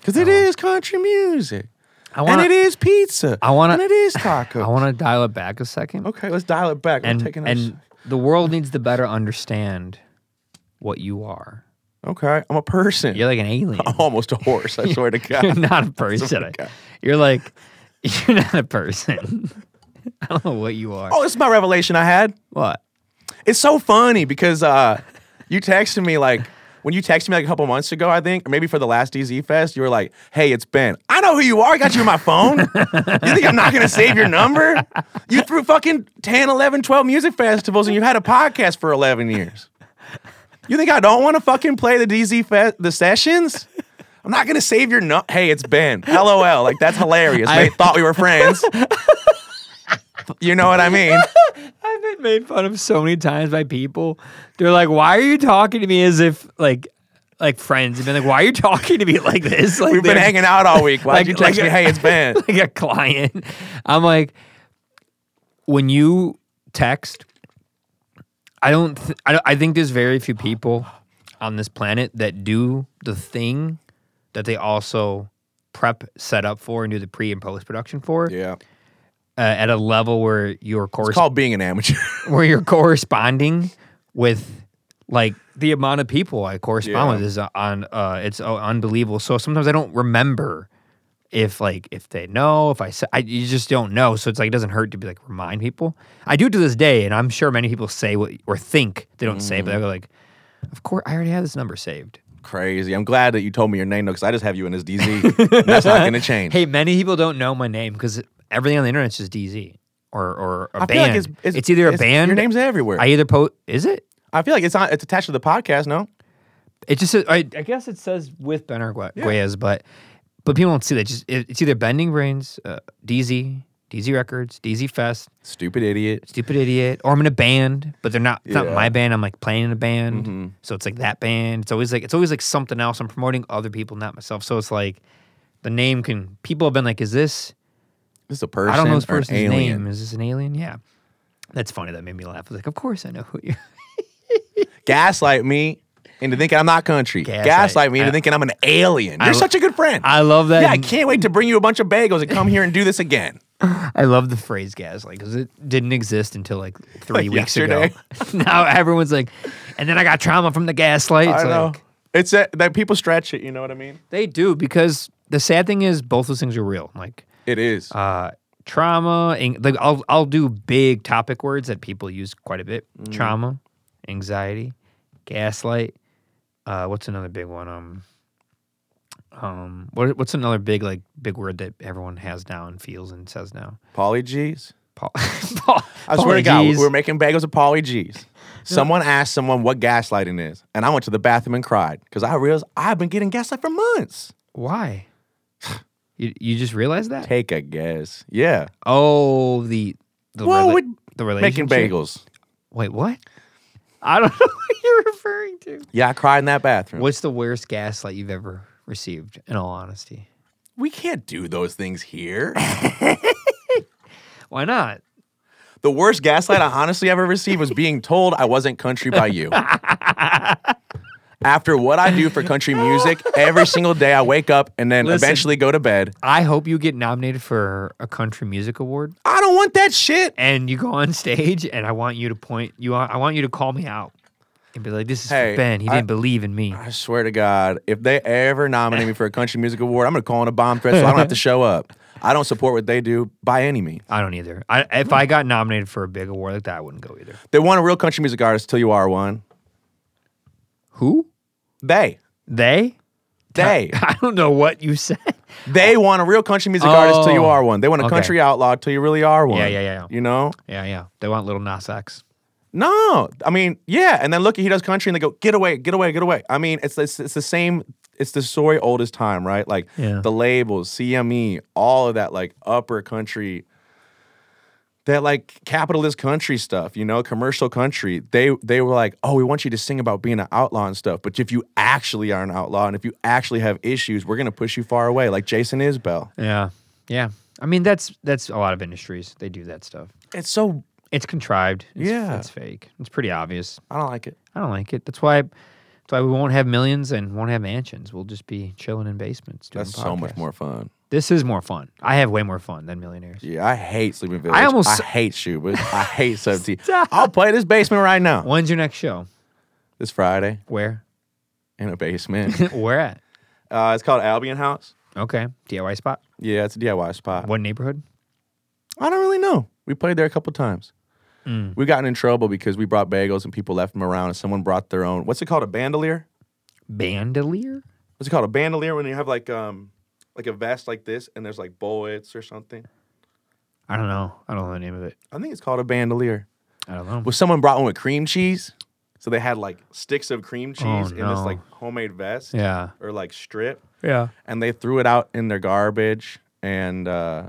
S1: Because it is country music.
S2: I wanna-
S1: and it is pizza.
S2: I wanna-
S1: And it is taco.
S2: I want to dial it back a second.
S1: okay, let's dial it back.
S2: and
S1: I'm taking
S2: and
S1: this.
S2: the world needs to better understand what you are.
S1: Okay, I'm a person.
S2: You're like an alien.
S1: I'm almost a horse, I swear to
S2: You're
S1: Oh, God.
S2: not a person. You're like you're not a person. I don't know what you are.
S1: Oh, this is my revelation I had.
S2: What?
S1: It's so funny because uh, you texted me like, when you texted me like a couple months ago, I think, or maybe for the last DZ Fest, you were like, hey, it's Ben. I know who you are. I got you in my phone. you think I'm not going to save your number? You threw fucking 10, 11, 12 music festivals and you've had a podcast for 11 years. You think I don't want to fucking play the DZ Fest, the sessions? I'm not gonna save your nut. Hey, it's Ben. LOL. Like that's hilarious.
S2: I-
S1: They thought we were friends. you know what I mean?
S2: I've been made fun of so many times by people. They're like, "Why are you talking to me as if like like friends?" And been like, "Why are you talking to me like this?" Like
S1: We've been
S2: they're-
S1: hanging out all week. Why'd
S2: Like-
S1: you text
S2: like-
S1: me? Hey, it's Ben.
S2: like a client. I'm like, when you text, I don't. Th- I, don't- I think there's very few people on this planet that do the thing that they also prep, set up for, and do the pre and post production for
S1: Yeah.
S2: uh, at a level where your
S1: It's
S2: course
S1: called being an amateur.
S2: where you're corresponding with like the amount of people I correspond
S1: Yeah.
S2: with is on uh it's uh, unbelievable. So sometimes I don't remember if like if they know if I say I, you just don't know. So it's like it doesn't hurt to be like remind people. I do it to this day, and I'm sure many people say what or think they don't say, but
S1: Mm.
S2: they're like, of course I already have this number saved.
S1: Crazy. I'm glad that you told me your name though, because I just have you in this DZ. That's not gonna change.
S2: Hey, many people don't know my name because everything on the internet is just DZ or or a
S1: I feel
S2: band.
S1: like it's,
S2: it's, either a band.
S1: Your name's everywhere.
S2: I
S1: I,
S2: either post. Is it?
S1: feel like it's on. It's attached to the podcast. No.
S2: It just says, I, I guess it says with Ben Arguez, but but people don't see that. Just it, it's either Bending Brains, uh, DZ, DZ Records, DZ Fest,
S1: Stupid idiot.
S2: Stupid Idiot, or I'm in a band, but they're not. It's not
S1: Yeah.
S2: my band. I'm like playing in a band, so it's like that band. It's always like it's always like something else. I'm promoting other people, not myself. So it's like the name can. People have been like, "Is this
S1: This is a person.
S2: I don't know this
S1: or an
S2: person's
S1: alien.
S2: name. Is this an alien?" Yeah, that's funny. That made me laugh. I was like, "Of course I know who you."
S1: Gaslight me into thinking I'm not country.
S2: Gaslight.
S1: Gaslight, me into
S2: I-
S1: thinking I'm an alien. You're
S2: lo-
S1: such a good friend.
S2: I love that.
S1: yeah, I can't wait to bring you a bunch of bagels and come here and do this again.
S2: I love the phrase gaslight because it didn't exist until like three
S1: Like
S2: weeks
S1: yesterday.
S2: ago. now everyone's like, and then I got trauma from the gaslight. It's
S1: I know.
S2: like,
S1: It's a, that people stretch it. You know what I mean?
S2: They do because the sad thing is both those things are real. Like
S1: It is.
S2: uh, trauma, ang- like I'll I'll do big topic
S1: Mm.
S2: words that people use quite a bit: trauma, anxiety, gaslight, uh, what's another big one? Um, um, what, what's another big like big word that everyone has now and feels and says now?
S1: Poly G's.
S2: Paul, Paul,
S1: I swear to God, we
S2: apologies.
S1: were making bagels with Polly G's. Someone asked someone what gaslighting is, and I went to the bathroom and cried because I realized I've been getting gaslight for months.
S2: why? You, you just realized that?
S1: Take a guess. Yeah.
S2: Oh, the the,
S1: Well,
S2: rela-
S1: we're
S2: the
S1: Making
S2: relationship.
S1: bagels.
S2: Wait, what? I don't know what you're referring to.
S1: Yeah, I cried in that bathroom.
S2: What's the worst gaslight you've ever received? In all honesty,
S1: We can't do those things here.
S2: why not?
S1: the worst gaslight I honestly ever received was being told I wasn't country by you. After what I do for country music, every single day I wake up and then
S2: Listen.
S1: eventually go to bed.
S2: I hope you get nominated for a country music award
S1: I don't want that shit.
S2: and you go on stage and I want you to point you I want you to call me out and be like, This is
S1: Hey,
S2: for Ben. He
S1: I-
S2: didn't believe in me.
S1: I swear to God, if they ever nominate me for a country music award, I'm gonna call in a bomb threat so I don't have to show up. I don't support what they do by any means.
S2: I don't either. I, if I got nominated for a big award like that, I wouldn't go either.
S1: They want a real country music artist till you are one.
S2: Who?
S1: They,
S2: They?
S1: they,
S2: I don't know what you said.
S1: they want a real country music artist till you
S2: Oh.
S1: are one. They want a
S2: Okay.
S1: country outlaw till you really are one.
S2: Yeah, yeah, yeah, yeah.
S1: You know?
S2: Yeah, yeah. They want little Nas X.
S1: No, I mean, yeah. And then look, he does country, and they go, "Get away, get away, get away." I mean, it's it's, it's the same. It's the story old as time, right? Like
S2: Yeah.
S1: the labels, CME, all of that, like upper country, that like capitalist country stuff, you know, commercial country. They they were like, "Oh, we want you to sing about being an outlaw and stuff, but if you actually are an outlaw and if you actually have issues, we're gonna push you far away." Like Jason Isbell.
S2: Yeah. Yeah. I mean that's that's a lot of industries. They do that stuff.
S1: It's so
S2: It's contrived. It's,
S1: Yeah.
S2: It's fake. It's pretty obvious.
S1: I don't like it.
S2: I don't like it. That's why. That's why we won't have millions and won't have mansions. We'll just be chilling in basements. Doing
S1: That's so much
S2: podcasts.
S1: more fun.
S2: This is more fun. I have way more fun than millionaires.
S1: Yeah, I hate Sleeping Village. I almost
S2: almost-
S1: I hate Schubert. I hate 17. I'll play this basement right now.
S2: When's your next show?
S1: This Friday
S2: Where?
S1: in a basement.
S2: Where at?
S1: uh, it's called Albion House.
S2: Okay. DIY spot.
S1: Yeah, it's a DIY spot.
S2: What neighborhood?
S1: I don't really know. We played there a couple times.
S2: Mm.
S1: We gotten in trouble because we brought bagels and people left them around, and someone brought their own. What's it called? A bandolier?
S2: Bandolier.
S1: What's it called? A bandolier when you have like um like a vest like this, and there's like bullets or something.
S2: I don't know. I don't know the name of it.
S1: I think it's called a bandolier.
S2: I don't know.
S1: Well, someone brought one with cream cheese, so they had like sticks of cream cheese
S2: Oh,
S1: in this
S2: no.
S1: like homemade vest.
S2: yeah.
S1: or like strip
S2: Yeah.
S1: and they threw it out in their garbage and uh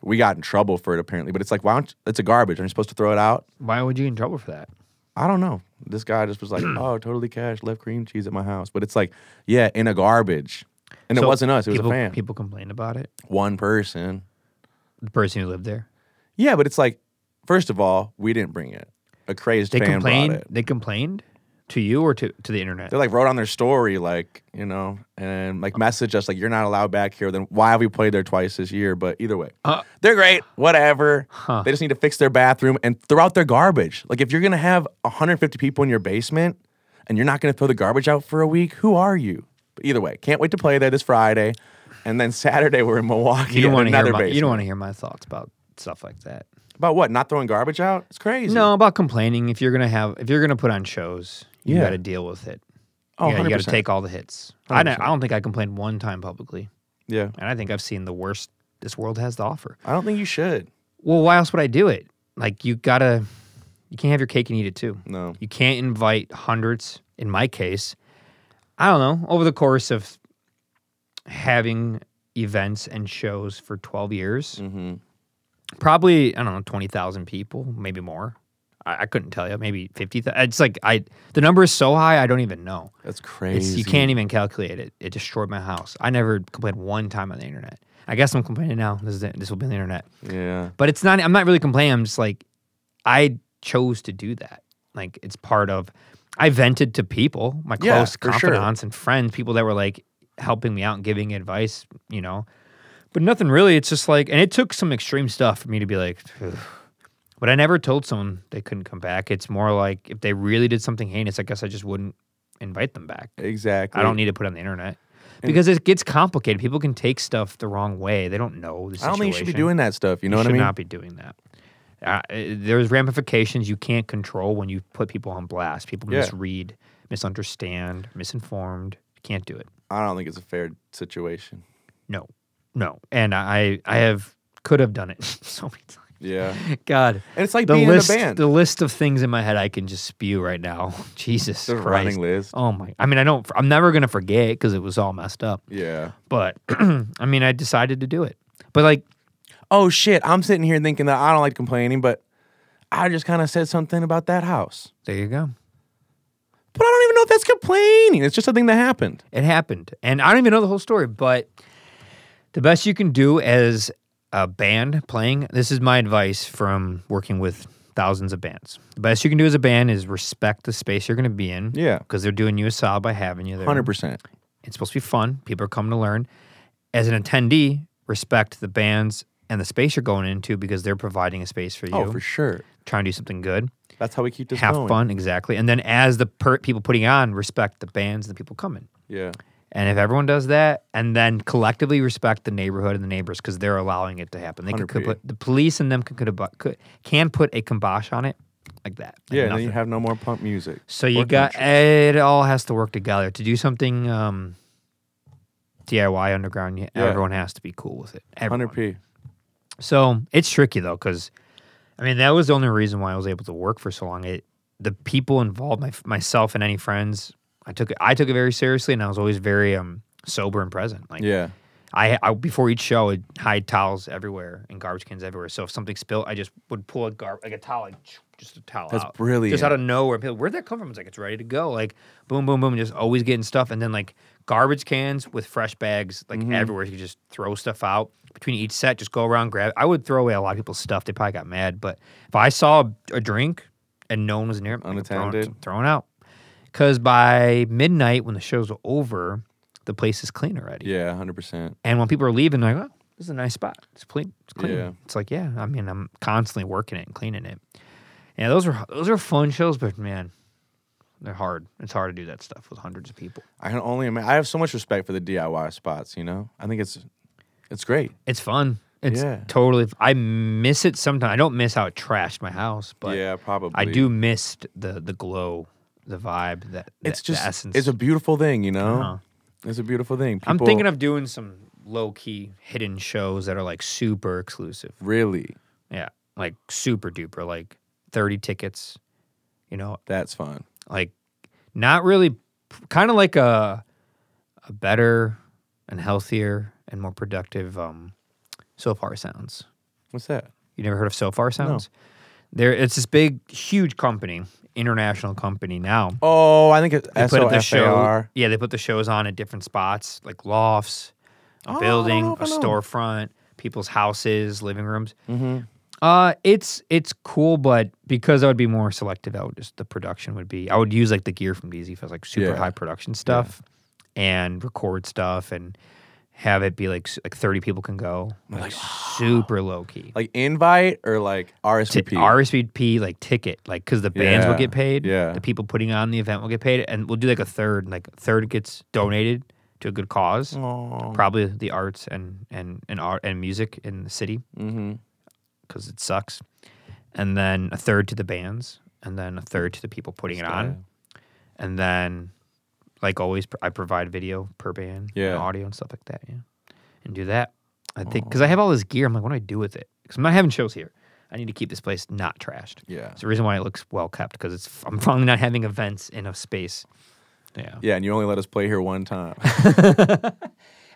S1: we got in trouble for it apparently but it's like why don't it's a garbage aren't you supposed to throw it out
S2: Why would you get in trouble for that?
S1: i don't know this guy just was like
S2: Hmm.
S1: oh totally cash left cream cheese at my house but it's like yeah in a garbage and it
S2: So
S1: wasn't us it was
S2: people,
S1: a fan
S2: People complained about it.
S1: one person
S2: The person who lived there.
S1: yeah but it's like first of all we didn't bring it a crazed
S2: They
S1: fan
S2: complained.
S1: brought it
S2: They complained to you or to to the internet.
S1: they like wrote on their story like you know and like messaged us like you're not allowed back here then why have we played there twice this year but either way
S2: Uh,
S1: They're great, whatever.
S2: Huh.
S1: They just need to fix their bathroom and throw out their garbage. Like if you're gonna have 150 people in your basement and you're not gonna throw the garbage out for a week, who are you? But either way, can't wait to play there this Friday. And then Saturday we're in Milwaukee.
S2: you don't
S1: want to
S2: hear
S1: another
S2: my,
S1: basement.
S2: you don't want to hear my thoughts about stuff like that.
S1: About what? Not throwing garbage out? It's crazy.
S2: No, about complaining. If you're gonna have, if you're gonna put on shows, you
S1: Yeah.
S2: got to deal with it.
S1: Oh,
S2: you, gotta, you gotta
S1: 100%.
S2: take all the hits. I don't, I don't think I complained one time publicly,
S1: Yeah.
S2: and I think I've seen the worst this world has to offer.
S1: I don't think you should.
S2: Well, why else would I do it? Like you gotta, you can't have your cake and eat it too.
S1: No.
S2: You can't invite hundreds. In my case, I don't know. Over the course of having events and shows for 12 years,
S1: Mm-hmm.
S2: probably I don't know twenty thousand people, maybe more. I, I couldn't tell you. Maybe fifty. It's like I the number is so high I don't even know.
S1: That's crazy.
S2: It's, you can't even calculate it. It destroyed my house. I never complained one time on the internet. I guess I'm complaining now. This is it. this will be on the internet,
S1: Yeah.
S2: but it's not. I'm not really complaining. I'm just like I chose to do that. Like it's part of. I vented to people, my
S1: Yeah,
S2: close
S1: for sure.
S2: confidants and friends, people that were like helping me out and giving advice. You know, but nothing really. It's just like, and it took some extreme stuff for me to be like, "Ugh." but I never told someone they couldn't come back. It's more like if they really did something heinous, I guess I just wouldn't invite them back.
S1: Eh, Exactly.
S2: I don't need to put it on the internet because it gets complicated. People can take stuff the wrong way. They don't know. The
S1: I
S2: situation.
S1: don't think you should be doing that stuff. You know
S2: You
S1: what I
S2: should
S1: mean?
S2: not be doing that. Uh, uh, there's ramifications you can't control when you put people on blast. People
S1: Yeah.
S2: misread, misunderstand, misinformed. Can't do it.
S1: I don't think it's a fair situation.
S2: No, no. And I, I have could have done it so many times.
S1: Yeah.
S2: God,
S1: And it's like
S2: the
S1: being
S2: list,
S1: in a band.
S2: the list of things in my head I can just spew right now. Jesus
S1: The
S2: Christ.
S1: running list.
S2: Oh my! I mean, I don't. I'm never gonna forget because it was all messed up.
S1: yeah.
S2: But I mean, I decided to do it. But like,
S1: Oh shit, I'm sitting here thinking that I don't like complaining, but I just kind of said something about that house.
S2: there you go.
S1: But I don't even know if that's complaining. It's just a thing that happened.
S2: It happened. And I don't even know the whole story, but the best you can do as a band playing, this is my advice from working with thousands of bands. The best you can do as a band is respect the space you're going to be in.
S1: Yeah.
S2: Because they're doing you a solid by having you there.
S1: 100%.
S2: It's supposed to be fun. People are coming to learn. As an attendee, respect the bands and the space you're going into because they're providing a space for you.
S1: Oh, for sure.
S2: Trying to do something good.
S1: That's how we keep this
S2: have
S1: going.
S2: fun, exactly. And then as the per- people putting on, respect the bands and the people coming.
S1: Yeah.
S2: And if everyone does that, and then collectively respect the neighborhood and the neighbors because they're allowing it to happen, they could, could
S1: 100p.
S2: put the police and them could, could, ab- could can put a kibosh on it like that. like
S1: Yeah, and then
S2: nothing.
S1: you have no more punk music.
S2: so you
S1: or
S2: got
S1: country.
S2: it all has to work together to do something um, DIY underground. You,
S1: Yeah.
S2: Everyone has to be cool with it. Everyone.
S1: 100p.
S2: So it's tricky though, because I mean that was the only reason why I was able to work for so long. It the people involved, my, myself and any friends, I took it. I took it very seriously, and I was always very um sober and present. Like
S1: Yeah.
S2: I, I before each show, I'd hide towels everywhere and garbage cans everywhere. So if something spilled, I just would pull a gar- like a towel, like choo- just a towel.
S1: That's
S2: out.
S1: brilliant.
S2: Just out of nowhere, people, where'd that come from? It's like it's ready to go. Like boom, boom, boom, just always getting stuff, and then like garbage cans with fresh bags like
S1: Mm-hmm.
S2: everywhere. You could just throw stuff out between each set. Just go around grab. I would throw away a lot of people's stuff. They probably got mad, but if I saw a, a drink and no one was near, like, throwing,
S1: Unattended.
S2: throwing out. Because by midnight, when the show's over, the place is clean already.
S1: Yeah, 100%.
S2: And when people are leaving, they're like, oh, this is a nice spot. It's clean. It's clean.
S1: Yeah.
S2: It's like, yeah, I mean, I'm constantly working it and cleaning it. Yeah, those are those are fun shows, but man, they're hard. It's hard to do that stuff with hundreds of people.
S1: I can only imagine. I have so much respect for the DIY spots, you know? I think it's it's great.
S2: It's fun. It's
S1: Yeah.
S2: totally. I miss it sometimes. I don't miss how it trashed my house, but
S1: yeah, probably.
S2: I do miss the the glow, the vibe. That the-
S1: It's
S2: the
S1: just
S2: essence. Uh-huh.
S1: it's a beautiful thing, you know? It's a beautiful thing.
S2: I'm
S1: People-
S2: thinking of doing some low key hidden shows that are like super exclusive.
S1: really
S2: Yeah, like super duper, like thirty tickets. You know,
S1: that's fun.
S2: like not really, kind of like a a better and healthier and more productive um, so far sounds.
S1: What's that?
S2: You never heard of so far sounds? There, it's this big, huge company, international company now.
S1: Oh, I think it's
S2: They
S1: S
S2: put
S1: O
S2: up the
S1: F A
S2: show.
S1: R.
S2: Yeah, they put the shows on at different spots, like lofts, a
S1: Oh, I don't
S2: building,
S1: know
S2: a
S1: if I know. Mm-hmm.
S2: storefront, people's houses, living rooms. Uh, it's it's cool, but because I would be more selective, I would just the production would be. I would use like the gear from DZ Fest, like super
S1: Yeah.
S2: high production stuff, and record stuff, and have it be like s- like thirty people can go, like, super low key.
S1: Like invite or like
S2: Ti-
S1: RSVP.
S2: RSVP like ticket, like because the bands will
S1: Yeah,
S2: get paid.
S1: yeah.
S2: The people putting on the event will get paid, and we'll do like a third. Like a third gets donated to a good cause,
S1: oh,
S2: probably the arts and and and art and music in the city
S1: mm-hmm.
S2: because it sucks, and then a third to the bands, and then a third to the people putting it on, and then like always, pr- I provide video per band, and
S1: Yeah.
S2: audio and stuff like that, yeah, and do that. I think because I
S1: Oh.
S2: have all this gear, I'm like, what do I do with it? Because I'm not having shows here. I need to keep this place not trashed.
S1: Yeah.
S2: It's the reason why it looks well kept because it's I'm finally not having events in a space. Yeah.
S1: Yeah, and you only let us play here one time.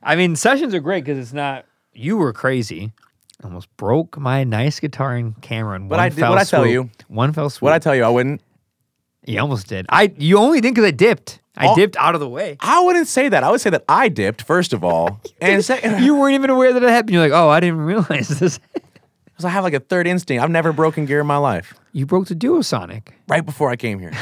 S2: I mean, sessions are great because it's not you were crazy. Almost broke my nice guitar and camera in
S1: But
S2: one
S1: I did-
S2: fell
S1: what'd I tell
S2: swoop.
S1: you?
S2: One fell swoop.
S1: what I tell you, I wouldn't.
S2: you almost did. I you only did because I dipped. I
S1: Oh.
S2: dipped out of the way.
S1: I wouldn't say that. I would say that I dipped first of all, and second,
S2: You weren't even aware that it happened. You're like, oh, I didn't realize this.
S1: 'cause I have like a third instinct. I've never broken gear in my life.
S2: you broke the duosonic.
S1: Right before I came here.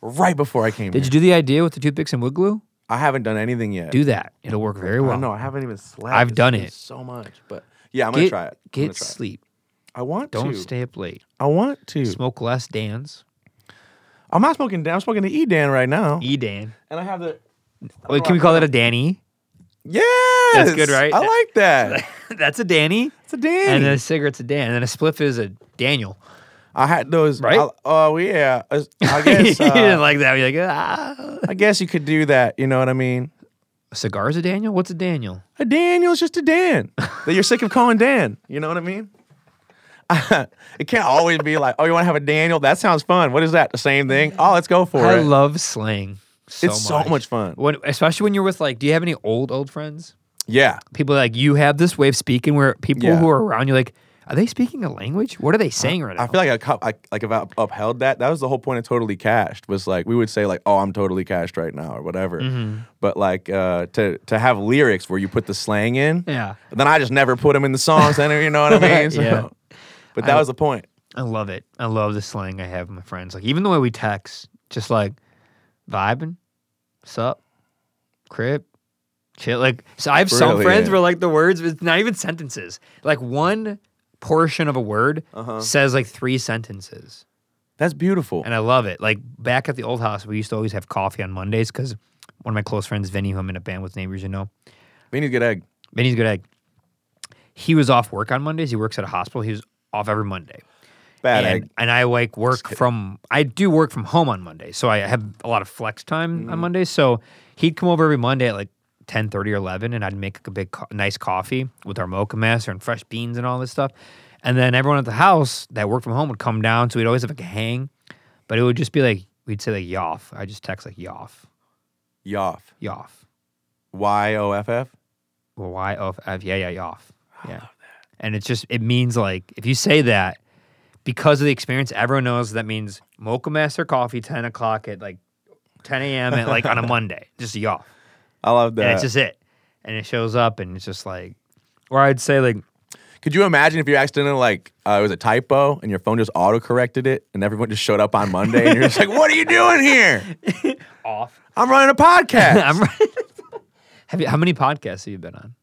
S1: right before I came
S2: Did
S1: here.
S2: you do the idea with the toothpicks and wood glue?
S1: I haven't done anything yet.
S2: Do that. It'll work very
S1: I
S2: well.
S1: know I haven't even slept.
S2: I've
S1: It's
S2: done
S1: been
S2: it.
S1: so much, but yeah, I'm
S2: Get,
S1: gonna try it. I'm
S2: Get
S1: gonna try it.
S2: sleep.
S1: I want
S2: Don't
S1: to.
S2: stay up late.
S1: I want to.
S2: Smoke less, dance.
S1: I'm not smoking. Dan. I'm smoking the E Dan right now,
S2: E Dan.
S1: and I have the.
S2: Wait, can we call that a Danny?
S1: Yes,
S2: That's good, right?
S1: I like that.
S2: That's a Danny.
S1: It's a Dan.
S2: And then a cigarette's a Dan. And then a spliff is a Daniel.
S1: I had those.
S2: Right?
S1: I- Oh yeah. I I guess.
S2: you didn't
S1: Uh,
S2: like that. You're like, ah.
S1: I guess you could do that. You know what I mean?
S2: A cigar's a Daniel? What's a Daniel?
S1: A Daniel's just a Dan that you're sick of calling Dan. You know what I mean? it can't always be like, oh, you want to have a Daniel? That sounds fun. What is that? The same thing? Oh, let's go for
S2: I
S1: it.
S2: love slang. So
S1: it's so
S2: much.
S1: much fun.
S2: When, especially when you're with like, do you have any old old friends?
S1: Yeah.
S2: People like you have this way of speaking where people
S1: Yeah.
S2: who are around you like, are they speaking a language? What are they saying right now?
S1: I feel like I, cou- I like if I upheld that, that was the whole point of totally cashed was like we would say like oh I'm totally cashed right now or whatever,
S2: Mm-hmm.
S1: but like uh, to to have lyrics where you put the slang in,
S2: Yeah.
S1: Then I just never put them in the songs, and you know what I mean. So,
S2: Yeah.
S1: But that was the point.
S2: I love it. I love the slang I have with my friends. Like even the way we text, just like vibing, sup, crib, chill. Like so, I have some
S1: Really,
S2: friends
S1: yeah.
S2: where like the words, it's not even sentences. Like one portion of a word says like three sentences,
S1: That's beautiful.
S2: and I love it. Like back at the old house, we used to always have coffee on Mondays because one of my close friends, Vinny, who I'm in a band with, neighbors, you know,
S1: We need a good egg.
S2: Vinny's a good egg. He was off work on Mondays. He works at a hospital. He was off every Monday
S1: Bad
S2: and,
S1: egg.
S2: and I like work from I do work from home on Monday, so I have a lot of flex time on Monday. So he'd come over every Monday at like ten thirty or eleven, and I'd make a big co- nice coffee with our mocha master and fresh beans and all this stuff. And then everyone at the house that worked from home would come down, so we'd always have like a hang, but it would just be like we'd say like yoff. I just text like yoff,
S1: Yoff.
S2: yoff,
S1: Y O F F.
S2: or y off, yeah, yeah, yoff, yeah. And it's just it means like if you say that, because of the experience, everyone knows that means Mocha Master coffee, 10 o'clock at like 10 a.m. at like on a Monday. Just y'all.
S1: I love
S2: And
S1: that.
S2: it's just it. And it shows up and it's just like, or I'd say like,
S1: Could you imagine if you accidentally like uh, it was a typo and your phone just auto corrected it and everyone just showed up on Monday and you're just like, what are you doing here?
S2: off.
S1: I'm running a podcast.
S2: I'm right. Have you, how many podcasts have you been on?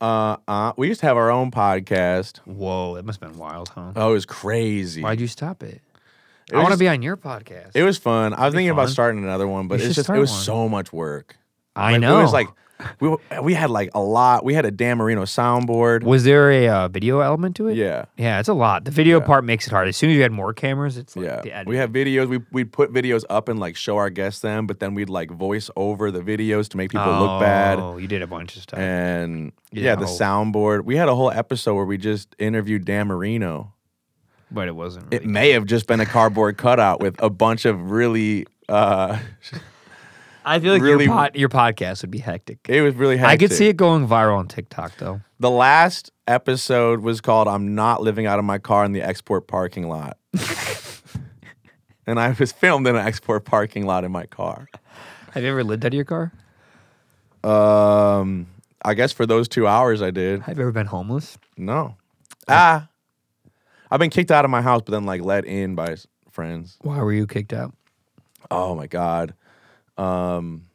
S1: uh, uh, we used to have our own podcast.
S2: Whoa, that must have been wild, huh?
S1: Oh, it was crazy.
S2: Why'd you stop it?
S1: It
S2: I
S1: was
S2: want to
S1: just-
S2: be on your podcast.
S1: It was fun. I was thinking about
S2: fun.
S1: starting another one, but
S2: You should
S1: it's just it
S2: start
S1: was
S2: one.
S1: so much work.
S2: I
S1: Like,
S2: know.
S1: It was like we we had like a lot. We had a Dan Marino soundboard.
S2: was there a uh, video element to it?
S1: Yeah.
S2: Yeah, it's a lot. The video part makes it hard. As soon as you had more cameras, it's like, the
S1: Yeah,
S2: edit.
S1: we have videos. We we'd put videos up and like show our guests them, but then we'd like voice over the videos to make people look bad.
S2: Oh, you did a bunch of stuff.
S1: And yeah,
S2: Yeah. oh.
S1: the soundboard. We had a whole episode where we just interviewed Dan Marino.
S2: but it wasn't. Really
S1: It may have just been a cardboard cutout with a bunch of really. uh
S2: I feel like
S1: really-
S2: your, pod, your podcast would be hectic.
S1: It was really. Hectic.
S2: I could see it going viral on TikTok though.
S1: The last episode was called I'm Not Living Out of My Car in the Export Parking Lot. and I was filmed in an export parking lot in my car.
S2: Have you ever lived out of your car?
S1: Um, I guess for those two hours I did.
S2: Have you ever been homeless?
S1: No. Ah. I've been kicked out of my house, but then like let in by s- friends.
S2: Why were you kicked out?
S1: Oh my God. Um,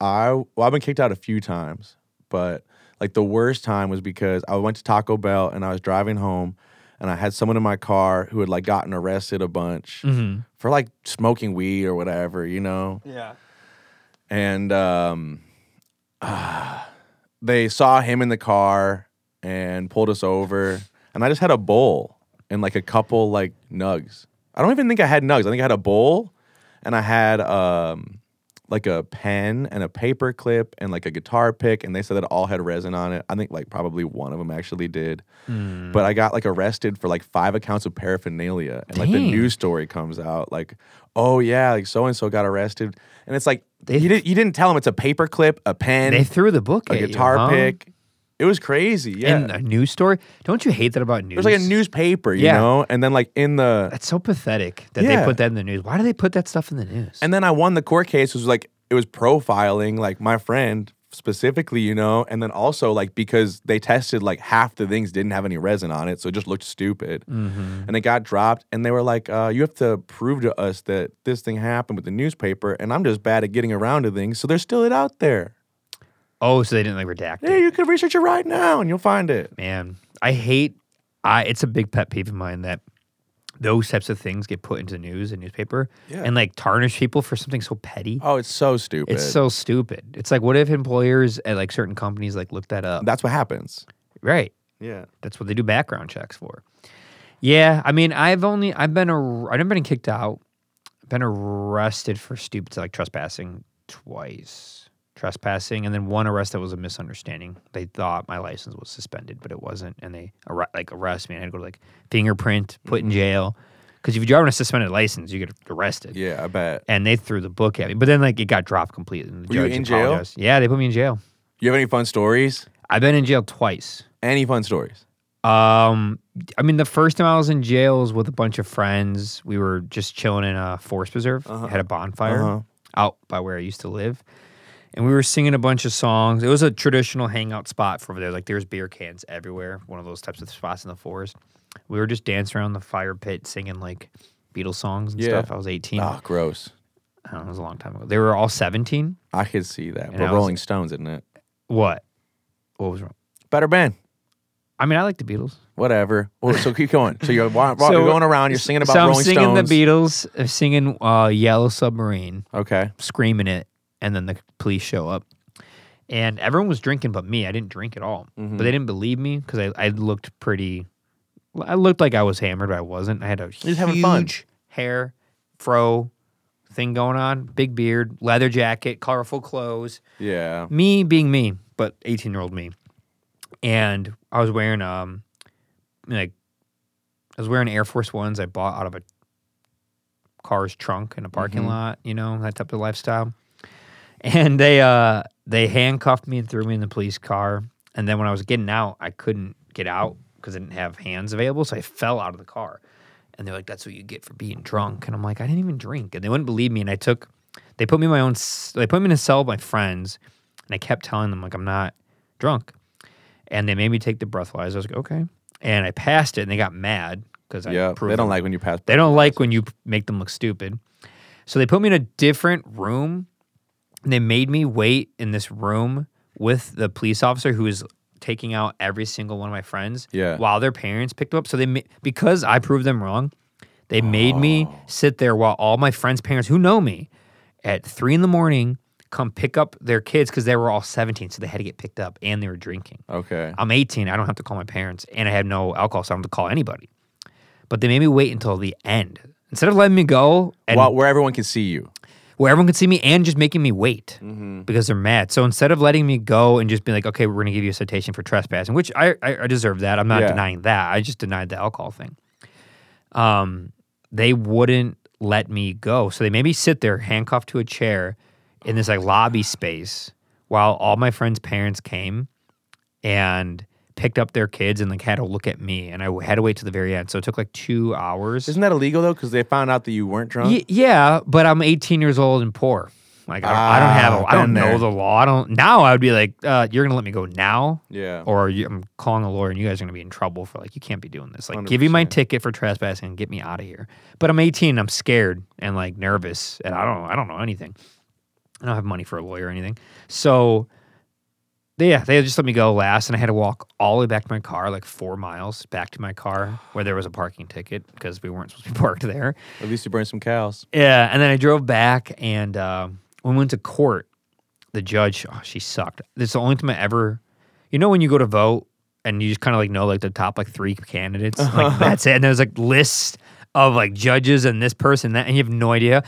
S1: I, well, I've been kicked out a few times, but like the worst time was because I went to Taco Bell and I was driving home and I had someone in my car who had like gotten arrested a bunch
S2: Mm-hmm.
S1: for like smoking weed or whatever, you know?
S3: Yeah.
S1: and um, they saw him in the car and pulled us over. And I just had a bowl and like a couple like nugs. I don't even think I had nugs. I think I had a bowl and I had um, like a pen and a paper clip and like a guitar pick. And they said that it all had resin on it. I think like probably one of them actually did. But I got like arrested for like five accounts of paraphernalia. And like the
S2: Dang.
S1: news story comes out like, oh yeah, like so and so got arrested. And it's like,
S2: They-
S1: you, didn't, you didn't tell him it's a paper clip, a pen
S2: They threw the book
S1: a
S2: at you,
S1: guitar
S2: huh?
S1: pick. It was crazy. Yeah.
S2: and a news story. Don't you hate that about news?
S1: There's like a newspaper, you
S2: Yeah.
S1: know? And then like in the
S2: That's so pathetic that
S1: Yeah.
S2: they put that in the news. Why do they put that stuff in the news?
S1: and then I won the court case was like it was profiling like my friend specifically, you know, and then also like because they tested like half the things didn't have any resin on it, so it just looked stupid. And it got dropped and they were like, uh, you have to prove to us that this thing happened with the newspaper and I'm just bad at getting around to things, so they're still it out there.
S2: oh, so they didn't like redact
S1: Yeah,
S2: it.
S1: you could research it right now and you'll find it.
S2: Man, I hate. I it's a big pet peeve of mine that those types of things get put into the news and newspaper
S1: Yeah.
S2: and like tarnish people for something so petty.
S1: Oh, it's so stupid.
S2: It's so stupid. It's like, what if employers at like certain companies like look that up?
S1: That's what happens.
S2: right.
S1: Yeah.
S2: That's what they do background checks for. Yeah, I mean, I've only I've been a I've never been kicked out. I've been arrested for stupid like trespassing twice. Trespassing and then one arrest that was a misunderstanding. They thought my license was suspended, but it wasn't, and they arre- like arrest me. and I had to go to like fingerprint, put
S1: Mm-hmm.
S2: in jail, because if you drive on a suspended license, you get arrested.
S1: Yeah, I bet.
S2: And they threw the book at me, but then like it got dropped completely. And the
S1: Were you
S2: judge
S1: in jail?
S2: apologized. Yeah, they put me in jail.
S1: You have any fun stories?
S2: I've been in jail twice.
S1: Any fun stories?
S2: Um, I mean, the first time I was in jail was with a bunch of friends. We were just chilling in a forest preserve, had a bonfire
S1: Uh-huh.
S2: out by where I used to live, and we were singing a bunch of songs. It was a traditional hangout spot for over there. Like there's beer cans everywhere. One of those types of spots in the forest. We were just dancing around the fire pit, singing like Beatles songs and
S1: Yeah.
S2: stuff. I was 18.
S1: Ah, gross.
S2: I don't know, it was a long time ago. They were all 17.
S1: I could see that.
S2: And
S1: But
S2: I was-
S1: Rolling Stones, isn't it?
S2: What? What was wrong?
S1: Better band.
S2: I mean, I like the Beatles.
S1: Whatever. Well, so keep going. So you're, wa- wa-
S2: So-
S1: you're going around. You're singing about
S2: so I'm
S1: Rolling
S2: singing
S1: Stones.
S2: the Beatles, I'm singing uh, Yellow Submarine.
S1: Okay.
S2: screaming it, and then the police show up. And everyone was drinking but me. I didn't drink at all.
S1: Mm-hmm.
S2: But
S1: Hmm.
S2: they didn't believe me because I, I looked pretty, I looked like I was hammered, but I wasn't. I had a
S1: You're
S2: huge
S1: having fun.
S2: hair, fro thing going on, big beard, leather jacket, colorful clothes.
S1: Yeah.
S2: Me being me, but 18 year old me. And I was wearing, um, like, I was wearing Air Force Ones I bought out of a car's trunk in a parking lot, you know, that type of lifestyle. And they uh they handcuffed me and threw me in the police car. And then when I was getting out, I couldn't get out because I didn't have hands available, so I fell out of the car. And they're like, "That's what you get for being drunk." And I'm like, "I didn't even drink." And they wouldn't believe me. And I took, they put me in my own, s- they put me in a cell with my friends, and I kept telling them like I'm not drunk. And they made me take the breathalyzer. I was like, "Okay." And I passed it, and they got mad because I
S1: Yeah.
S2: proved
S1: They don't
S2: them
S1: like when you pass.
S2: they don't like when you p- make them look stupid. So they put me in a different room and they made me wait in this room with the police officer who was taking out every single one of my friends
S1: Yeah.
S2: while their parents picked them up. So they ma- because I proved them wrong, they made me sit there while all my friends' parents who know me at three in the morning come pick up their kids because they were all 17. So they had to get picked up and they were drinking.
S1: Okay.
S2: I'm 18. I don't have to call my parents, and I have no alcohol, so I don't have to call anybody. But they made me wait until the end instead of letting me go and
S1: Well, where everyone can see you.
S2: where everyone could see me, and just making me wait because they're mad. So instead of letting me go and just being like, "Okay, we're going to give you a citation for trespassing," which I I, I deserve that. I'm not
S1: Yeah.
S2: denying that. I just denied the alcohol thing. Um, they wouldn't let me go, so they made me sit there handcuffed to a chair in this like lobby space while all my friends' parents came and picked up their kids and like had to look at me and I had to wait to the very end. So it took like two hours.
S1: Isn't that illegal though? Because they found out that you weren't drunk.
S2: Y- yeah, but I'm 18 years old and poor. Like I, I don't have, a,
S1: Ah,
S2: I don't
S1: been
S2: know
S1: there.
S2: the law. I don't now. I would be like, uh, you're gonna let me go now,
S1: Yeah.
S2: or you, I'm calling a lawyer, and you guys are gonna be in trouble for like you can't be doing this. Like, give you my
S1: 100%.
S2: ticket for trespassing and get me out of here. But I'm 18. I'm scared and like nervous, and I don't, I don't know anything. I don't have money for a lawyer or anything. So, yeah, they just let me go last, and I had to walk all the way back to my car, like four miles back to my car where there was a parking ticket because we weren't supposed to be parked there.
S1: At least you burned some cows.
S2: Yeah, and then I drove back, and uh, when we went to court, the judge, oh, she sucked. It's the only time I ever, you know, when you go to vote and you just kind of like know like the top like three candidates,
S1: Uh-huh.
S2: like that's it. And there's like lists of like judges and this person that, and you have no idea.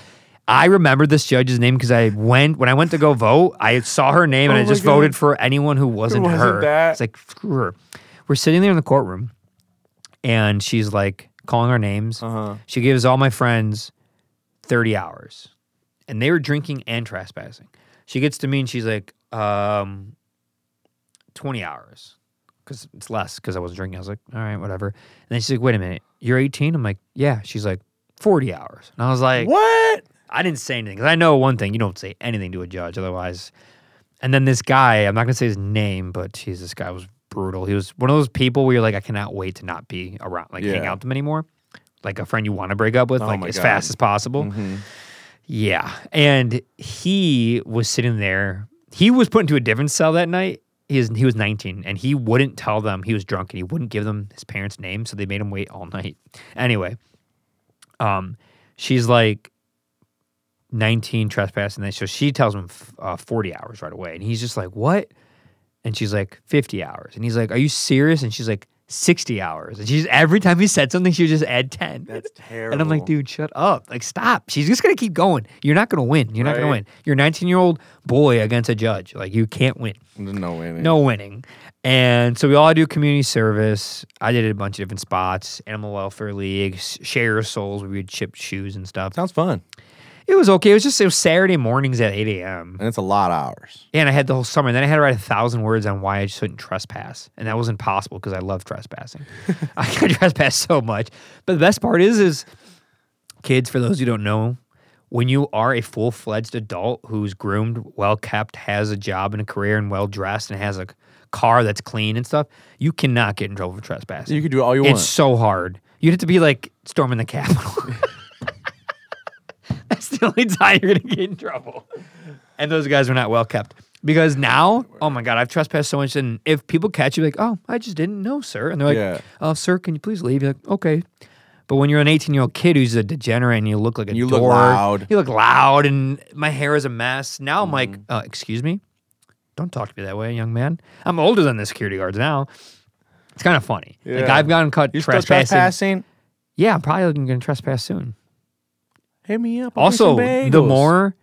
S2: I remember this judge's name because I went when I went to go vote. I saw her name and
S1: Oh
S2: I
S1: my
S2: just
S1: God.
S2: voted for anyone who wasn't,
S1: wasn't
S2: her.
S1: that.
S2: It's like screw her. We're sitting there in the courtroom, and she's like calling our names.
S1: Uh-huh.
S2: She gives all my friends 30 hours. And they were drinking and trespassing. She gets to me and she's like, um, 20 hours. Cause it's less because I wasn't drinking. I was like, all right, whatever. And then she's like, wait a minute, you're 18? I'm like, yeah. She's like, 40 hours. And I was like,
S1: What?
S2: I didn't say anything because I know one thing: you don't say anything to a judge, otherwise. And then this guy, I'm not gonna say his name, but geez, this guy was brutal. He was one of those people where you're like, I cannot wait to not be around, like hang
S1: Yeah.
S2: out with them anymore, like a friend you want to break up with,
S1: Oh
S2: like
S1: my
S2: as
S1: God.
S2: fast as possible.
S1: Mm-hmm.
S2: Yeah, and he was sitting there. He was put into a different cell that night. He was, he was 19, and he wouldn't tell them he was drunk, and he wouldn't give them his parents' name, so they made him wait all night. Anyway, um, she's like 19 trespassing that. So she tells him f- uh, 40 hours right away. And he's just like, what? And she's like, 50 hours. And he's like, are you serious? And she's like, 60 hours. And she's every time he said something, she would just add 10.
S1: That's
S2: And I'm like,
S1: terrible.
S2: dude, shut up. Like, stop. She's just going to keep going. You're not going to win. You're not going to
S1: Right.
S2: win. You're a 19 year old boy against a judge. Like, you can't win.
S1: No way.
S2: No winning. And so we all do community service. I did it at a bunch of different spots, animal welfare leagues, share your souls. where We would chip shoes and stuff.
S1: Sounds fun.
S2: It was okay. It was just it was Saturday mornings at 8 a.m.
S1: And it's a lot of hours.
S2: And I had the whole summer. And then I had to write a thousand words on why I shouldn't trespass. And that was impossible because I love trespassing. I trespass so much. But the best part is, is kids, for those who don't know, when you are a full fledged adult who's groomed, well kept, has a job and a career and well dressed and has a c- car that's clean and stuff, you cannot get in trouble for trespassing.
S1: You could do all you
S2: it's
S1: want.
S2: so hard. You'd have to be like storming the Capitol. That's the only time you're gonna get in trouble. And those guys were not well kept. Because now, oh my God, I've trespassed so much. And if people catch you, like, oh, I just didn't know, sir. And they're like,
S1: Yeah.
S2: oh, sir, can you please leave? You're like, okay. But when you're an 18 year old kid who's a degenerate and you look like a
S1: You look
S2: dork,
S1: loud. Mm.
S2: you look loud, and my hair is a mess. Now I'm like, uh, excuse me, don't talk to me that way, young man. I'm older than the security guards now. It's kind of funny. Like
S1: Yeah.
S2: I've gotten caught
S1: You're still
S2: trespassing.
S1: trespassing?
S2: Yeah, I'm probably going to trespass soon.
S1: Hit me up. I'll get
S2: Also,
S1: some
S2: the
S1: bagels.
S2: more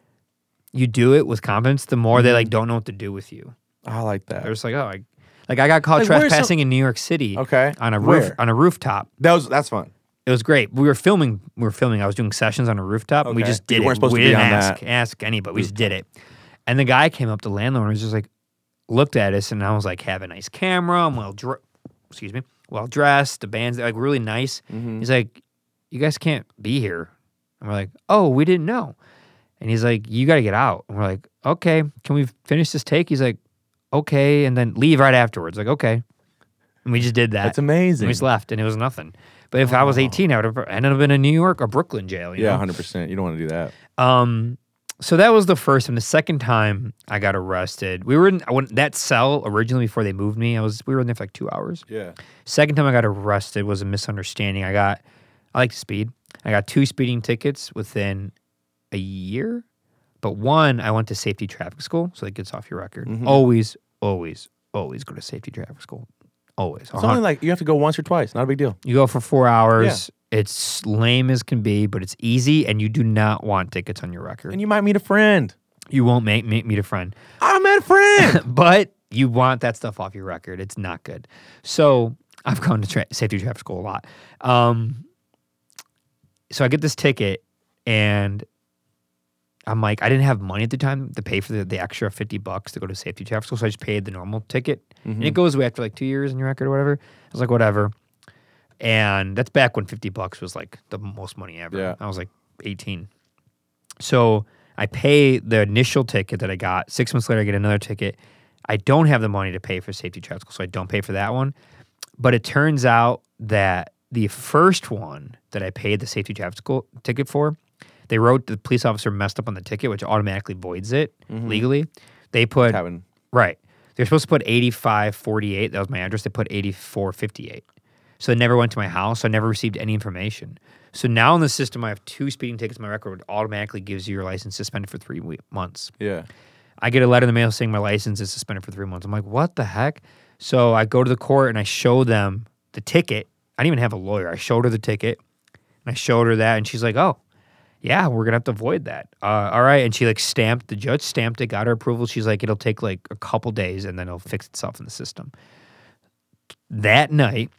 S2: you do it with confidence, the
S1: Mm-hmm.
S2: more they like don't know what to do with you.
S1: I like that.
S2: They're just like, oh, I, like I got caught
S1: Like, where's some-
S2: trespassing in New York City.
S1: Okay.
S2: on a roof
S1: Where?
S2: on a rooftop.
S1: that was that's fun.
S2: It was great. We were filming. We were filming. I was doing sessions on a rooftop. and we
S1: Okay.
S2: just
S1: But you
S2: did it.
S1: weren't supposed
S2: we
S1: to be
S2: didn't
S1: on
S2: ask
S1: that Mm.
S2: ask anybody. We just did it. And the guy came up, the landlord, and was just like, looked at us, and I was like, have a nice camera. I'm well, dr- excuse me, well dressed. The band's like really nice. He's like, you guys can't be here. And we're like, oh, we didn't know. And he's like, you got to get out. And we're like, okay, can we finish this take? He's like, okay, and then leave right afterwards. Like, okay. And we just did that.
S1: That's amazing.
S2: We just left, and it was nothing. But if I was 18, I would have ended up in a New York or Brooklyn jail. You
S1: Yeah,
S2: know?
S1: hundred percent. You don't want to do that.
S2: Um. So that was the first, and the second time I got arrested. We were in I went, that cell originally before they moved me. I was we were in there for like two hours.
S1: Yeah.
S2: Second time I got arrested was a misunderstanding. I got, I like to speed. I got two speeding tickets within a year, but one I went to safety traffic school, so that gets off your record. Always, always, always go to safety traffic school. Always.
S1: It's only like you have to go once or twice. Not a big deal.
S2: You go for four hours. It's lame as can be, but it's easy, and you do not want tickets on your record.
S1: And
S2: you,
S1: you might meet a friend.
S2: won't make, make meet a friend,
S1: I met a friend.
S2: but you want that stuff off your record. It's not good. So I've gone to tra- safety traffic school a lot. Um, so I get this ticket, and I'm like, I didn't have money at the time to pay for the, the extra 50 bucks to go to safety traffic school. So I just paid the normal ticket. And it goes away after like two years in your record or whatever. I was like, whatever. And that's back when 50 bucks was like the most money ever.
S1: Yeah.
S2: I was like 18. So I pay the initial ticket that I got. Six months later, I get another ticket. I don't have the money to pay for safety traffic school. So I don't pay for that one. But it turns out that the first one that I paid the safety traffic school ticket for, they wrote the police officer messed up on the ticket, which automatically voids it legally. They put
S1: Happened.
S2: right. They're supposed to put 8548. That was my address. They put 8458. So they never went to my house. I never received any information. So now in the system, I have two speeding tickets. on My record which automatically gives you your license suspended for three we- months.
S1: Yeah.
S2: I get a letter in the mail saying my license is suspended for three months. I'm like, what the heck? So I go to the court and I show them the ticket. I didn't even have a lawyer. I showed her the ticket and I showed her that. And she's like, oh, yeah, we're going to have to void that. Uh, all right. And she like stamped, the judge stamped it, got her approval. She's like, it'll take like a couple days and then it'll fix itself in the system. That night,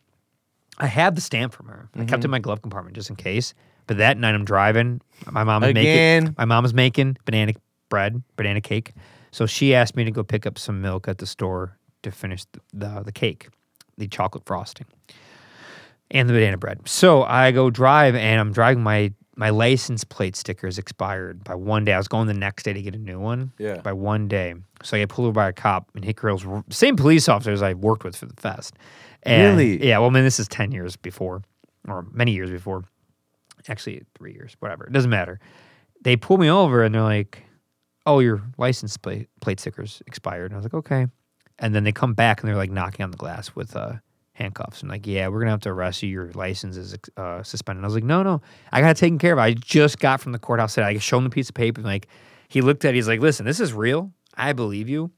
S2: I had the stamp from her. I kept it in my glove compartment just in case. But that night I'm driving. My mom is
S1: Again.
S2: making my mom is making banana bread, banana cake. So she asked me to go pick up some milk at the store to finish the the, the cake, the chocolate frosting, and the banana bread. So I go drive, and I'm driving my my license plate sticker is expired by one day. I was going the next day to get a new one.
S1: Yeah.
S2: By one day, so I get pulled over by a cop, and Hick Rail's same police officers I worked with for the fest. And-
S1: Really?
S2: Yeah. Well, I mean, this is ten years before, or many years before. Actually, three years, whatever. It doesn't matter. They pull me over, and they're like, "Oh, your license plate plate sticker's expired." And I was like, "Okay." And then they come back, and they're like knocking on the glass with uh, handcuffs, and like, "Yeah, we're gonna have to arrest you. Your license is ex- uh, suspended." And I was like, "No, no, I got it taken care of. I just got from the courthouse today. I showed him the piece of paper, and like, he looked at, it, he's like, "Listen, this is real. I believe you."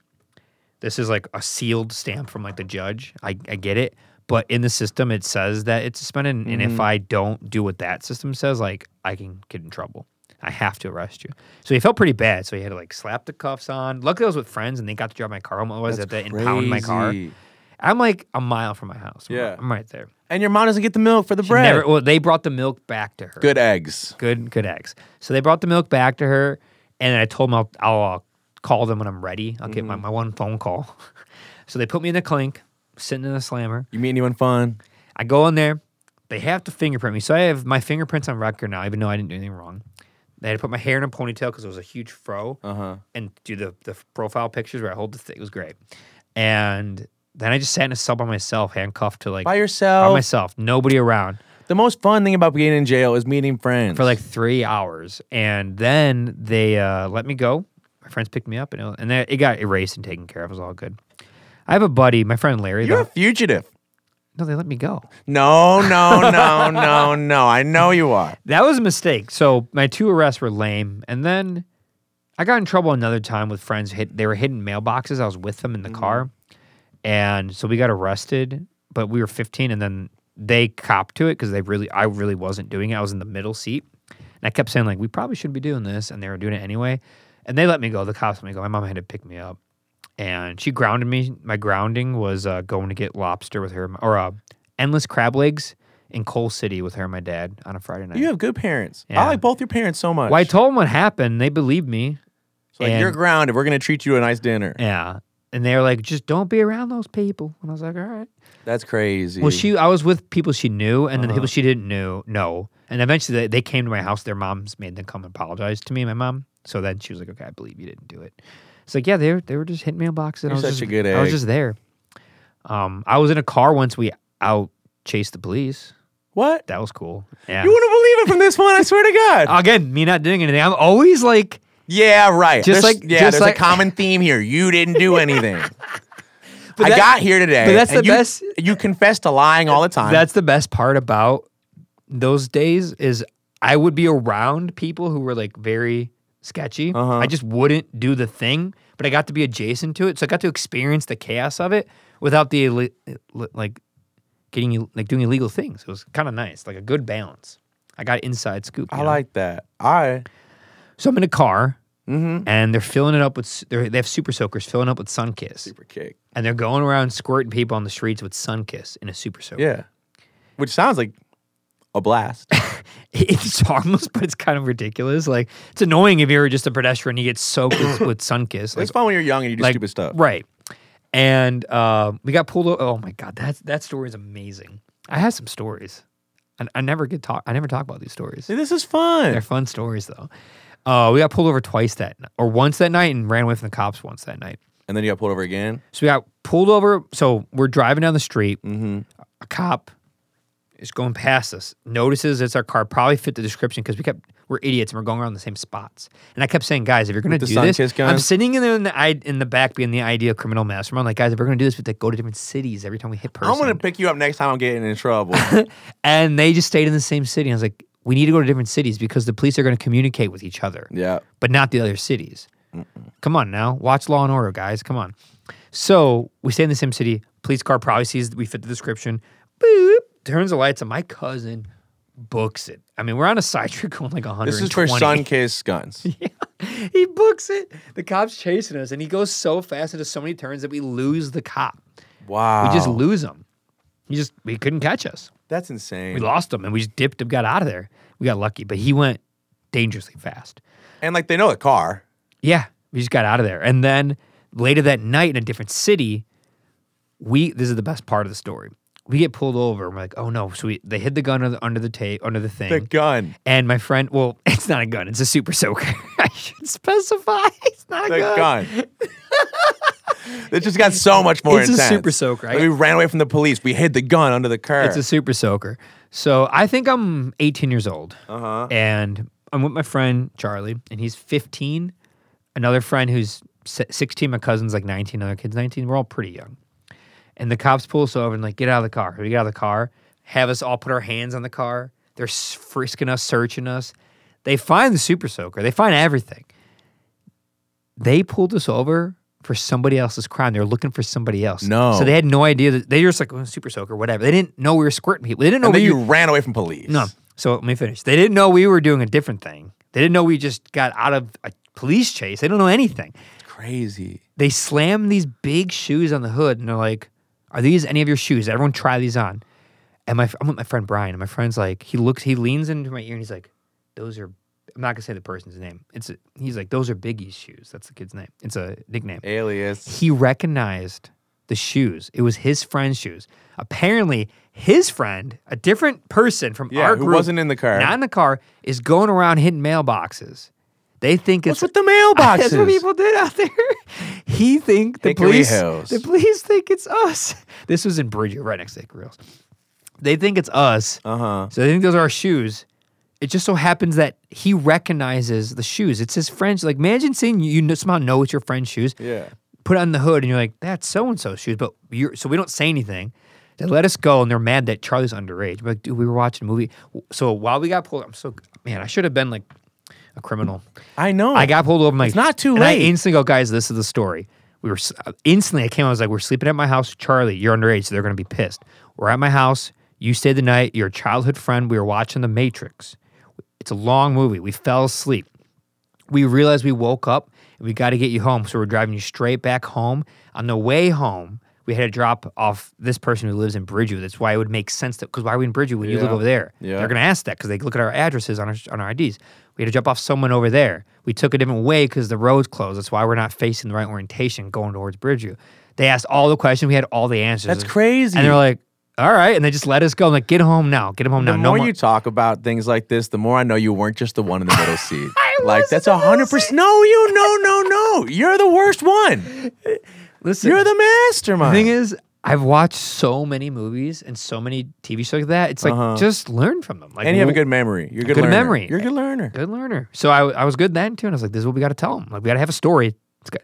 S2: This is like a sealed stamp from like the judge. I, I get it. But in the system, it says that it's suspended. And
S1: Mm-hmm.
S2: if I don't do what that system says, like I can get in trouble. I have to arrest you. So he felt pretty bad. So he had to like slap the cuffs on. Luckily, I was with friends and they got to drive my car home. Otherwise,
S1: That's
S2: I had to impound my car.
S1: crazy.
S2: I'm like a mile from my house. I'm-
S1: Yeah.
S2: I'm right there.
S1: And your mom doesn't get the milk for the
S2: She
S1: bread.
S2: never- well, they brought the milk back to her.
S1: Good eggs.
S2: good good eggs. So they brought the milk back to her, and I told them I'll, I'll uh, call them when I'm ready. I'll get my,
S1: Mm.
S2: my one phone call. so they put me in the clink, sitting in the slammer.
S1: You meet anyone fun?
S2: I go in there. They have to fingerprint me, so I have my fingerprints on record now, even though I didn't do anything wrong. They had to put my hair in a ponytail because it was a huge fro,
S1: Uh-huh.
S2: and do the the profile pictures where I hold the thing. It was great, and then I just sat in a cell by myself, handcuffed to like
S1: By
S2: by
S1: yourself.
S2: myself, nobody around.
S1: the most fun thing about being in jail is meeting friends.
S2: for like three hours, and then they uh, let me go. My friends picked me up, and it, and then it got erased and taken care of. It was all good. I have a buddy, my friend Larry.
S1: You're a
S2: though-
S1: fugitive.
S2: no, they let me go.
S1: No, no, no, no, no. I know you are.
S2: That was a mistake. So my two arrests were lame, and then I got in trouble another time with friends. Hit, they were hidden mailboxes. I was with them in the car, and so we got arrested. But we were 15, and then they copped to it because they really, I really wasn't doing it. I was in the middle seat, and I kept saying like, "We probably shouldn't be doing this," and they were doing it anyway. And they let me go. The cops let me go. My mom had to pick me up, and she grounded me. My grounding was uh, going to get lobster with her, or uh, endless crab legs. In Coal City with her and my dad on a Friday night.
S1: You have good parents.
S2: Yeah.
S1: I like both your parents so much.
S2: Well, I told them what happened. They believed me.
S1: So, like, you're
S2: and-
S1: grounded. We're gonna treat you to a nice dinner.
S2: Yeah. And they were like, just don't be around those people. And I was like, all right.
S1: That's crazy.
S2: Well, she, I was with people she knew and then the people
S1: Uh-huh.
S2: she didn't knew, know. And eventually they, they came to my house. Their moms made them come and apologize to me, and my mom. So then she was like, okay, I believe you didn't do it. It's like, yeah, they were, they were just hitting mailboxes. And I
S1: You're
S2: was
S1: such
S2: just,
S1: a good
S2: I was
S1: egg.
S2: just there. Um, I was in a car once we out chased the police.
S1: what?
S2: That was cool. Yeah. Uh,
S1: You wouldn't believe it from this one. I swear to God.
S2: Again, me not doing anything. I'm always like,
S1: yeah, right.
S2: Just
S1: There's-
S2: like-
S1: yeah,
S2: just
S1: there's
S2: like-
S1: a common theme here. You didn't do anything. I
S2: that-
S1: got here today.
S2: but that's
S1: and
S2: the
S1: you-
S2: best-
S1: You confess to lying all the time.
S2: That's the best part about those days is I would be around people who were like very sketchy.
S1: Uh-huh.
S2: I just wouldn't do the thing, but I got to be adjacent to it, so I got to experience the chaos of it without the illi- li- like getting you like doing illegal things. It was kind of nice, like a good balance. I got inside scoop. you
S1: I
S2: know?
S1: like that. I
S2: so I'm in a car
S1: mm-hmm.
S2: and they're filling it up with s- they're, they have super soakers filling up with Sunkiss
S1: super kick.
S2: and they're going around squirting people on the streets with Sunkiss in a super soaker.
S1: Yeah. Which sounds like a blast.
S2: it's harmless, but it's kind of ridiculous. Like it's annoying if you're just a pedestrian, you get soaked with, with sun kiss. Like,
S1: it's fun when you're young and you do
S2: like,
S1: stupid stuff.
S2: right? And uh, we got pulled. over. Oh my god, that that story is amazing. I have some stories. I, I never get talk. I never talk about these stories.
S1: See, this is fun.
S2: They're fun stories though. Uh, we got pulled over twice that night, or once that night, and ran away from the cops once that night.
S1: and then you got pulled over again.
S2: So we got pulled over. So we're driving down the street.
S1: Mhm.
S2: A cop is going past us, notices it's our car, probably fit the description because we kept we're idiots and we're going around the same spots. And I kept saying, guys, if you're gonna
S1: With the
S2: do this,
S1: Sunkist gun?
S2: I'm sitting in the in the, i- in the back being the idea of criminal mastermind. Like, guys, if we're gonna do this, we have to go to different cities every time we hit person.
S1: I'm gonna pick you up next time I'm getting in trouble.
S2: and they just stayed in the same city. I was like, we need to go to different cities because the police are gonna communicate with each other
S1: yeah.
S2: but not the other cities. Come on now, watch Law and Order, guys. Come on. So we stay in the same city. Police car probably sees that we fit the description. Boop, turns the lights on. My cousin books it. I mean, we're on a side street going like 120.
S1: This is for sun kissed guns.
S2: he books it. The cop's chasing us, and he goes so fast into so many turns that we lose the cop.
S1: Wow.
S2: We just lose him. He just he couldn't catch us.
S1: That's
S2: We
S1: insane.
S2: lost him, and we just dipped and got out of there. We got lucky, but he went dangerously fast.
S1: and like they know the car.
S2: Yeah, we just got out of there. And then later that night in a different city, we this is the best part of the story. We get pulled over and we're like, "Oh no!" So we, they hid the gun under the, under the tape under the thing.
S1: The gun.
S2: and my friend, well, it's not a gun; it's a super soaker. I should specify it's not a
S1: The
S2: gun.
S1: gun. it just got so much more
S2: It's a
S1: intense.
S2: super soaker. I-
S1: Like, we ran away from the police. We hid the gun under the car.
S2: It's a super soaker. So I think I'm 18 years old, uh-huh. and I'm with my friend Charlie, and he's 15. Another friend who's si- 16. My cousin's like 19. Other kids 19. We're all pretty young. And the cops pull us over and like, get out of the car. We get out of the car. Have us all put our hands on the car. They're s- frisking us, searching us. They find the super soaker. They find everything. They pulled us over for somebody else's crime. They were looking for somebody else.
S1: No.
S2: So they had no idea that they were just like, oh, super soaker, whatever. They didn't know we were squirting people. They didn't know
S1: And
S2: we
S1: then you
S2: were-
S1: ran away from police.
S2: No. So let me finish. They didn't know we were doing a different thing. They didn't know we just got out of a police chase. They don't know anything.
S1: Crazy.
S2: They slam these big shoes on the hood and they're like, Are these any of your shoes? Everyone try these on. And my, I'm with my friend Brian, and my friend's like, he looks, he leans into my ear and he's like, Those are, I'm not gonna say the person's name. It's, a, he's like, Those are Biggie's shoes. That's the kid's name. It's a nickname
S1: Alias.
S2: he recognized the shoes. It was his friend's shoes. Apparently, his friend, a different person from
S1: Yeah,
S2: our
S1: who
S2: group,
S1: wasn't in the car.
S2: not in the car, is going around hitting mailboxes. They think
S1: What's
S2: it's
S1: with the mailboxes?
S2: that's what people did out there. he think the
S1: Hickory
S2: police,
S1: Hills.
S2: the police think it's us. This was in Bridger, right next to Hickory Hills. They think it's us.
S1: uh huh.
S2: So they think those are our shoes. It just so happens that he recognizes the shoes. It's his friend's. Like, imagine seeing you, you know- somehow know it's your friend's shoes
S1: Yeah.
S2: put it on the hood and you're like, that's so and so's shoes. But you're so we don't say anything. They let us go and they're mad that Charlie's underage. We're like, dude, we were watching a movie. So while we got pulled, I'm so man, I should have been like a criminal.
S1: I know.
S2: I got pulled over. I'm like,
S1: It's not too
S2: and
S1: late.
S2: I instantly go, guys, this is the story. We were s- uh, instantly. I came. I was like, we're sleeping at my house. Charlie, you're underage, so they're gonna be pissed. We're at my house. You stayed the night. Your childhood friend. We were watching The Matrix. It's a long movie. We fell asleep. We realized we woke up and we got to get you home. So we're driving you straight back home. On the way home, we had to drop off this person who lives in Bridgewood. That's why it would make sense that because why are we in Bridgewood when you live
S1: Yeah.
S2: over there?
S1: Yeah.
S2: They're gonna ask that because they look at our addresses on our on our IDs. We had to drop off someone over there. We took a different way because the road's closed. That's why we're not facing the right orientation going towards Bridgeview. They asked all the questions. We had all the answers.
S1: That's crazy.
S2: And they're like, "All right," and they just let us go. I'm like, "Get home now. Get home now."
S1: the
S2: no
S1: more,
S2: more.
S1: you talk about things like this, the more I know you weren't just the one in the middle seat. like
S2: wasn't
S1: that's
S2: the
S1: a
S2: middle
S1: hundred percent. No, you, no, no, no. You're the worst one.
S2: Listen,
S1: You're the
S2: The
S1: mastermind.
S2: thing is, I've watched so many movies and so many TV shows like that. It's like
S1: Uh-huh.
S2: just learn from them. Like,
S1: and you have a
S2: w-
S1: good memory. You're a good,
S2: Good
S1: learner.
S2: memory.
S1: You're a good learner.
S2: good learner. So I, I was good then too, and I was like, "This is what we got to tell them. Like, we got to have a story."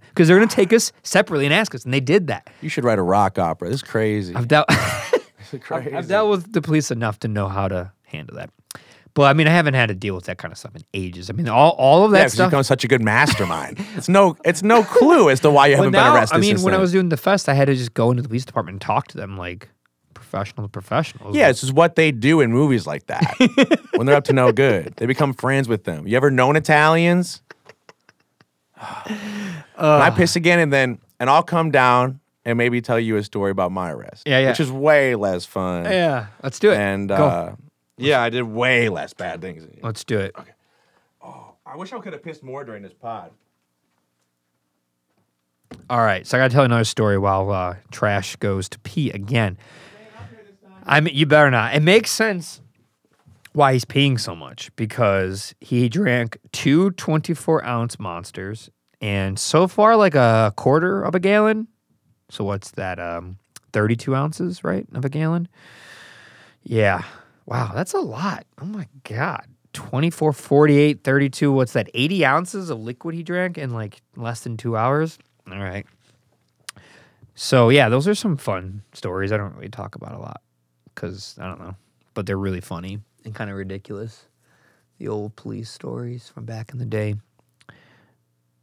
S2: Because they're gonna take us separately and ask us, and they did that.
S1: You should write a rock opera. This is crazy.
S2: I've dealt,
S1: crazy.
S2: I've dealt with the police enough to know how to handle that. But I mean, I haven't had to deal with that kind of stuff in ages. I mean, all, all of that
S1: yeah, 'cause you
S2: stuff.
S1: become such a good mastermind. it's no, it's no clue as to why you
S2: But
S1: haven't
S2: now,
S1: been arrested.
S2: I mean,
S1: since
S2: when I
S1: then.
S2: was doing the fest, I had to just go into the police department and talk to them like professional to professionals.
S1: Yeah, it's just what they do in movies like that. when they're up to no good, they become friends with them. You ever known Italians?
S2: Uh.
S1: When I piss again, and then and I'll come down and maybe tell you a story about my arrest.
S2: Yeah, yeah.
S1: Which is way less fun.
S2: yeah. Let's do it.
S1: And
S2: Go.
S1: uh, yeah, I did way less bad things. Than you.
S2: let's do it.
S1: I wish I could have pissed more during this pod.
S2: All right, so I got to tell another story while uh, Trash goes to pee again. I mean, you better not. It makes sense why he's peeing so much because he drank two 24 ounce monsters and so far like a quarter of a gallon. So what's that? Um, 32 ounces, right, of a gallon? Yeah. Wow, that's a lot. Oh my God. 24, 48, 32. What's that? 80 ounces of liquid he drank in like less than two hours? All right. So, yeah, those are some fun stories I don't really talk about a lot because I don't know, but they're really funny and kind of ridiculous. The old police stories from back in the day.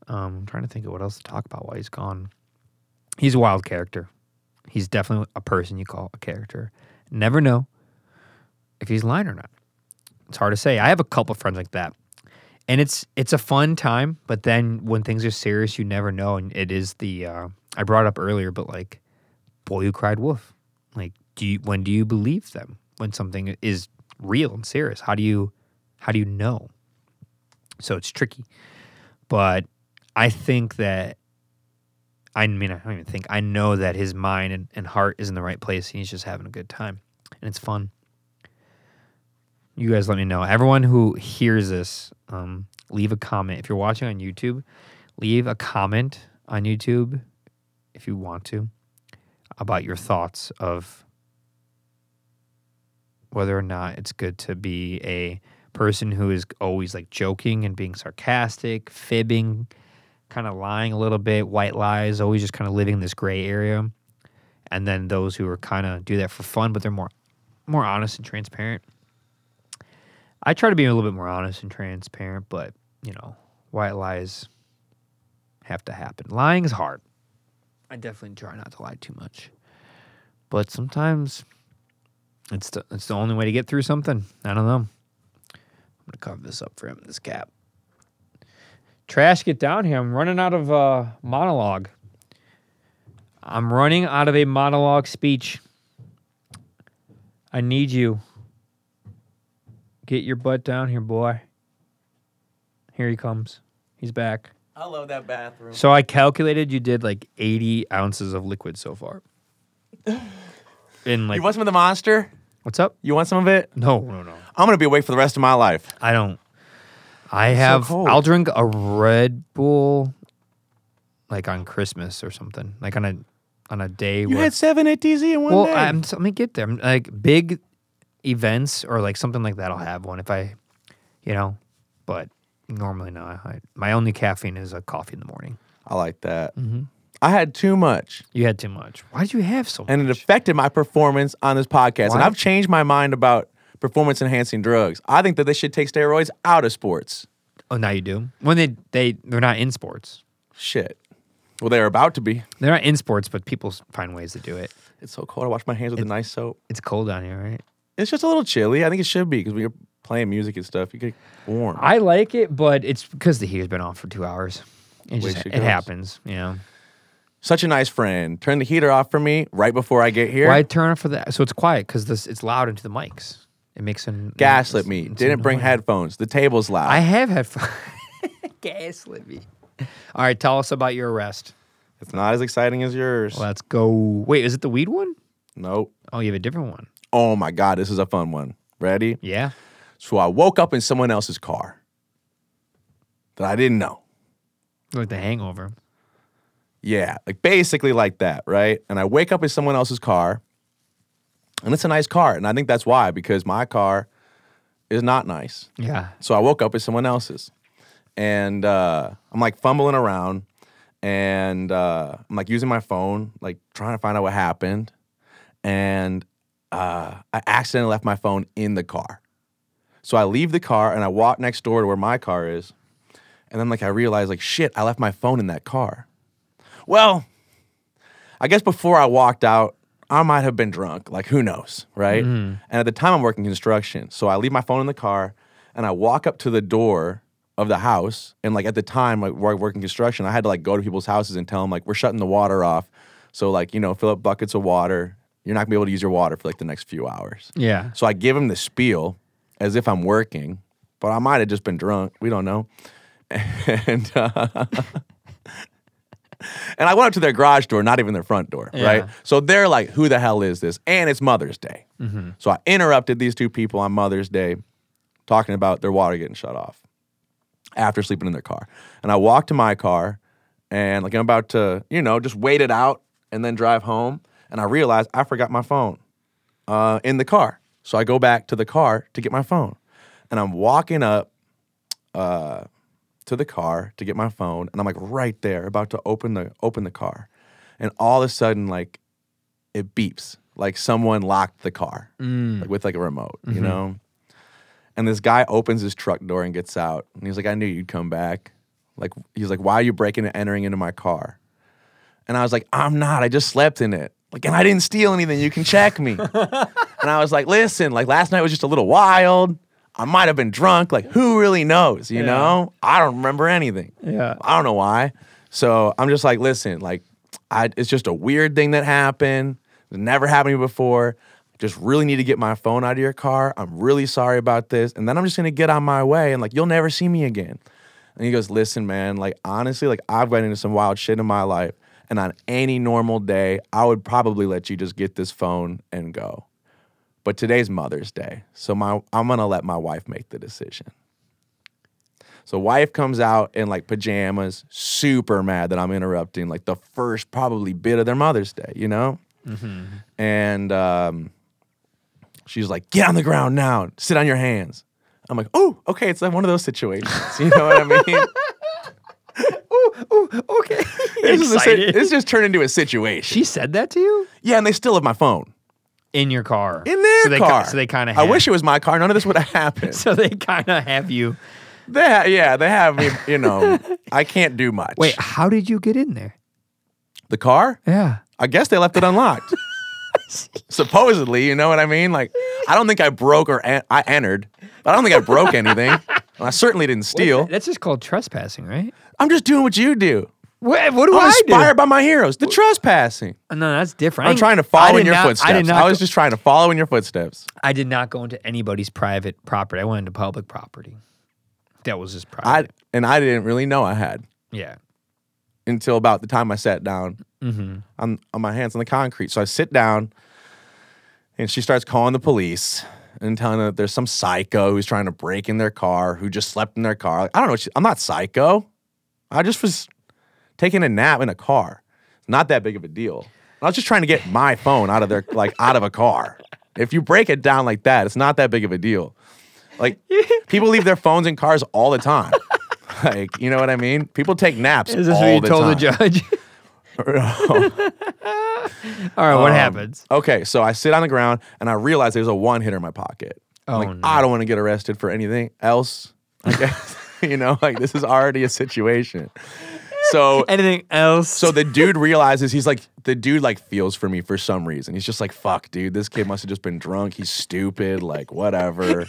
S2: Um, I'm trying to think of what else to talk about while he's gone. He's a wild character. He's definitely a person you call a character. Never know if he's lying or not. It's hard to say. I have a couple friends like that. And it's it's a fun time, but then when things are serious, you never know. And it is the uh, I brought it up earlier, but like boy who cried wolf. Like, do you when do you believe them? When something is real and serious, how do you how do you know? So it's tricky. But I think that I mean I don't even think I know that his mind and, and heart is in the right place and he's just having a good time. And it's fun you guys let me know. Everyone who hears this, um, leave a comment. If you're watching on YouTube, leave a comment on YouTube if you want to about your thoughts of whether or not it's good to be a person who is always like joking and being sarcastic, fibbing, kind of lying a little bit, white lies, always just kind of living in this gray area. And then those who are kind of do that for fun, but they're more more honest and transparent. I try to be a little bit more honest and transparent, but you know, white lies have to happen. Lying is hard. I definitely try not to lie too much, but sometimes it's the, it's the only way to get through something. I don't know. I'm gonna cover this up for him. This cap. Trash, get down here. I'm running out of uh, monologue. I'm running out of a monologue speech. I need you. Get your butt down here, boy. Here he comes. He's back.
S1: I love that bathroom.
S2: So I calculated you did like 80 ounces of liquid so far. In like,
S1: You want some of the monster?
S2: what's up?
S1: You want some of it?
S2: No, no, no.
S1: I'm gonna be awake for the rest of my life.
S2: I don't. I have.
S1: cold.
S2: I'll drink a Red Bull, like on Christmas or something, like on a on a day.
S1: You
S2: where,
S1: had seven at DZ in one
S2: well,
S1: day.
S2: I'm, so let me get there. I'm, like big events or like something like that. I'll have one if I, you know, but normally no. I, my only caffeine is a coffee in the morning.
S1: I like that. I had too much,
S2: You had too much. Why did you have so much?
S1: and it affected my performance on this podcast. And
S2: Why?
S1: I've changed my mind about performance enhancing drugs. I think that they should take steroids out of sports.
S2: Oh, now you do. When they they they're not in sports.
S1: Shit. Well, they're about to be.
S2: They're not in sports, but people s- find ways to do it.
S1: It's so cold. I wash my hands with a nice soap.
S2: It's cold down here, right?
S1: It's just a little chilly. I think it should be because when you're playing music and stuff, you get warm.
S2: I like it, but it's because the heater's been on for two hours. It
S1: Way
S2: just
S1: she
S2: it
S1: goes.
S2: happens, you know.
S1: Such a nice friend. Turn the heater off for me right before I get here.
S2: Why turn off for that? So it's quiet because this it's loud into the mics. It makes an
S1: Gaslit
S2: it's-
S1: me.
S2: it's
S1: Didn't bring
S2: annoying.
S1: headphones. The table's loud.
S2: I have headphones. Gaslit me. All right, tell us about your arrest.
S1: it's not as exciting as yours.
S2: Let's go. Wait, is it the weed one?
S1: Nope.
S2: Oh, you have a different one.
S1: Oh my God, this is a fun one. Ready?
S2: Yeah.
S1: So I woke up in someone else's car that I didn't know.
S2: Like the hangover.
S1: Yeah, like basically like that, right? And I wake up in someone else's car, and it's a nice car. And I think that's why, because my car is not nice.
S2: Yeah.
S1: So I woke up at someone else's, and uh, I'm like fumbling around, and uh, I'm like using my phone, like trying to find out what happened, and uh, I accidentally left my phone in the car. So I leave the car and I walk next door to where my car is, and then like I realize like shit, I left my phone in that car. Well, I guess before I walked out, I might have been drunk. Like, who knows, right? And at the time, I'm working construction. So I leave my phone in the car and I walk up to the door of the house. And, like, at the time, like, where I work in construction, I had to, like, go to people's houses and tell them, like, we're shutting the water off. So, like, you know, fill up buckets of water. You're not gonna be able to use your water for, like, the next few hours.
S2: Yeah.
S1: So I give him the spiel as if I'm working, but I might have just been drunk. We don't know. And uh, and I went up to their garage door, not even their front door, right? So they're like, "Who the hell is this?" And it's Mother's Day, so I interrupted these two people on Mother's Day, talking about their water getting shut off after sleeping in their car. And I walked to my car and like I'm about to, you know, just wait it out and then drive home. And I realized I forgot my phone uh, in the car. So I go back to the car to get my phone. And I'm walking up uh, to the car to get my phone. And I'm like right there, about to open the open the car. And all of a sudden, like it beeps, like someone locked the car. Like with like a remote, you know? And this guy opens his truck door and gets out. And he's like, I knew you'd come back. Like, he's like, why are you breaking and entering into my car? And I was like, I'm not. I just slept in it. Like, and I didn't steal anything. You can check me. and I was like, listen, like last night was just a little wild. I might have been drunk. Like, who really knows? You know? I don't remember anything.
S2: Yeah.
S1: I don't know why. So I'm just like, listen, like, I, it's just a weird thing that happened. It never happened to me before. Just really need to get my phone out of your car. I'm really sorry about this. And then I'm just gonna get on my way and like, you'll never see me again. And he goes, listen, man, like, honestly, like, I've gotten into some wild shit in my life. And on any normal day, I would probably let you just get this phone and go. But today's Mother's Day. So my, I'm gonna let my wife make the decision. So wife comes out in like pajamas, super mad that I'm interrupting like the first probably bit of their Mother's Day, you know?
S2: Mm-hmm.
S1: And um, she's like, "Get on the ground now. Sit on your hands." I'm like, "Oh, okay. It's like one of those situations. You know what I mean?"
S2: Oh, Okay.
S1: this, is a, si- this just turned into a situation.
S2: she said that to you
S1: yeah, and they still have my phone
S2: in your car.
S1: in their
S2: so they, ki-
S1: car.
S2: So they kind of.
S1: I wish it was my car. None of this would have happened.
S2: So they kind of have you.
S1: they ha- yeah, they have me. You know, I can't do much.
S2: Wait, how did you get in there?
S1: The car?
S2: Yeah.
S1: I guess they left it unlocked. Supposedly, you know what I mean? Like, I don't think I broke or en- I entered. But I don't think I broke anything. And I certainly didn't steal.
S2: That's just called trespassing, right?
S1: I'm just doing what you do.
S2: What, what do
S1: I'm
S2: Oh, I
S1: inspired by my heroes, the trespassing.
S2: do? No, that's different. I
S1: I'm
S2: didn't-
S1: trying to
S2: I
S1: follow
S2: did
S1: in your
S2: not-
S1: footsteps.
S2: I
S1: I,
S2: did not. go-
S1: was just trying to follow in your footsteps.
S2: I did not go into anybody's private property. I went into public property. That was just private.
S1: I and I didn't really know I had
S2: yeah.
S1: until about the time I sat down
S2: Mm-hmm.
S1: on, on my hands on the concrete. So I sit down and she starts calling the police and telling them that there's some psycho who's trying to break in their car who just slept in their car. Like, I don't know. She, I'm not psycho. I just was taking a nap in a car. It's not that big of a deal. I was just trying to get my phone out of their like out of a car. If you break it down like that, it's not that big of a deal. Like people leave their phones in cars all the time. Like, you know what I mean? People take naps
S2: Is this
S1: all
S2: what you
S1: the
S2: told
S1: time.
S2: the judge? All right, what
S1: Um,
S2: happens?
S1: Okay, so I sit on the ground and I realize there's a one hitter in my pocket. I'm
S2: Oh,
S1: like,
S2: no.
S1: I don't want to get arrested for anything else. I guess. you know, like this is already a situation. So
S2: Anything else?
S1: so the dude realizes he's like the dude like feels for me for some reason. He's just like, fuck, dude, this kid must have just been drunk. He's stupid, like whatever.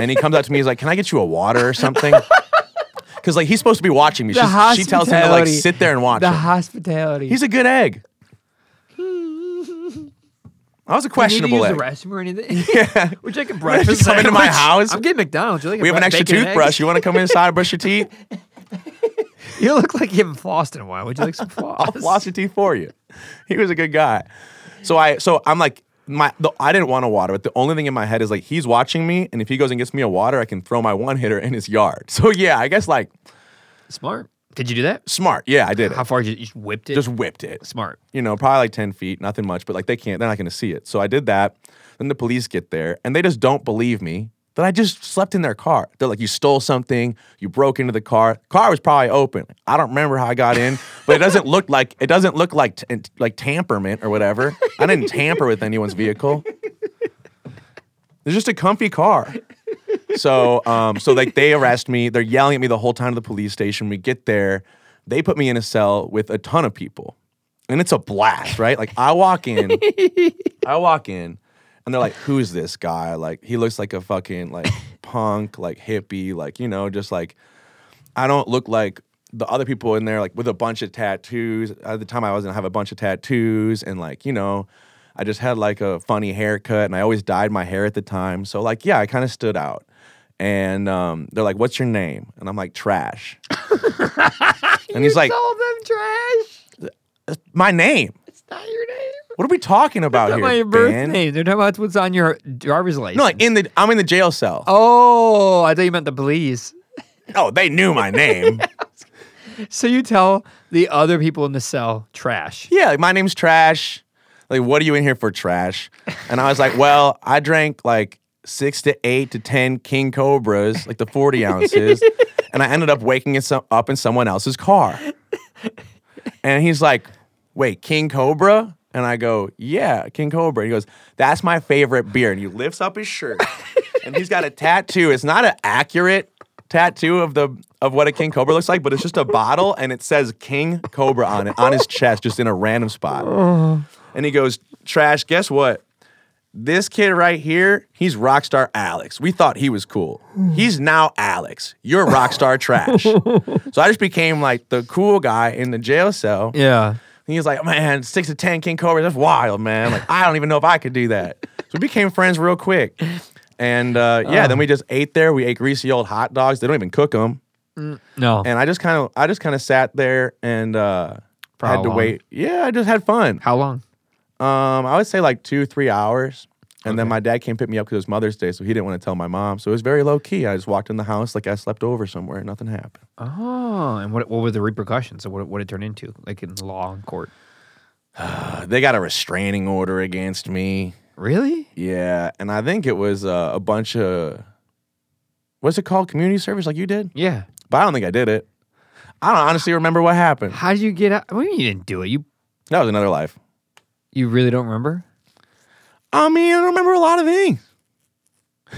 S1: and he comes up to me, he's like, Can I get you a water or something? Cause like he's supposed to be watching me.
S2: The
S1: She's- She tells him to like
S2: hospitality.
S1: sit there and watch.
S2: the
S1: him.
S2: hospitality.
S1: He's a good egg. I was a
S2: Did you
S1: questionable
S2: use
S1: egg.
S2: the restroom or anything? Yeah. Would you like a breakfast
S1: come into my
S2: sandwich?
S1: house?
S2: I'm getting McDonald's. You like a
S1: We have an
S2: bre-
S1: extra
S2: bacon and
S1: toothbrush.
S2: eggs?
S1: You want to come inside and brush your teeth?
S2: You look like you haven't flossed in a while. Would you like some floss?
S1: I'll floss your teeth for you. He was a good guy. So I, so I'm like, my, the, I didn't want a water, but the only thing in my head is like, he's watching me, and if he goes and gets me a water, I can throw my one hitter in his yard. So yeah, I guess like
S2: Smart. Did you do that?
S1: smart. Yeah, I did it.
S2: How far did you, you just whipped it?
S1: Just whipped it.
S2: smart.
S1: you know, probably like 10 feet, nothing much, but like they can't, they're not gonna see it. So I did that. Then the police get there and they just don't believe me that I just slept in their car. They're like, you stole something, you broke into the car. Car was probably open. I don't remember how I got in, but it doesn't look like it doesn't look like t- like tamperment or whatever. I didn't tamper with anyone's vehicle. It's just a comfy car. So, um, so like they arrest me. They're yelling at me the whole time to the police station. We get there. They put me in a cell with a ton of people, and it's a blast, right? Like I walk in, I walk in, and they're like, "Who's this guy? Like he looks like a fucking like punk, like hippie, like you know, just like I don't look like." The other people in there, like with a bunch of tattoos. At the time, I wasn't I have a bunch of tattoos, and like you know, I just had like a funny haircut, and I always dyed my hair at the time. So like, yeah, I kind of stood out and um, they're like, "What's your name?" And I'm like, "Trash." and he's like,
S2: All them trash.
S1: "My name?
S2: It's not your name.
S1: What are we talking about here,
S2: Talking about your birth
S1: Ben?"
S2: name. They're talking about what's on your driver's license.
S1: No, like in the I'm in the jail cell. Oh,
S2: oh, I thought you meant the police.
S1: they knew my name.
S2: So you tell the other people in the cell trash.
S1: yeah, like, my name's Trash. Like, what are you in here for, Trash? And I was like, "Well, I drank like six to eight to ten King Cobras, like the 40 ounces, and I ended up waking in some, up in someone else's car." And he's like, wait, King Cobra? And I go, yeah, King Cobra. And he goes, that's my favorite beer. And he lifts up his shirt and he's got a tattoo. It's not an accurate tattoo of the of what a King Cobra looks like, but it's just a bottle and it says King Cobra on it, on his chest, just in a random spot. And he goes, Trash, guess what? This kid right here, he's Rockstar Alex. We thought he was cool. He's now Alex. You're Rockstar Trash. So I just became like the cool guy in the jail cell.
S2: Yeah.
S1: And he was like, man, six to 10 King Cobras, that's wild, man. Like, I don't even know if I could do that. So we became friends real quick. And uh, yeah, then we just ate there. We ate greasy old hot dogs. They don't even cook them.
S2: No.
S1: And I just kind of, I just kind of sat there and uh,
S2: For
S1: had
S2: how
S1: to
S2: long?
S1: wait. Yeah, I just had fun.
S2: How long?
S1: Um, I would say like two, three hours. And then my dad came pick me up because it was Mother's Day, so he didn't want to tell my mom. So it was very low key. I just walked in the house like I slept over somewhere. Nothing happened.
S2: Oh, and what what were the repercussions? So what what it turned into, like in law and court?
S1: Uh, They got a restraining order against me.
S2: Really?
S1: Yeah, and I think it was uh, a bunch of what's it called, community service, like you did.
S2: Yeah.
S1: But I don't think I did it. I don't honestly remember what happened.
S2: How did you get out? What do you mean you didn't do it? You
S1: That was another life.
S2: you really don't remember?
S1: I mean, I don't remember a lot of things.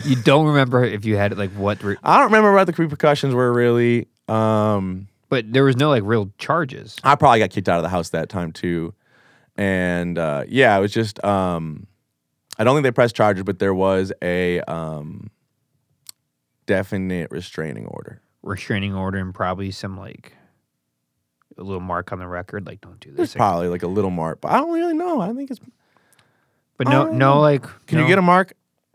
S2: You don't remember if you had like what? Re-
S1: I don't remember what the repercussions were really. Um,
S2: but there was no like real charges.
S1: I probably got kicked out of the house that time too. And uh, yeah, it was just um, I don't think they pressed charges, but there was a um, definite restraining order.
S2: Restraining order and probably some like a little mark on the record, like don't do
S1: There's
S2: this.
S1: probably like a little mark, but I don't really know. I think it's
S2: but no, no, like
S1: um, can you
S2: no-
S1: get a mark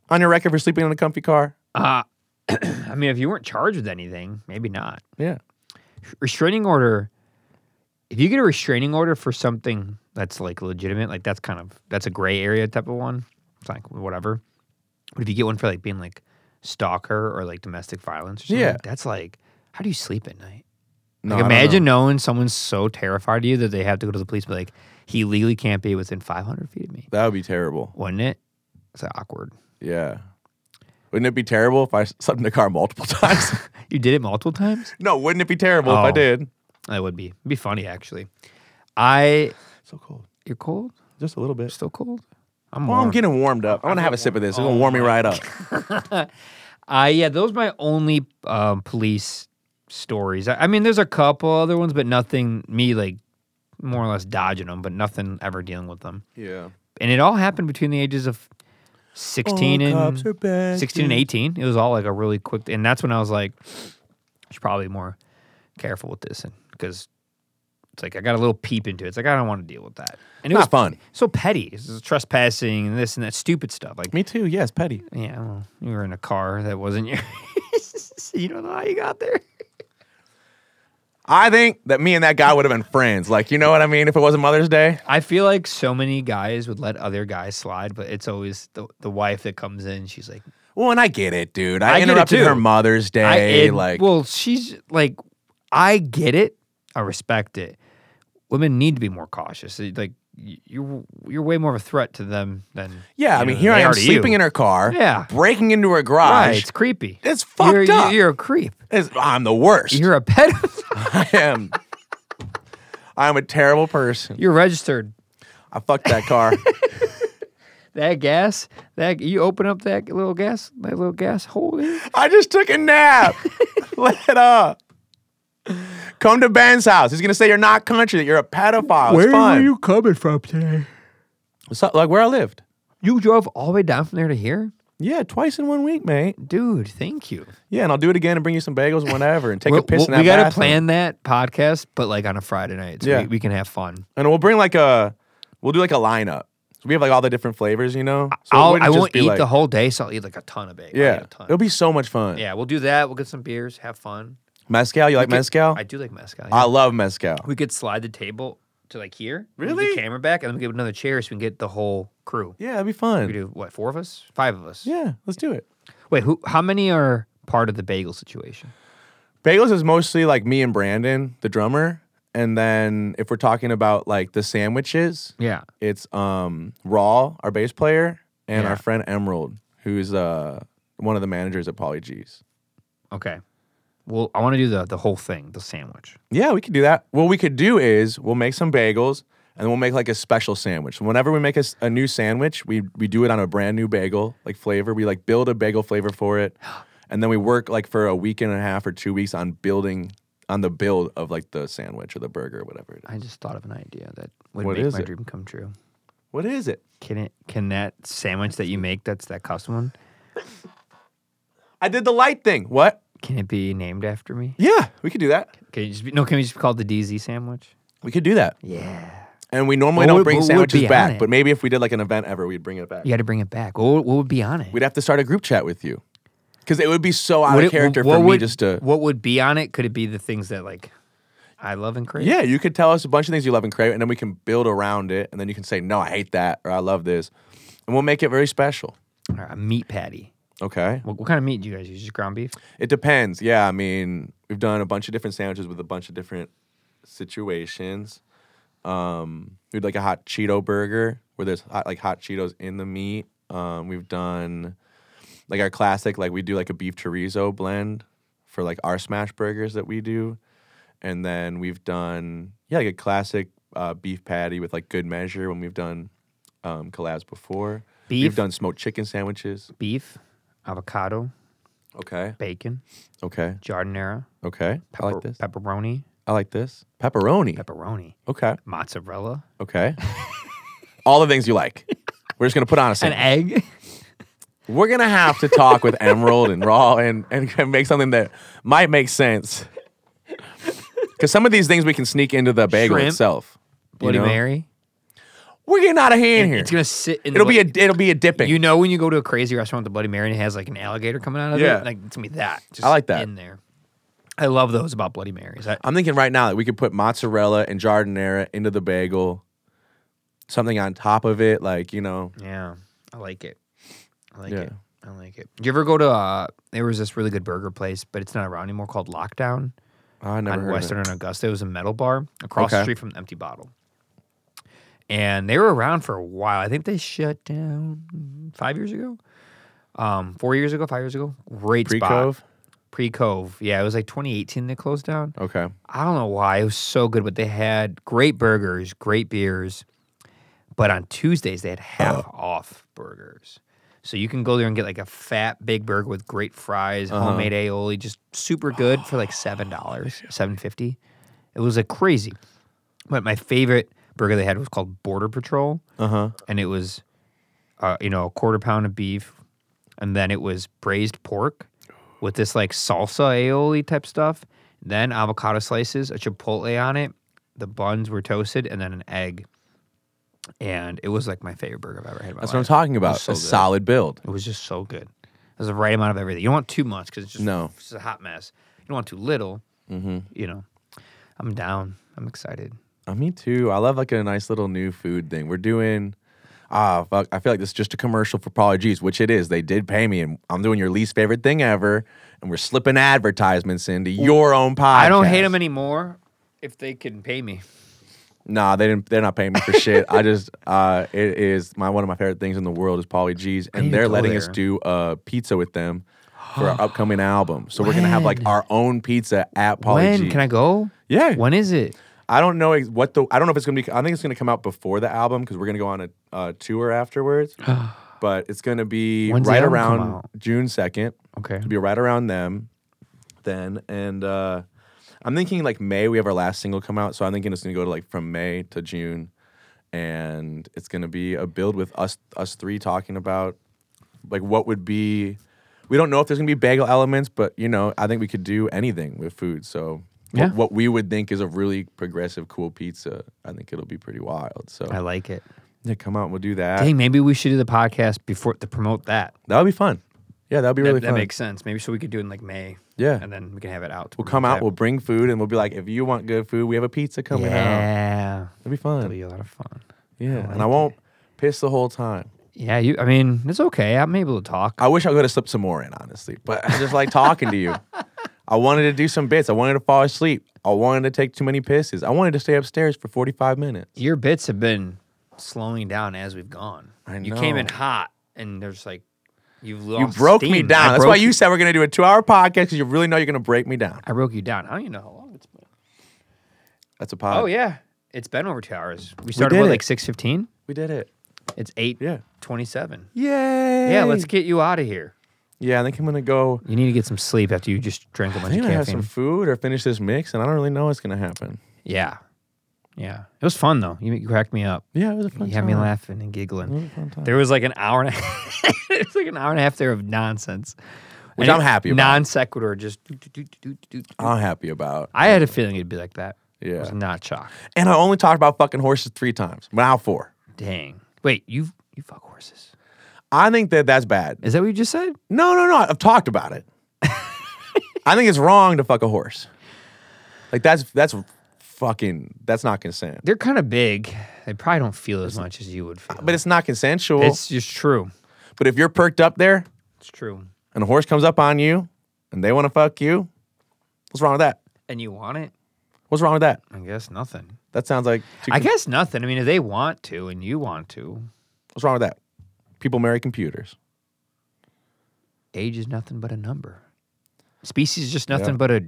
S1: on your record for sleeping in a comfy car?
S2: Uh, I mean, if you weren't charged with anything, maybe not.
S1: Yeah.
S2: Restraining order. If you get a restraining order for something that's like legitimate, like that's kind of that's a gray area type of one. It's like whatever. But if you get one for like being like stalker or like domestic violence, or something,
S1: Yeah.
S2: that's like how do you sleep at night?
S1: No,
S2: like
S1: I don't know.
S2: imagine knowing someone's so terrified of you that they have to go to the police, but like he legally can't be within 500 feet of me,
S1: that would be terrible.
S2: wouldn't it? It's like awkward.
S1: Yeah. Wouldn't it be terrible if I slept in a car multiple times?
S2: You did it multiple times.
S1: no, wouldn't it be terrible if I
S2: Oh.
S1: did?
S2: That would be It'd be funny actually. I
S1: So cold.
S2: you're cold?
S1: Just a little bit.
S2: Still cold? I'm
S1: Well, I'm
S2: warm. Oh,
S1: getting warmed up. I'm gonna have a sip of this. It's gonna warm me right up.
S2: I yeah, those my only um, police stories. I, I mean, there's a couple other ones, but nothing me like more or less dodging them, but nothing ever dealing with them.
S1: Yeah.
S2: And it all happened between the ages of 16
S1: All cops are
S2: and
S1: bad
S2: 16 and
S1: dudes.
S2: 18. It was all like a really quick and that's when I was like I should probably be more careful with this and cuz it's like I got a little peep into it. It's like I don't want to deal with that. And it
S1: Not
S2: was
S1: fun.
S2: So petty. This is trespassing and this and that stupid stuff. Like
S1: Me too. Yes, petty.
S2: Yeah, well, you were in a car that wasn't your. you don't know how you got there.
S1: I think that me and that guy would have been friends. Like, you know what I mean? If it wasn't Mother's Day,
S2: I feel like so many guys would let other guys slide, but it's always the, the wife that comes in. She's like,
S1: well, and I get it, dude.
S2: I
S1: I,
S2: get it,
S1: interrupted
S2: too.
S1: her Mother's Day.
S2: I it-
S1: like,
S2: well, she's like, I get it, I respect it. Women need to be more cautious. It- Like y- you're, you're way more of a threat to them than.
S1: yeah. I
S2: you
S1: mean,
S2: know,
S1: here I
S2: they
S1: am
S2: are to you.
S1: sleeping in her car.
S2: Yeah.
S1: Breaking into her garage.
S2: Right, it's creepy.
S1: It's fucked
S2: You're-
S1: up.
S2: You're a creep.
S1: It's- I'm the worst.
S2: You're a pedophile.
S1: I am. I'm a terrible person.
S2: you're registered.
S1: I fucked that car.
S2: that gas that you open up that little gas that little gas hole there.
S1: I just took a nap. Let up. Come to Ben's house. He's gonna say you're not country. That you're a pedophile. it's fun.
S2: coming from today
S1: What's up? Like where I lived.
S2: you drove all the way down from there to here
S1: Yeah, twice in one week, mate.
S2: dude thank you
S1: Yeah, and I'll do it again and bring you some bagels whenever and take
S2: we,
S1: a piss in that
S2: we gotta
S1: bathroom.
S2: plan that podcast but like on a friday night so
S1: Yeah.
S2: we, we can have fun
S1: And we'll bring like a, we'll do like a lineup. So we have like all the different flavors, you know? So it
S2: I'll,
S1: wouldn't
S2: i
S1: just
S2: won't
S1: be
S2: eat
S1: like-
S2: the whole day so i'll eat like a ton of bagels I'll eat
S1: Yeah,
S2: a ton.
S1: it'll be so much fun.
S2: yeah we'll do that we'll get some beers have fun
S1: Mezcal, you like
S2: We could-
S1: mezcal?
S2: i do like mezcal yeah.
S1: I love mezcal.
S2: we could slide the table to like here move
S1: Really?
S2: the camera back and then we get another chair so we can get the whole crew
S1: Yeah, that'd be
S2: we
S1: fun.
S2: do what four of us five of us
S1: Yeah, let's do it.
S2: Wait, who? How many are part of the bagel situation?
S1: Bagels is mostly like me and Brandon, the drummer. And then if we're talking about like the sandwiches,
S2: Yeah,
S1: it's um Raw, our bass player, and
S2: Yeah.
S1: our friend Emerald, who's uh one of the managers at Poly G's.
S2: Okay. Well, I want to do the the whole thing, the sandwich.
S1: Yeah, we could do that. What we could do is we'll make some bagels and then we'll make like a special sandwich. Whenever we make a, s- a new sandwich, we we do it on a brand new bagel like flavor. We like build a bagel flavor for it, and then we work like for a week and a half or two weeks on building on the build of like the sandwich or the burger or whatever it is.
S2: I just thought of an idea that would
S1: What
S2: make
S1: is
S2: my
S1: it?
S2: dream come true.
S1: What is it?
S2: Can it? Can that sandwich that you make, that's that custom one,
S1: I did the light thing. What?
S2: can it be named after me?
S1: Yeah, we could do that.
S2: Can it just be, no? Can we just call it the DZ sandwich?
S1: We could do that.
S2: Yeah.
S1: And we normally
S2: What
S1: don't
S2: would-
S1: bring
S2: what would
S1: sandwiches
S2: be on
S1: back,
S2: it?
S1: but maybe if we did like an event ever, we'd bring it back.
S2: You got to bring it back. What, would- what would be on it?
S1: We'd have to start a group chat with you. Because it would be so out
S2: Would
S1: of
S2: it-
S1: character
S2: what
S1: for me
S2: would-
S1: just to
S2: What would be on it? Could it be the things that like I love and crave?
S1: Yeah, you could tell us a bunch of things you love and crave, and then we can build around it, and then you can say, "No, I hate that," or "I love this," and we'll make it very special.
S2: All right, a meat patty.
S1: Okay,
S2: What, what kind of meat do you guys use? Just ground beef.
S1: it depends. Yeah, I mean, we've done a bunch of different sandwiches with a bunch of different situations. Um, we'd like a hot Cheeto burger where there's hot, like hot Cheetos in the meat. Um, we've done like our classic, like we do like a beef chorizo blend for like our smash burgers that we do, and then we've done yeah like a classic uh, beef patty with like good measure when we've done um, collabs before. We've
S2: Beef?
S1: done smoked chicken sandwiches.
S2: Beef, avocado,
S1: Okay.
S2: bacon,
S1: Okay.
S2: jardinera,
S1: Okay. I
S2: pepper,
S1: like this.
S2: pepperoni,
S1: I like this. Pepperoni.
S2: pepperoni,
S1: okay.
S2: mozzarella,
S1: Okay. All the things you like. We're just gonna put on a
S2: an
S1: sandwich.
S2: egg.
S1: We're gonna have to talk with Emerald and Raw and, and make something that might make sense. Because some of these things we can sneak into the bagel
S2: Shrimp.
S1: itself. you
S2: Bloody
S1: know?
S2: Mary.
S1: We're getting out of hand here.
S2: It's gonna sit in.
S1: it'll
S2: the,
S1: be a it'll be a dipping.
S2: You know when you go to a crazy restaurant with the Bloody Mary and it has like an alligator coming out of
S1: Yeah.
S2: it, like it's gonna be that. Just
S1: like that.
S2: in there. I love those about Bloody Marys. I,
S1: I'm thinking right now that we could put mozzarella and jardinera into the bagel, something on top of it, like you know.
S2: yeah, I like it. I like
S1: Yeah.
S2: it. I like it. Did you ever go to? Uh, there was this really good burger place, but it's not around anymore. Called Lockdown.
S1: Oh, I never
S2: on
S1: heard
S2: Western
S1: Of
S2: and Augusta. It was a metal bar across the
S1: Okay.
S2: street from the Empty Bottle. And they were around for a while. I think they shut down mm, five years ago, um, four years ago, five years ago. Great
S1: Pre
S2: spot.
S1: Cove.
S2: Pre Cove. Yeah, it was like 2018 they closed down.
S1: Okay.
S2: I don't know why. It was so good, but they had great burgers, great beers. But on Tuesdays, they had half off burgers. So you can go there and get like a fat big burger with great fries, homemade aioli, just super good for like seven dollars, seven fifty. It was like crazy. But my favorite burger they had was called Border Patrol,
S1: Uh huh.
S2: and it was, uh, you know, a quarter pound of beef, and then it was braised pork with this like salsa aioli type stuff, then avocado slices, a chipotle on it. The buns were toasted, and then an egg. And it was like my favorite burger I've ever had. In my
S1: That's
S2: life.
S1: what I'm talking about.
S2: so
S1: a
S2: good.
S1: solid build.
S2: It was just so good. It was the right amount of everything. You don't want too much because it's just
S1: No. Mm-hmm.
S2: it's just a hot mess. You don't want too little. You know, I'm down. I'm excited.
S1: Uh, me too. I love like a nice little new food thing. We're doing. Ah, fuck. I feel like this is just a commercial for Polly G's, which it is. They did pay me, and I'm doing your least favorite thing ever, and we're slipping advertisements into your own podcast.
S2: I don't hate them anymore if they can pay me.
S1: Nah, they didn't. They're not paying me for shit. I just, uh, it is my one of my favorite things in the world is Polly G's,
S2: need
S1: and
S2: to
S1: they're
S2: go
S1: letting us
S2: there.
S1: do uh, pizza with them for our upcoming album. So we're gonna have like
S2: When?
S1: our own pizza at Polly
S2: when
S1: G.
S2: can I go?
S1: Yeah.
S2: When is it?
S1: I don't know ex- what the. I don't know if it's gonna be. I think it's gonna come out before the album because we're gonna go on a uh, tour afterwards. but it's gonna be
S2: When's the
S1: right
S2: album come
S1: around
S2: out?
S1: June second.
S2: Okay.
S1: It'll be right around them, then, and uh, I'm thinking like May we have our last single come out, so I'm thinking it's gonna go to like from May to June, and it's gonna be a build with us us three talking about like what would be. We don't know if there's gonna be bagel elements, but you know I think we could do anything with food. So what-
S2: Yeah.
S1: what, we would think is a really progressive, cool pizza, I think it'll be pretty wild. So
S2: I like it.
S1: yeah, come out and we'll do that.
S2: Dang, maybe we should do the podcast before to promote that.
S1: That would be fun. Yeah, that would be really
S2: that,
S1: fun.
S2: that makes sense. Maybe so we could do it in like May.
S1: Yeah.
S2: And then we can have it out. to
S1: We'll
S2: promote
S1: come out,
S2: that.
S1: we'll bring food, and we'll be like, if you want good food, we have a pizza coming out.
S2: yeah.
S1: It'll be
S2: It'll
S1: fun.
S2: be a lot of fun.
S1: yeah. and
S2: like
S1: I won't piss the whole time.
S2: Yeah, you. I mean, it's okay. I'm able to talk.
S1: I wish I could have slipped some more in, honestly, but I just like talking to you. I wanted to do some bits. I wanted to fall asleep. I wanted to take too many pisses. I wanted to stay upstairs for 45 minutes.
S2: Your bits have been slowing down as we've gone.
S1: I
S2: You came in
S1: know.
S2: hot, and there's like you've
S1: You
S2: lost
S1: broke me
S2: Oh, steam. I
S1: down. That's
S2: broke
S1: why you said we're going to do a two hour podcast because you really know you're going to break me down.
S2: I broke you down. I don't even know how long it's been.
S1: That's a pod.
S2: Oh yeah, it's been over two hours. We
S1: Uh,
S2: started
S1: did
S2: what,
S1: it.
S2: like six fifteen.
S1: We did it.
S2: It's eight
S1: Yeah.
S2: twenty-seven.
S1: Yay.
S2: Yeah, let's get you out of here.
S1: Yeah, I think I'm going to go.
S2: You need to get some sleep after you just drank a
S1: I
S2: bunch
S1: think
S2: of
S1: I'm going to have some
S2: caffeine.
S1: food or finish this mix, and I don't really know what's going to happen.
S2: Yeah, yeah. It was fun though. You, you cracked me up.
S1: Yeah, it was a fun
S2: You
S1: time.
S2: had me laughing and giggling.
S1: It was a fun time.
S2: There was like an hour and a it was like an hour and a half there of nonsense,
S1: Which
S2: And
S1: I'm
S2: it-
S1: happy about.
S2: Non sequitur, just. do, do, do, do, do, do.
S1: I'm happy about.
S2: I had a feeling it'd be like that. I
S1: Yeah.
S2: was not shocked.
S1: And I only talked about fucking horses three times. but Now four.
S2: Dang. Wait, you you fuck horses?
S1: I think that that's bad.
S2: Is that what you just said?
S1: No, no, no. I've talked about it. I think it's wrong to fuck a horse. Like that's that's fucking that's not consent.
S2: They're kind of big. They probably don't feel as much as you would feel.
S1: But it's not consensual.
S2: it's just true.
S1: but if you're perked up there
S2: It's true.
S1: and a horse comes up on you and they want to fuck you, what's wrong with that?
S2: And you want it?
S1: What's wrong with that?
S2: I guess nothing.
S1: That sounds like too,
S2: I guess nothing. I mean, if they want to and you want to,
S1: what's wrong with that? People marry computers.
S2: age is nothing but a number. Species is just
S1: Yeah.
S2: nothing but a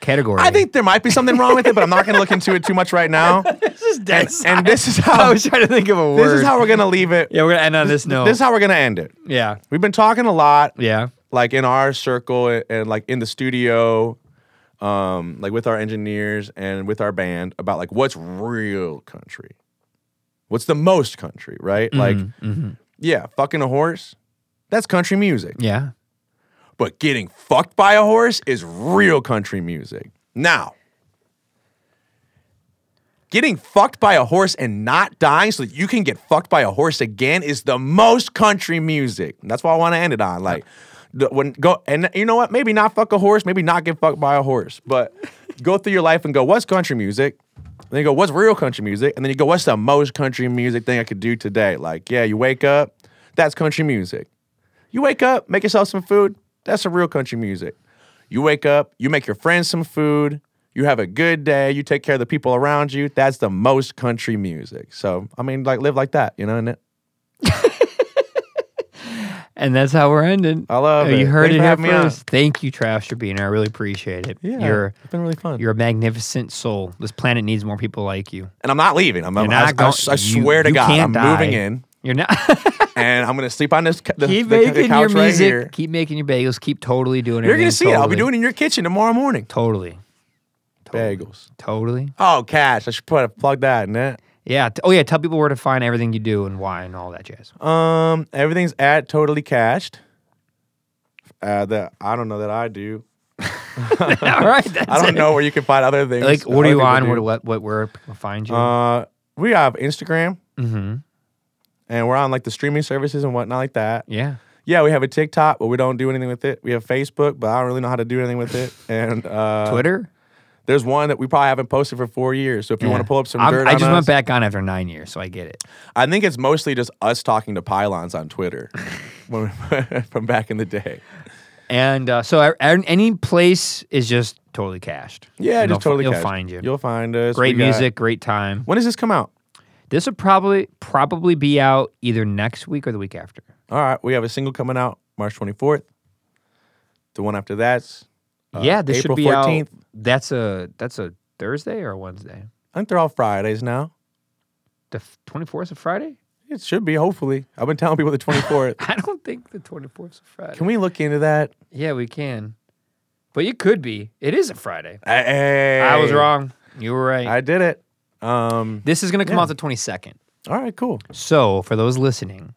S2: category.
S1: I think there might be something wrong with it, but I'm not going to look into it too much right now.
S2: this is dead.
S1: And this is
S2: I
S1: how
S2: was trying to think of a Oh, word.
S1: this is how we're going to leave it.
S2: Yeah, we're gonna end on this note.
S1: This is how we're gonna end it.
S2: yeah,
S1: We've been talking a lot,
S2: yeah.
S1: like in our circle and, and, like in the studio, um, like with our engineers and with our band about like what's real country, what's the most country, right? Like, yeah, fucking a horse, that's country music,
S2: Yeah.
S1: but getting fucked by a horse is real country music. Now. Getting fucked by a horse and not dying so that you can get fucked by a horse again is the most country music. That's what I want to end it on. Like, the- when go and you know what? Maybe not fuck a horse. Maybe not get fucked by a horse. But go through your life and go, what's country music? And then you go, what's real country music? And then you go, what's the most country music thing I could do today? Like, yeah, you wake up, that's country music. You wake up, make yourself some food. That's some real country music. You wake up, you make your friends some food. You have a good day. You take care of the people around you. That's the most country music. So I mean, like live like that, you know. And it,
S2: And that's how we're ending.
S1: I love
S2: Uh,
S1: it.
S2: You heard
S1: Thanks
S2: it
S1: for
S2: here
S1: having me on.
S2: first. Thank you, Travis, for being here. I really appreciate it.
S1: yeah,
S2: You're
S1: it's been really fun.
S2: you're a magnificent soul. This planet needs more people like you.
S1: And I'm not leaving. I'm. I'm
S2: You're not
S1: I, I-
S2: going-
S1: I
S2: you-
S1: swear to
S2: you
S1: God,
S2: can't
S1: I'm
S2: die.
S1: moving in,
S2: You're not.
S1: and I'm gonna sleep on this. ca- The,
S2: keep
S1: the, the
S2: making your
S1: couch right
S2: music.
S1: here.
S2: keep making your bagels. Keep totally doing it.
S1: You're gonna see it. I'll be doing it in your kitchen tomorrow morning.
S2: totally.
S1: Bagels.
S2: Totally.
S1: Oh, cash. I should put plug that in that.
S2: Yeah. T- oh yeah. Tell people where to find everything you do and why and all that jazz.
S1: Um, everything's at totally cashed. Uh, that I don't know that I do.
S2: all right. That's
S1: I don't
S2: it.
S1: know where you can find other things.
S2: Like, what
S1: other
S2: are you
S1: people
S2: on?
S1: do.
S2: Where, what, what, where people find you?
S1: Uh, we have Instagram,
S2: mm-hmm.
S1: and we're on like the streaming services and whatnot like that.
S2: Yeah.
S1: Yeah, we have a TikTok, but we don't do anything with it. We have Facebook, but I don't really know how to do anything with it. And uh,
S2: Twitter.
S1: There's one that we probably haven't posted for four years. So if you want to
S2: Yeah.
S1: pull up some
S2: I'm-
S1: dirt
S2: I
S1: on
S2: just
S1: us,
S2: went back on after nine years, so I get it.
S1: I think it's mostly just us talking to pylons on Twitter when we- from back in the day.
S2: And uh, so, a- a- any place is just totally cached.
S1: Yeah, just
S2: And they'll f-
S1: totally.
S2: You'll
S1: catch-
S2: find you.
S1: You'll find us.
S2: Great
S1: We got-
S2: music, great time.
S1: When does this come out?
S2: This will probably probably be out either next week or the week after.
S1: All right, we have a single coming out March 24th. The one after that's
S2: yeah, this
S1: Uh, April
S2: should be
S1: 14th.
S2: out. That's a that's a Thursday or a Wednesday.
S1: I think they're all Fridays now.
S2: The twenty fourth of Friday.
S1: It should be, hopefully. I've been telling people the 24th.
S2: I don't think the twenty fourth is a Friday.
S1: Can we look into that?
S2: yeah, we can, but it could be. It is a Friday.
S1: Hey,
S2: I was wrong. You were right.
S1: I did it. Um,
S2: this is gonna come
S1: Yeah.
S2: out the twenty second.
S1: all right, cool.
S2: So for those listening,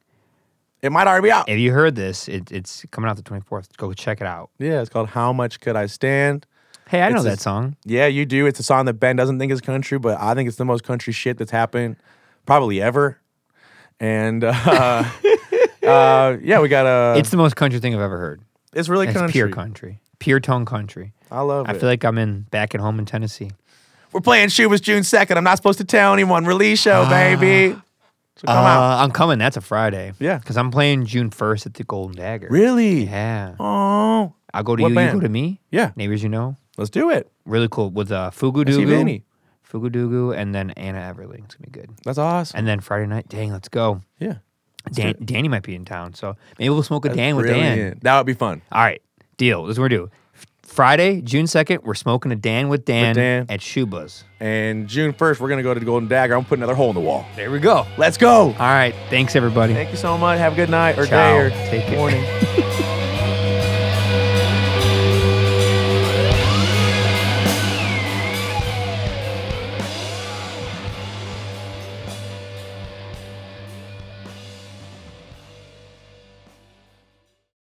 S1: It might already be out.
S2: if you heard this, it, it's coming out the 24th. Go check it out.
S1: Yeah, it's called How Much Could I Stand?
S2: Hey, I know
S1: It's
S2: that
S1: just-
S2: song.
S1: Yeah, you do. It's a song that Ben doesn't think is country, but I think it's the most country shit that's happened probably ever. And uh, uh, yeah, we got a.
S2: it's the most country thing I've ever heard.
S1: it's really
S2: It's
S1: country.
S2: pure country, pure tone country.
S1: I love
S2: I
S1: it.
S2: feel like I'm in back at home in Tennessee.
S1: We're playing Shubas June 2nd. I'm not supposed to tell anyone. Release show, baby. So come out.
S2: Uh, I'm coming. That's a Friday.
S1: Yeah.
S2: because I'm playing June 1st at the Golden Dagger.
S1: Really?
S2: Yeah.
S1: Oh.
S2: I'll go to
S1: what
S2: you.
S1: band?
S2: You go to me.
S1: Yeah.
S2: Neighbors, you know.
S1: Let's do it.
S2: Really cool with uh, Fugu
S1: see
S2: Dugu,
S1: Vinny.
S2: Fugu Dugu, and then Anna Everling. It's gonna be good.
S1: That's awesome.
S2: And then Friday night, dang, let's go.
S1: yeah.
S2: Dan- Danny might be in town, so maybe we'll smoke a Dan with Dan.
S1: Brilliant. That would be fun.
S2: All right, deal. This is what we're doing. Friday, June 2nd, we're smoking a Dan with Dan,
S1: Dan.
S2: at Shuba's.
S1: And June 1st, we're going to go to the Golden Dagger. I'm putting another hole in the wall.
S2: There we go.
S1: Let's go.
S2: All right. Thanks, everybody.
S1: Thank you so much. Have a good night or
S2: Ciao.
S1: day or
S2: Take care.
S1: morning.